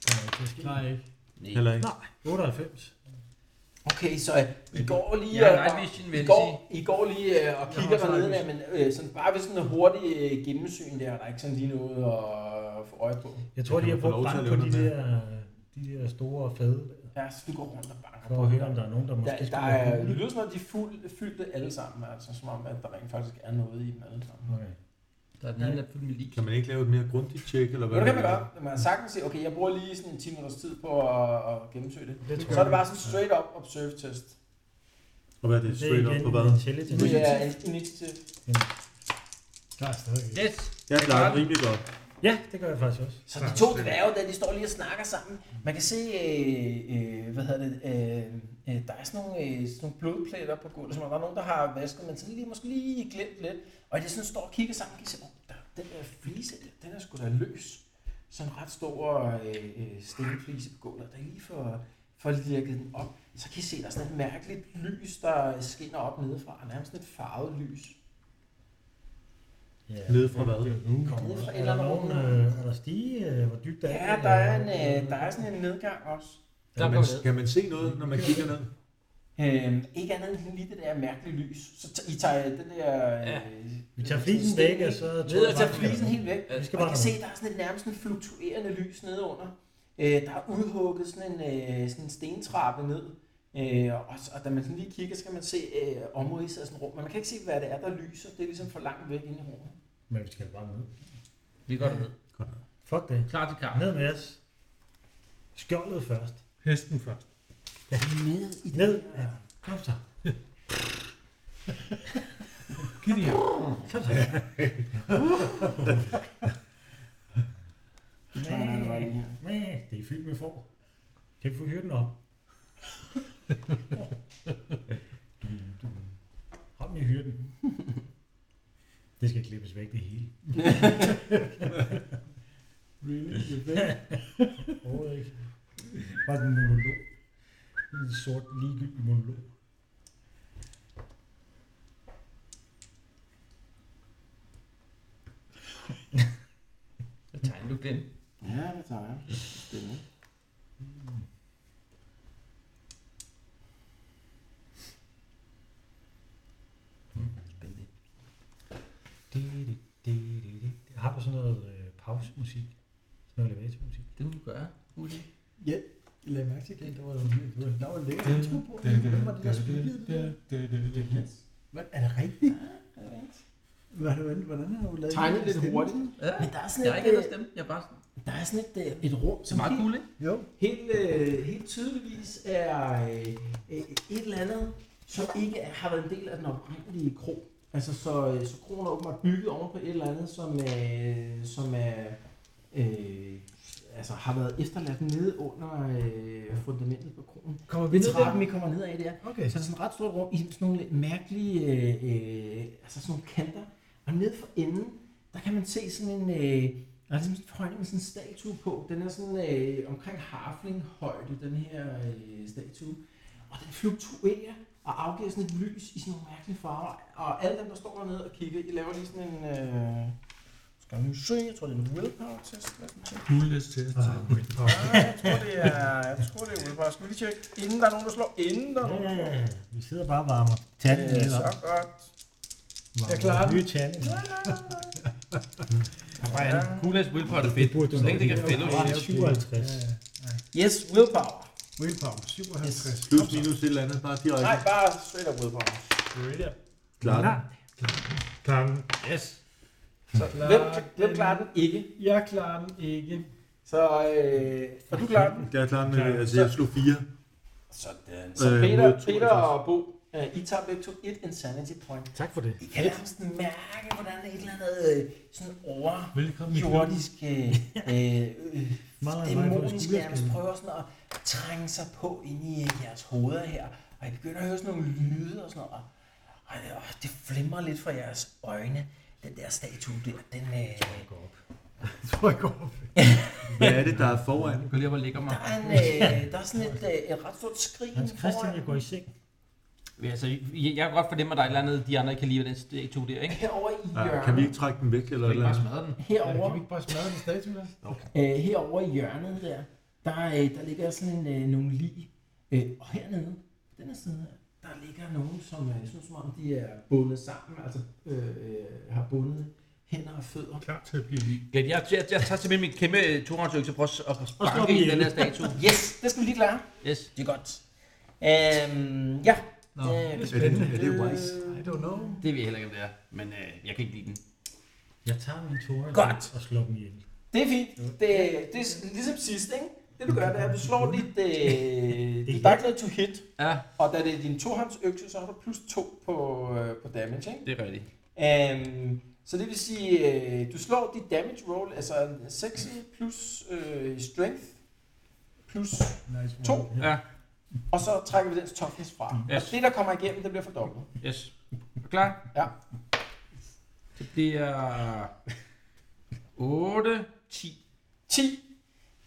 Speaker 5: Kommer ikke til at ske.
Speaker 19: Nej, ikke.
Speaker 8: Heller ikke.
Speaker 5: Nej, 98.
Speaker 2: Okay, så øh, I går lige,
Speaker 3: Jeg har
Speaker 2: og-
Speaker 3: night vision, vil
Speaker 2: I
Speaker 3: jeg
Speaker 2: går, I går lige øh, og
Speaker 19: Jeg
Speaker 2: kigger
Speaker 19: har også
Speaker 2: dernede,
Speaker 19: night
Speaker 2: der, men øh, sådan, bare ved sådan en hurtig øh, gennemsyn der, er der er ikke sådan lige noget at få øje på.
Speaker 5: Jeg tror,
Speaker 8: Jeg
Speaker 5: de har
Speaker 8: kan få
Speaker 5: brugt
Speaker 8: lov til
Speaker 5: brand
Speaker 8: at
Speaker 5: på
Speaker 8: lave
Speaker 5: de
Speaker 8: noget
Speaker 5: der, de der store fade, der,
Speaker 2: Ja, så du går rundt og banker
Speaker 5: for
Speaker 2: på
Speaker 5: at høre, om der er nogen, der måske
Speaker 2: Der, der
Speaker 5: skulle være
Speaker 2: er, det
Speaker 5: muligt.
Speaker 2: lyder som om, de er fuld, fyldte alle sammen, altså som om, at der rent faktisk er noget i dem alle sammen.
Speaker 5: Okay.
Speaker 3: Der er den ene, der er fyldt med lig.
Speaker 8: Kan man ikke lave et mere grundigt tjek, eller hvad?
Speaker 2: Men det kan man gøre. Man kan sagtens sige, okay, jeg bruger lige sådan 10 minutters tid på at, at gennemsøge det.
Speaker 5: Det tror
Speaker 2: Så er det
Speaker 5: jeg.
Speaker 2: bare sådan straight up observe test.
Speaker 8: Og hvad er det?
Speaker 5: Det er
Speaker 8: Straight up
Speaker 5: igen
Speaker 8: på hvad?
Speaker 5: intelligence.
Speaker 2: Det er en initiativ.
Speaker 5: Der er stadig.
Speaker 3: Yes.
Speaker 8: Jeg klarer det rimelig godt.
Speaker 5: Ja, det gør jeg faktisk også.
Speaker 2: Så de to dværge, der de står lige og snakker sammen. Man kan se, øh, øh, hvad hedder det, øh, øh, der er sådan nogle, øh, sådan nogle blodpletter på gulvet, som om der er nogen, der har vasket, men sådan lige, måske lige glemt lidt. Og de sådan står og kigger sammen, kan I se, oh, der, den der flise, der, den er sgu da løs. Sådan en ret stor øh, øh, stenflise på gulvet, der lige for, for lirket den op. Så kan I se, der er sådan et mærkeligt lys, der skinner op nedefra, nærmest sådan et farvet lys.
Speaker 5: Ja.
Speaker 8: Ned fra hvad?
Speaker 5: Kommer
Speaker 2: Ned
Speaker 5: der,
Speaker 2: fra et
Speaker 5: er
Speaker 2: eller
Speaker 5: Mm.
Speaker 2: andet
Speaker 5: der nogen,
Speaker 2: rum.
Speaker 5: øh, er der stige, øh, hvor dybt der er?
Speaker 2: Ja, der er, en, øh, der er sådan en nedgang også.
Speaker 3: Der
Speaker 8: Kan
Speaker 3: går
Speaker 8: man,
Speaker 3: ned.
Speaker 8: kan man se noget, når man kigger ned?
Speaker 2: Øhm, ikke andet end lige det der mærkelige lys. Så t- I tager øh, den der... Øh,
Speaker 3: Ja.
Speaker 5: Vi tager flisen væk, og så
Speaker 2: Ned
Speaker 5: jeg
Speaker 2: og tager
Speaker 5: bare-
Speaker 2: flisen helt væk.
Speaker 5: Vi skal
Speaker 2: Og I
Speaker 5: bare
Speaker 2: kan
Speaker 5: have
Speaker 2: se, der er sådan et nærmest en fluktuerende lys nedenunder. Øh, der er udhugget sådan en, øh, sådan en stentrappe ned. Øh, og, s- og da man sådan lige kigger, så kan man se øh, området i sådan et rum. Men man kan ikke se, hvad det er, der lyser. Det er ligesom for langt væk inde i rummet.
Speaker 5: Men vi skal bare ned.
Speaker 3: Vi går derned.
Speaker 5: Fuck det.
Speaker 3: Klar til kamp.
Speaker 5: Ned med os. Skjoldet først.
Speaker 4: Hesten først.
Speaker 2: Ned i
Speaker 5: Ned. Ja. Kom så.
Speaker 19: Giv det her.
Speaker 5: Kom så.
Speaker 2: det.
Speaker 5: Næh, det er fyldt med får. Kan vi få hyre den op? Hold den i hyrden. Det skal klippes væk, det hele.
Speaker 19: Really? Det er fedt.
Speaker 5: Overhovedet ikke. Bare sådan en monolog. En sort, ligegyldig monolog.
Speaker 3: Så tegner du den.
Speaker 2: Ja, det tager jeg. Spændende.
Speaker 5: elevatormusik.
Speaker 20: Det må du gøre. Okay.
Speaker 21: Ja, lad mærke til det. Der var der var en lækker intro på.
Speaker 4: Da, da,
Speaker 21: Hvem var det, der
Speaker 4: da,
Speaker 21: spillede
Speaker 4: da,
Speaker 21: det?
Speaker 4: da, da, da, da.
Speaker 21: Hvad, er det rigtigt? Hvordan, hvordan har du lavet
Speaker 22: Tegnet
Speaker 21: den
Speaker 22: lidt
Speaker 21: stemme?
Speaker 22: hurtigt.
Speaker 20: Ja,
Speaker 2: Men der er sådan
Speaker 20: jeg
Speaker 2: et,
Speaker 20: er ikke ændret
Speaker 2: øh,
Speaker 20: stemme. Jeg er bare sådan.
Speaker 2: Der er sådan et, øh, et rum, som
Speaker 20: Meget
Speaker 2: helt,
Speaker 20: cool, ikke?
Speaker 21: Jo.
Speaker 2: helt, øh, helt tydeligvis er øh, øh, et eller andet, som ikke er, har været en del af den oprindelige krog. Altså, så, øh, så krogen er åbenbart bygget oven på et eller andet, som, øh, som er, øh, altså, har været efterladt nede under øh, fundamentet på krogen.
Speaker 21: Kommer vi
Speaker 2: Ved
Speaker 21: ned der?
Speaker 2: trappen, vi kommer ned af, det er.
Speaker 21: Okay.
Speaker 2: øh, Så er der sådan et ret stort rum i sådan nogle lidt mærkelige, øh, øh, altså sådan nogle kanter. Og nede for enden, der kan man se sådan en, øh, der er ligesom sådan en forhøjning med sådan en statue på. Den er sådan øh, omkring harflinghøjde, den her øh, statue. Og den fluktuerer og afgiver sådan et lys i sådan nogle mærkelige farver. Og alle dem, der står dernede og kigger, I laver lige sådan en... Øh, skal vi nu se, jeg tror, det er en willpower-test. Lad os nu tjekke.
Speaker 4: Coolness test.
Speaker 5: Ah, okay.
Speaker 22: Ah, jeg tror, det er, jeg tror, det er willpower. Skal vi lige tjekke, inden der er nogen, der slår? Inden der er
Speaker 5: Ja,
Speaker 22: nogen, der
Speaker 5: ja,
Speaker 22: slår?
Speaker 5: ja. Vi sidder bare og varmer. Tag den
Speaker 22: Øh,
Speaker 5: lidt op.
Speaker 22: så godt.
Speaker 5: Jeg
Speaker 21: klarer den.
Speaker 5: Nye challenge.
Speaker 22: Ja.
Speaker 3: Cool as Willpower er fedt.
Speaker 5: burde du
Speaker 3: Så længe det
Speaker 5: nok
Speaker 3: kan
Speaker 5: lige-
Speaker 3: fælde
Speaker 5: Ja, 57.
Speaker 22: Yes, willpower.
Speaker 21: Willpower, 57.
Speaker 8: Plus minus et eller andet, bare
Speaker 22: Nej,
Speaker 8: direkte.
Speaker 22: bare straight up willpower.
Speaker 8: Klar. den.
Speaker 4: Klar.
Speaker 3: Yes.
Speaker 22: Så hvem, hvem klarer den ikke?
Speaker 13: Jeg klarer den ikke.
Speaker 22: Så, øh, og du klarer den.
Speaker 8: Jeg er klar med, altså jeg slog fire.
Speaker 22: Sådan. Så
Speaker 8: Øh,
Speaker 22: Peter,
Speaker 8: mod
Speaker 22: Peter
Speaker 8: 52.
Speaker 22: og Bo, øh, I tager begge to et insanity point.
Speaker 5: Tak for det.
Speaker 2: I kan nærmest mærke, hvordan et eller andet øh, sådan over
Speaker 4: Velkommen i klubben.
Speaker 2: jordisk øh, øh, øh,
Speaker 5: Meget, meget for
Speaker 2: dæmonisk nærmest
Speaker 5: skuespil.
Speaker 2: prøver sådan at trænge sig på ind i øh, jeres hoveder her. Og I begynder at høre sådan nogle lyde og sådan noget. Og det, åh, det flimrer lidt fra jeres øjne. Den der statue der, den, øh,
Speaker 21: Tror jeg går op.
Speaker 8: Hvad er det, der er foran?
Speaker 3: Du kan lige op og lægge mig.
Speaker 2: der, er en, øh, der er sådan et, øh, et ret stort skrig
Speaker 5: Hans Christian,
Speaker 2: foran.
Speaker 5: jeg går i seng.
Speaker 3: Ja, altså, jeg, jeg kan godt fornemme, at der er et eller andet, de andre ikke kan lide ved den statue der, ikke?
Speaker 2: Herover i
Speaker 8: Ja, Ah, kan vi
Speaker 2: hjørnet,
Speaker 8: ikke trække den væk eller
Speaker 3: Du
Speaker 8: et
Speaker 3: kan
Speaker 8: eller
Speaker 3: bare
Speaker 8: andet?
Speaker 3: smadre den.
Speaker 2: herover,
Speaker 13: Kan vi ikke bare smadre den statue
Speaker 2: Øh,
Speaker 13: der?
Speaker 2: herovre i hjørnet der, der, øh, der ligger sådan en, øh, nogle lig. Øh, og hernede, på den her side her, der ligger nogen, som øh, synes som om, de er bundet sammen, altså øh, øh, har bundet hænder og fødder.
Speaker 4: Klar til at blive lige.
Speaker 3: Glenn, jeg, jeg, jeg tager simpelthen min kæmpe tohåndsøg til at prøve at
Speaker 5: slå
Speaker 3: sparke
Speaker 5: dem
Speaker 3: i den
Speaker 5: ihjel.
Speaker 3: der statue.
Speaker 2: Yes, det skal vi lige klare.
Speaker 3: Yes.
Speaker 2: Det er godt. Øhm, ja.
Speaker 8: Nå,
Speaker 2: Øh,
Speaker 8: er det, er det wise?
Speaker 21: I don't know.
Speaker 3: Det ved jeg heller ikke, om det er. Men øh, jeg kan ikke lide den.
Speaker 5: Jeg tager min tårer
Speaker 2: Godt.
Speaker 5: og slår dem ihjel.
Speaker 2: Det er fint.
Speaker 3: Mm.
Speaker 2: Det, det er ligesom sidst, ikke? Det du gør, det er, at du
Speaker 3: Mm.
Speaker 2: slår dit, øh, dit backlight to hit,
Speaker 3: Ja,
Speaker 22: Og da det er din tohåndsøkse, så har du plus 2 på, øh, på damage, ikke?
Speaker 3: det er rigtigt.
Speaker 22: Øhm, så det vil sige, øh, du slår dit damage roll, altså en 6 plus øh, strength plus 2,
Speaker 3: Ja, Mm.
Speaker 22: og så trækker vi dens toughness fra.
Speaker 3: Yes.
Speaker 22: Og det, der kommer igennem, det bliver fordoblet.
Speaker 3: yes. Er du klar?
Speaker 22: Ja.
Speaker 3: Det bliver... 8, 10.
Speaker 22: 10,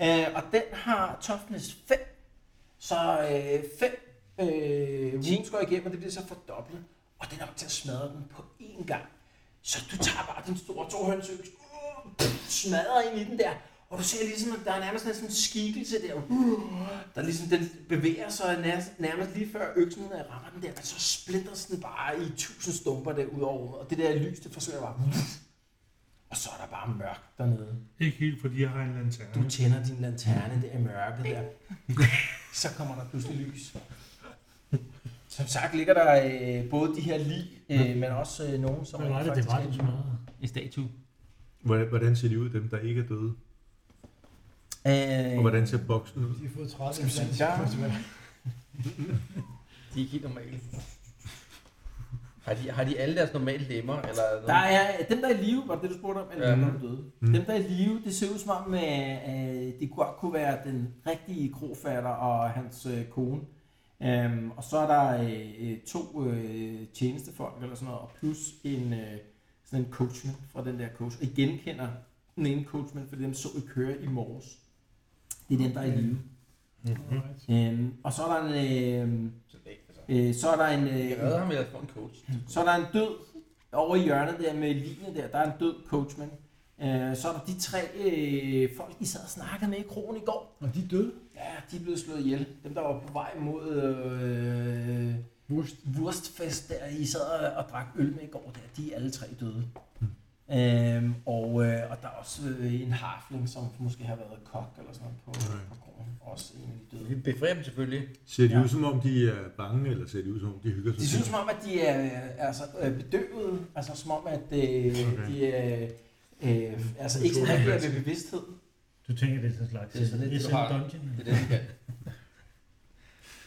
Speaker 2: øh, og den har toughness 5. Så øh, 5 øh, wounds går igennem, og det bliver så fordoblet. Og det er nok til at smadre den på én gang. Så du tager bare den store tohåndsøks, uh, pff, smadrer ind i den der, og du ser ligesom, at der er nærmest sådan en skikkelse der, uh, der ligesom, den bevæger sig nærmest, nærmest lige før øksen øh, rammer den der, og så splitter den bare i tusind stumper der ud over rummet, og det der lys, det forsvinder bare, uh, og så er der bare mørkt dernede.
Speaker 4: Ikke helt, fordi jeg har en lanterne.
Speaker 2: Du tænder din lanterne der i mørket der. Så kommer der pludselig lys.
Speaker 22: Som sagt ligger der øh, både de her lig, øh, men også øh, nogen, som
Speaker 5: Hvad var det, det var, du smadrede?
Speaker 3: En statue.
Speaker 8: Hvordan- Hvordan ser de ud, dem der ikke er døde? Og
Speaker 22: Øh,
Speaker 8: hvordan ser boksen ud?
Speaker 21: De har fået 30
Speaker 22: Skal vi se, der-
Speaker 20: De er helt normale. Har de, har de alle deres normale lemmer? Eller noget?
Speaker 22: der er dem, der er i live, var det det, du spurgte om, eller
Speaker 20: Ja.
Speaker 22: dem, der er døde?
Speaker 8: Mm.
Speaker 2: Dem, der er i live, det ser ud som om, at øh, det godt kunne være den rigtige krofatter og hans øh, kone. Øhm, og så er der øh, øh, to øh, tjenestefolk eller sådan noget, og plus en, øh, sådan en coachman fra den der coach. Og I genkender den ene coachman, fordi dem så I køre i morges. Det er den, der er i live. Øhm, og så er der en, øh,
Speaker 20: Så det er ikke, altså.
Speaker 2: øh, så er der en,
Speaker 20: Jeg
Speaker 2: øh,
Speaker 20: redder ham, jeg får en coach.
Speaker 2: så er der en død over i hjørnet der med linjen der. Der er en død coachman. Øh, så er der de tre øh, folk, I sad og snakkede med i krogen i går.
Speaker 21: Og de er døde.
Speaker 2: Ja, de er blevet slået ihjel. Dem, der var på vej mod øh, Wurst. Wurstfest, der I sad og, og drak øl med i går, der, de er alle tre døde.
Speaker 21: Hmm.
Speaker 2: Øhm, og, øh, og der er også øh, en harfling, som måske har været kok eller sådan noget på, på gården. Også en af de døde.
Speaker 15: Vi befrier dem selvfølgelig.
Speaker 8: Ser de ud som om, de er bange, eller ser de ud som om, de hygger sig?
Speaker 2: De synes som om, at de er øh, altså, øh, bedøvede, altså som om, at øh,
Speaker 8: Okay.
Speaker 2: de er øh, altså, ikke sådan rigtig er ved bevidsthed.
Speaker 5: Du tænker, det er sådan en slags...
Speaker 15: Det er sådan lidt,
Speaker 5: lidt
Speaker 15: du
Speaker 5: sådan en
Speaker 15: har.
Speaker 5: dungeon.
Speaker 15: Det er det, vi kan.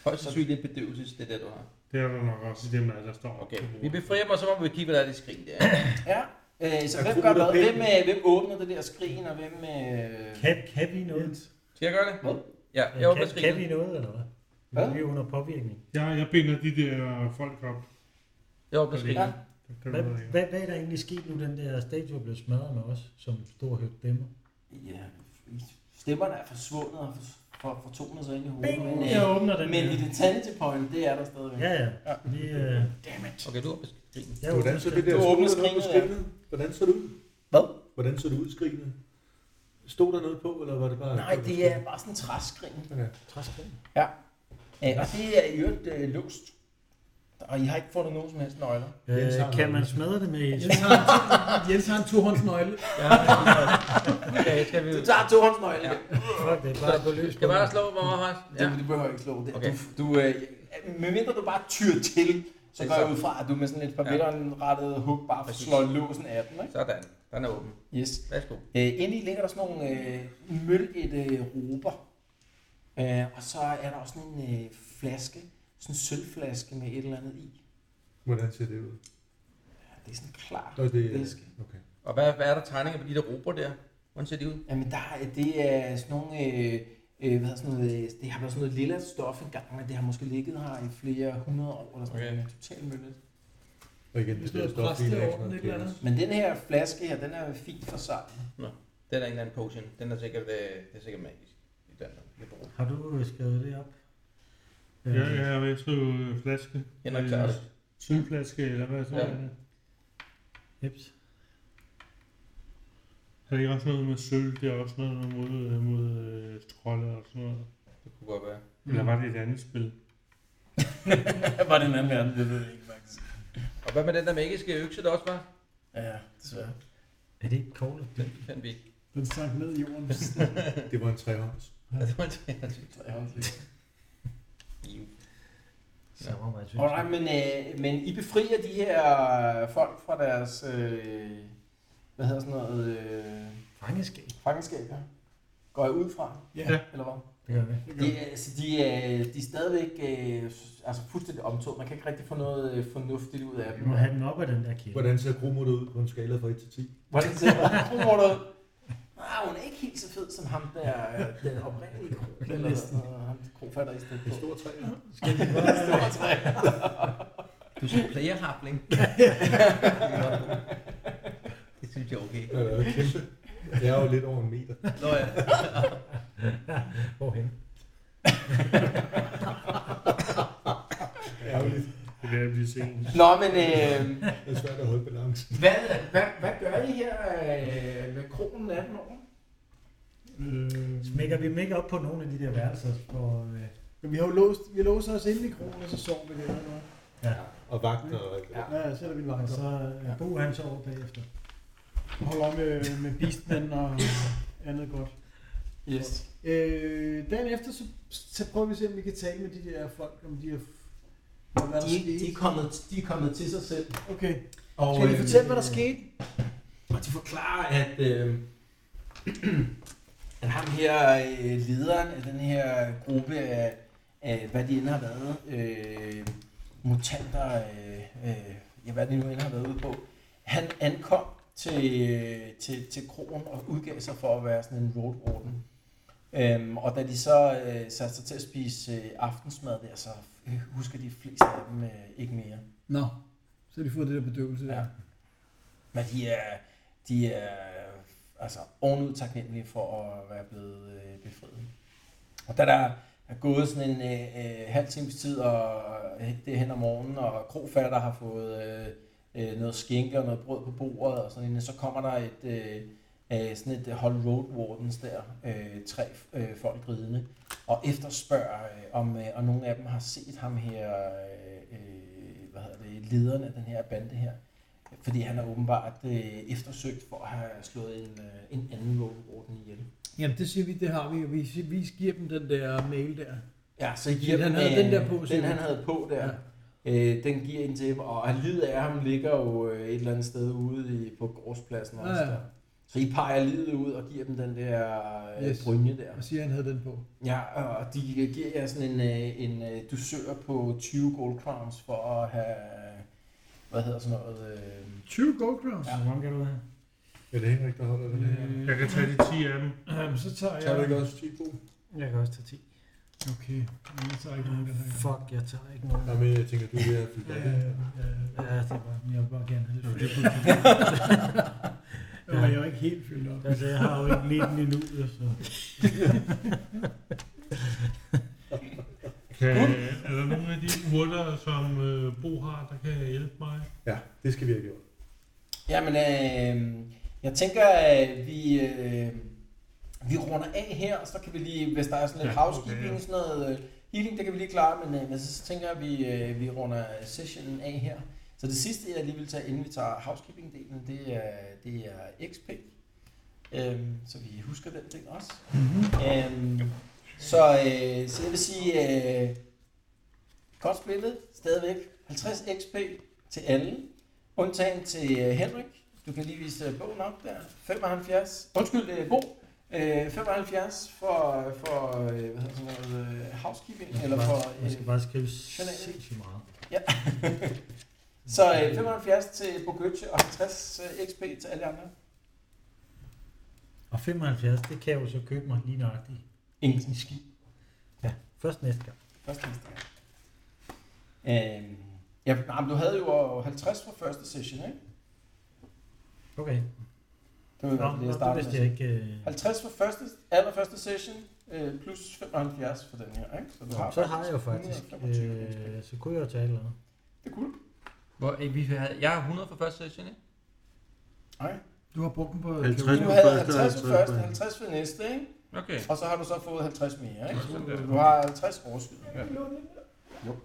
Speaker 15: Højst sandsynligt lidt bedøvelses, det er det, du har.
Speaker 4: Det er der nok også i dem, der, der står
Speaker 15: Okay. Vi befrier dem, og så må vi kigge, hvad der er i det skrin der.
Speaker 2: Ja, øh, så
Speaker 8: Er
Speaker 2: hvem
Speaker 8: Krudt
Speaker 2: gør
Speaker 8: og
Speaker 2: hvad? Hvem,
Speaker 8: Pind?
Speaker 2: øh, hvem åbner det der skrin, og hvem... Øh,
Speaker 5: Kan, kan vi noget?
Speaker 15: Skal jeg gøre det?
Speaker 2: Hvad?
Speaker 15: Ja, jeg
Speaker 5: Ja,
Speaker 15: åbner
Speaker 5: kan, kan vi
Speaker 15: skrinet.
Speaker 5: noget, eller hvad?
Speaker 2: Hvad?
Speaker 5: Vi er under påvirkning.
Speaker 4: Ja, jeg binder de der folk op.
Speaker 15: Jeg åbner skrinet.
Speaker 4: Der
Speaker 5: Hvad,
Speaker 4: ved jeg ikke.
Speaker 5: hvad, hvad er der egentlig sket nu, den der statue er blevet smadret med os, som stor højt dæmmer?
Speaker 2: ja, stemmerne er forsvundet og for- for- fortonet sig ind i hovedet.
Speaker 5: Bing!
Speaker 2: men, øh,
Speaker 5: Jeg åbner den
Speaker 2: Men
Speaker 5: her.
Speaker 2: i detalje point, det er der stadigvæk.
Speaker 5: Ja, ja. Vi, øh,
Speaker 15: Okay, du åbner skrinet.
Speaker 5: jeg
Speaker 8: Hvordan så det
Speaker 2: Du
Speaker 8: der Stod
Speaker 2: åbner
Speaker 8: der noget på
Speaker 2: skrinet, ja.
Speaker 8: skrinet? Hvordan så det ud?
Speaker 2: Hvad?
Speaker 8: Hvordan så det ud, skrinet? Stod der noget på, eller var det bare...
Speaker 2: Nej, det er bare sådan en træskrin.
Speaker 5: Træskrin.
Speaker 2: Ja. Øh, og det er i øvrigt øh, låst. Og I har ikke fundet nogen som helst nøgler.
Speaker 8: Jens har
Speaker 5: Øh, kan
Speaker 8: noget.
Speaker 5: man smadre det med...
Speaker 13: Jens har en, Jens har en tohåndsnøgle.
Speaker 15: Okay, skal
Speaker 5: Øh.
Speaker 15: vi...
Speaker 2: Du tager tohåndsnøglen.
Speaker 15: Ja.
Speaker 2: Ja.
Speaker 5: Fuck, det er bare at gå løs på
Speaker 15: Skal jeg bare
Speaker 5: den.
Speaker 15: slå, hvor meget højt? Ja.
Speaker 2: Du, du behøver ikke slå det.
Speaker 15: Okay.
Speaker 2: Okay. Du, du, øh, medmindre du bare tyr til, så
Speaker 15: Det
Speaker 2: går
Speaker 15: er
Speaker 2: jeg
Speaker 15: så-
Speaker 2: ud fra, at du med sådan et par
Speaker 15: Ja.
Speaker 2: ja. rettet hug bare
Speaker 15: Præcis.
Speaker 2: slår låsen af den. Ikke?
Speaker 15: Sådan. Den er åben.
Speaker 2: Yes.
Speaker 15: Værsgo.
Speaker 2: Øh, inde i ligger der sådan nogle øh, mølgætterober. Øh, og så er der også sådan en øh, flaske, sådan en sølvflaske med et eller andet i.
Speaker 8: Hvordan ser det ud?
Speaker 2: Ja, det er sådan klar
Speaker 8: Nå, det er...
Speaker 2: væske.
Speaker 8: Okay.
Speaker 15: Og hvad, hvad er der tegninger på de der rober der? Hvordan ser de ud?
Speaker 2: Jamen der er, det er sådan nogle, øh, øh, hvad hedder sådan noget, øh, det har været sådan noget lilla stof engang, men det har måske ligget her i flere hundrede år eller sådan
Speaker 15: Okay.
Speaker 2: noget. Totalt møllet.
Speaker 8: Og igen, det
Speaker 13: Hvis
Speaker 8: der
Speaker 13: noget
Speaker 8: stof, vi
Speaker 13: præsteorden,
Speaker 8: laver sådan
Speaker 13: et eller andet.
Speaker 8: noget.
Speaker 2: Men den her flaske her, den er fint for sig.
Speaker 15: Den er en eller anden potion. Den er sikkert, øh, det er sikkert magisk. I den her lille robe.
Speaker 5: Har du øh, skrevet det op? Øh,
Speaker 4: Ja, ja, jeg vil skrive øh, flaske.
Speaker 15: Henrik
Speaker 4: Øh,
Speaker 15: klarer det.
Speaker 4: Sølvflaske, eller hvad så
Speaker 15: Ja.
Speaker 4: ja. det?
Speaker 5: Øh, Jeps.
Speaker 4: Er det ikke også noget med sølv? Det er også noget mod, øh, mod øh, trolde og sådan noget.
Speaker 15: Det kunne godt være.
Speaker 4: Eller var det et andet spil?
Speaker 2: Var det en anden verden, det ved jeg ikke faktisk.
Speaker 15: Og hvad med den der magiske økse, der også var?
Speaker 2: Ja, desværre.
Speaker 5: Er det ikke koglet?
Speaker 15: Den fandt vi ikke.
Speaker 13: Den sank ned i jorden.
Speaker 8: Det var en trehånds.
Speaker 15: Ja, det var det.
Speaker 5: Så var meget synes.
Speaker 2: Alright, men, øh, men I befrier de her folk fra deres, øh, hvad hedder sådan noget, øh,
Speaker 5: Fangeskab.
Speaker 2: fangenskab her. Går jeg ud fra?
Speaker 13: Ja.
Speaker 2: Eller hvad?
Speaker 5: Det gør vi.
Speaker 2: De, er- altså, de, er, de er stadigvæk øh, altså fuldstændig omtog. Man kan ikke rigtig få noget øh, fornuftigt ud af
Speaker 5: Vi
Speaker 2: dem.
Speaker 5: må have den op af den der kæde.
Speaker 8: Hvordan ser krummet ud på en skala fra 1 til 10?
Speaker 2: Hvordan ser hun? Hun ud? Ah, hun er ikke helt så fed som ham der, øh, den oprindelige kro. Eller sådan noget. ham krofatter i stedet
Speaker 8: En
Speaker 2: på.
Speaker 8: stor træ.
Speaker 5: Skal vi bare...
Speaker 2: Stort træ.
Speaker 15: Du er sådan player hapling. det synes jeg er okay.
Speaker 8: Ja, det er Øh, kæmpe. Det er jo lidt over en meter.
Speaker 15: Nå ja.
Speaker 5: Hvorhen?
Speaker 8: Ærgerligt.
Speaker 4: Det er ved at blive sent.
Speaker 2: Nå, men øh,
Speaker 8: Det er svært at holde balancen.
Speaker 2: hvad, hvad, hvad gør I her øh, med kronen 18 år?
Speaker 4: Øh,
Speaker 5: Smækker vi dem ikke op på nogle af de der værelser? På, øh,
Speaker 13: Men vi har jo låst, vi låser os inde i krogen, og så sover vi der noget.
Speaker 8: Og vagter og alt det der.
Speaker 13: Ja, ja, så er der vi
Speaker 5: og
Speaker 13: vagt
Speaker 5: så
Speaker 13: op.
Speaker 5: øh, Bo han så over bagefter.
Speaker 13: Og holder om med, med beastmen og andet godt.
Speaker 2: Yes.
Speaker 13: Øh, dagen efter, så, så prøver vi at se, om vi kan tale med de der folk, om de har... Hvad der
Speaker 2: De, de,
Speaker 13: skete.
Speaker 2: er kommet, de er kommet til sig selv.
Speaker 13: Okay.
Speaker 2: Og,
Speaker 13: Skal de
Speaker 2: øh,
Speaker 13: fortælle, hvad der skete?
Speaker 2: Og de forklarer, at, øh, at ham her, øh, lederen af den her gruppe af, af hvad de end har været, øh, mutanter, øh, øh, ja, hvad de nu end har været ude på, han ankom til, øh, til, til krogen og udgav sig for at være sådan en road warden. Øhm, og da de så øh, satte sig til at spise øh, aftensmad der, så øh, husker de fleste af dem øh, ikke mere.
Speaker 13: Nå, så har de fået det der bedøvelse der.
Speaker 2: Ja. Men de er, de er altså ovenud taknemmelige for at være blevet øh, befriet. Og da der er gået sådan en øh, øh, halv times tid, og øh, det er hen om morgenen, og Krofatter har fået øh, øh, noget skinke og noget brød på bordet, og sådan en, så kommer der et, øh, øh, sådan et hold road wardens der, øh, tre øh, folk ridende, og efterspørger, øh, om, øh, og nogle af dem har set ham her, øh, øh, hvad hedder det, lederen af den her bande her, Fordi han er åbenbart øh, eftersøgt for at have slået en, øh, en anden våbenorden ihjel.
Speaker 13: Jamen det siger vi, det har vi. Vi, siger- vi giver dem den der mail der.
Speaker 2: Ja, så
Speaker 13: Fordi
Speaker 2: giver
Speaker 13: han
Speaker 2: dem,
Speaker 13: havde den der på, siger
Speaker 2: Den
Speaker 13: vi.
Speaker 2: han havde på der. Ja. Øh, den giver en til ham, og livet af ham ligger jo øh, et eller andet sted ude i, på gårdspladsen også.
Speaker 13: Ja,
Speaker 2: Ja,
Speaker 13: ja.
Speaker 2: ja. Så I peger livet ud og giver dem den der øh,
Speaker 13: Yes.
Speaker 2: yes. brynje der.
Speaker 13: Og siger, han havde den på.
Speaker 2: Ja, og de giver jer sådan en, øh, en øh, dusør på 20 gold crowns for at have, hvad hedder sådan noget? Øh,
Speaker 13: 20 gold crowns?
Speaker 2: Ja.
Speaker 5: Hvor mange kan du have?
Speaker 8: Er det Henrik, der holder den her?
Speaker 4: Jeg kan tage de 10 af dem.
Speaker 7: Jamen, så tager jeg...
Speaker 8: Tager du ikke også 10 på?
Speaker 5: Jeg kan også tage 10.
Speaker 7: Okay, men jeg tager ikke nogen, der har...
Speaker 5: Fuck, jeg tager ikke nogen.
Speaker 8: Nå, men jeg tænker, du er ved at fylde
Speaker 7: Ja,
Speaker 8: op.
Speaker 7: ja, ja, ja,
Speaker 5: Ja, det er bare, jeg vil bare gerne have
Speaker 7: Nå,
Speaker 5: det.
Speaker 7: det
Speaker 5: fedt.
Speaker 7: er ja. Jeg er jo ikke helt fyldt op.
Speaker 5: Altså, jeg har jo ikke lige den endnu, altså. så...
Speaker 4: Kan, er der nogen af de urter, som øh, Bo har, der kan hjælpe mig?
Speaker 8: Ja, det skal vi have gjort.
Speaker 2: Jamen, øh, jeg tænker, at vi, øh, vi runder af her, og så kan vi lige, hvis der er sådan lidt
Speaker 4: Ja,
Speaker 2: ja,
Speaker 4: okay,
Speaker 2: housekeeping,
Speaker 4: ja.
Speaker 2: okay, sådan noget øh, healing, det kan vi lige klare, men, øh, men så tænker jeg, at vi, øh, vi runder sessionen af her. Så det sidste, jeg lige vil tage, inden vi tager housekeeping-delen, det er, det er XP. Øhm, så vi husker den ting også. Mm-hmm. Øhm, så, øh, så jeg vil sige, øh, godt spillet, stadigvæk. 50 XP til alle. Undtagen til øh, Henrik. Du kan lige vise øh, bogen op der. 75. Undskyld, øh, Bo. Øh, 75 for, for øh, hvad hedder sådan noget, øh, housekeeping,
Speaker 5: Jeg skal,
Speaker 2: eller
Speaker 5: bare,
Speaker 2: for...
Speaker 5: jeg
Speaker 2: øh,
Speaker 5: skal bare skrive
Speaker 2: journalen.
Speaker 5: sindssygt meget.
Speaker 2: Ja. så øh, 75 til Bogoche og 50 øh, XP til alle andre.
Speaker 5: Og 75, det kan jeg jo så købe mig lige nøjagtigt.
Speaker 2: Ingen ski.
Speaker 5: Først næste gang.
Speaker 2: Første næste gang. Øhm, ja, nej, men du havde jo 50 for første session, ikke?
Speaker 5: Okay.
Speaker 2: Det var i
Speaker 5: Nå,
Speaker 2: hvert fald det,
Speaker 5: nå,
Speaker 2: jeg
Speaker 5: det
Speaker 2: startede
Speaker 5: vidste
Speaker 2: med.
Speaker 5: jeg ikke. øh.
Speaker 2: 50 for første, allerførste session, øh, plus 75 for den her, ikke? Så, du
Speaker 5: Så har jeg jo faktisk,
Speaker 2: 125 XP.
Speaker 5: øh, så kunne jeg jo tage et eller andet.
Speaker 2: Det er cool.
Speaker 15: Hvor, øh, vi havde, jeg har 100 for første session, ikke?
Speaker 2: Nej.
Speaker 13: Du har brugt den på...
Speaker 8: 50
Speaker 5: øh,
Speaker 13: heroin.
Speaker 2: Du
Speaker 8: på
Speaker 2: havde
Speaker 8: første,
Speaker 2: 50 for
Speaker 8: 50
Speaker 2: første,
Speaker 8: på-
Speaker 2: 50 for næste, ikke?
Speaker 15: Okay.
Speaker 2: Og så har du så fået 50 mere, ikke?
Speaker 15: Sådan der.
Speaker 2: Så du har 50 overskud.
Speaker 15: Ja.
Speaker 2: Jo.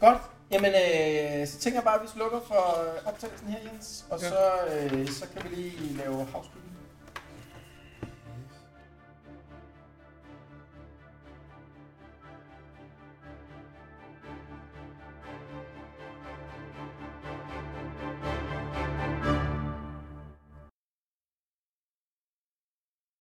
Speaker 2: Godt. Jamen, øh, så tænker jeg bare, at vi slukker for optagelsen her, Jens. Og
Speaker 15: Ja.
Speaker 2: så, øh, så kan vi lige lave housekeeping.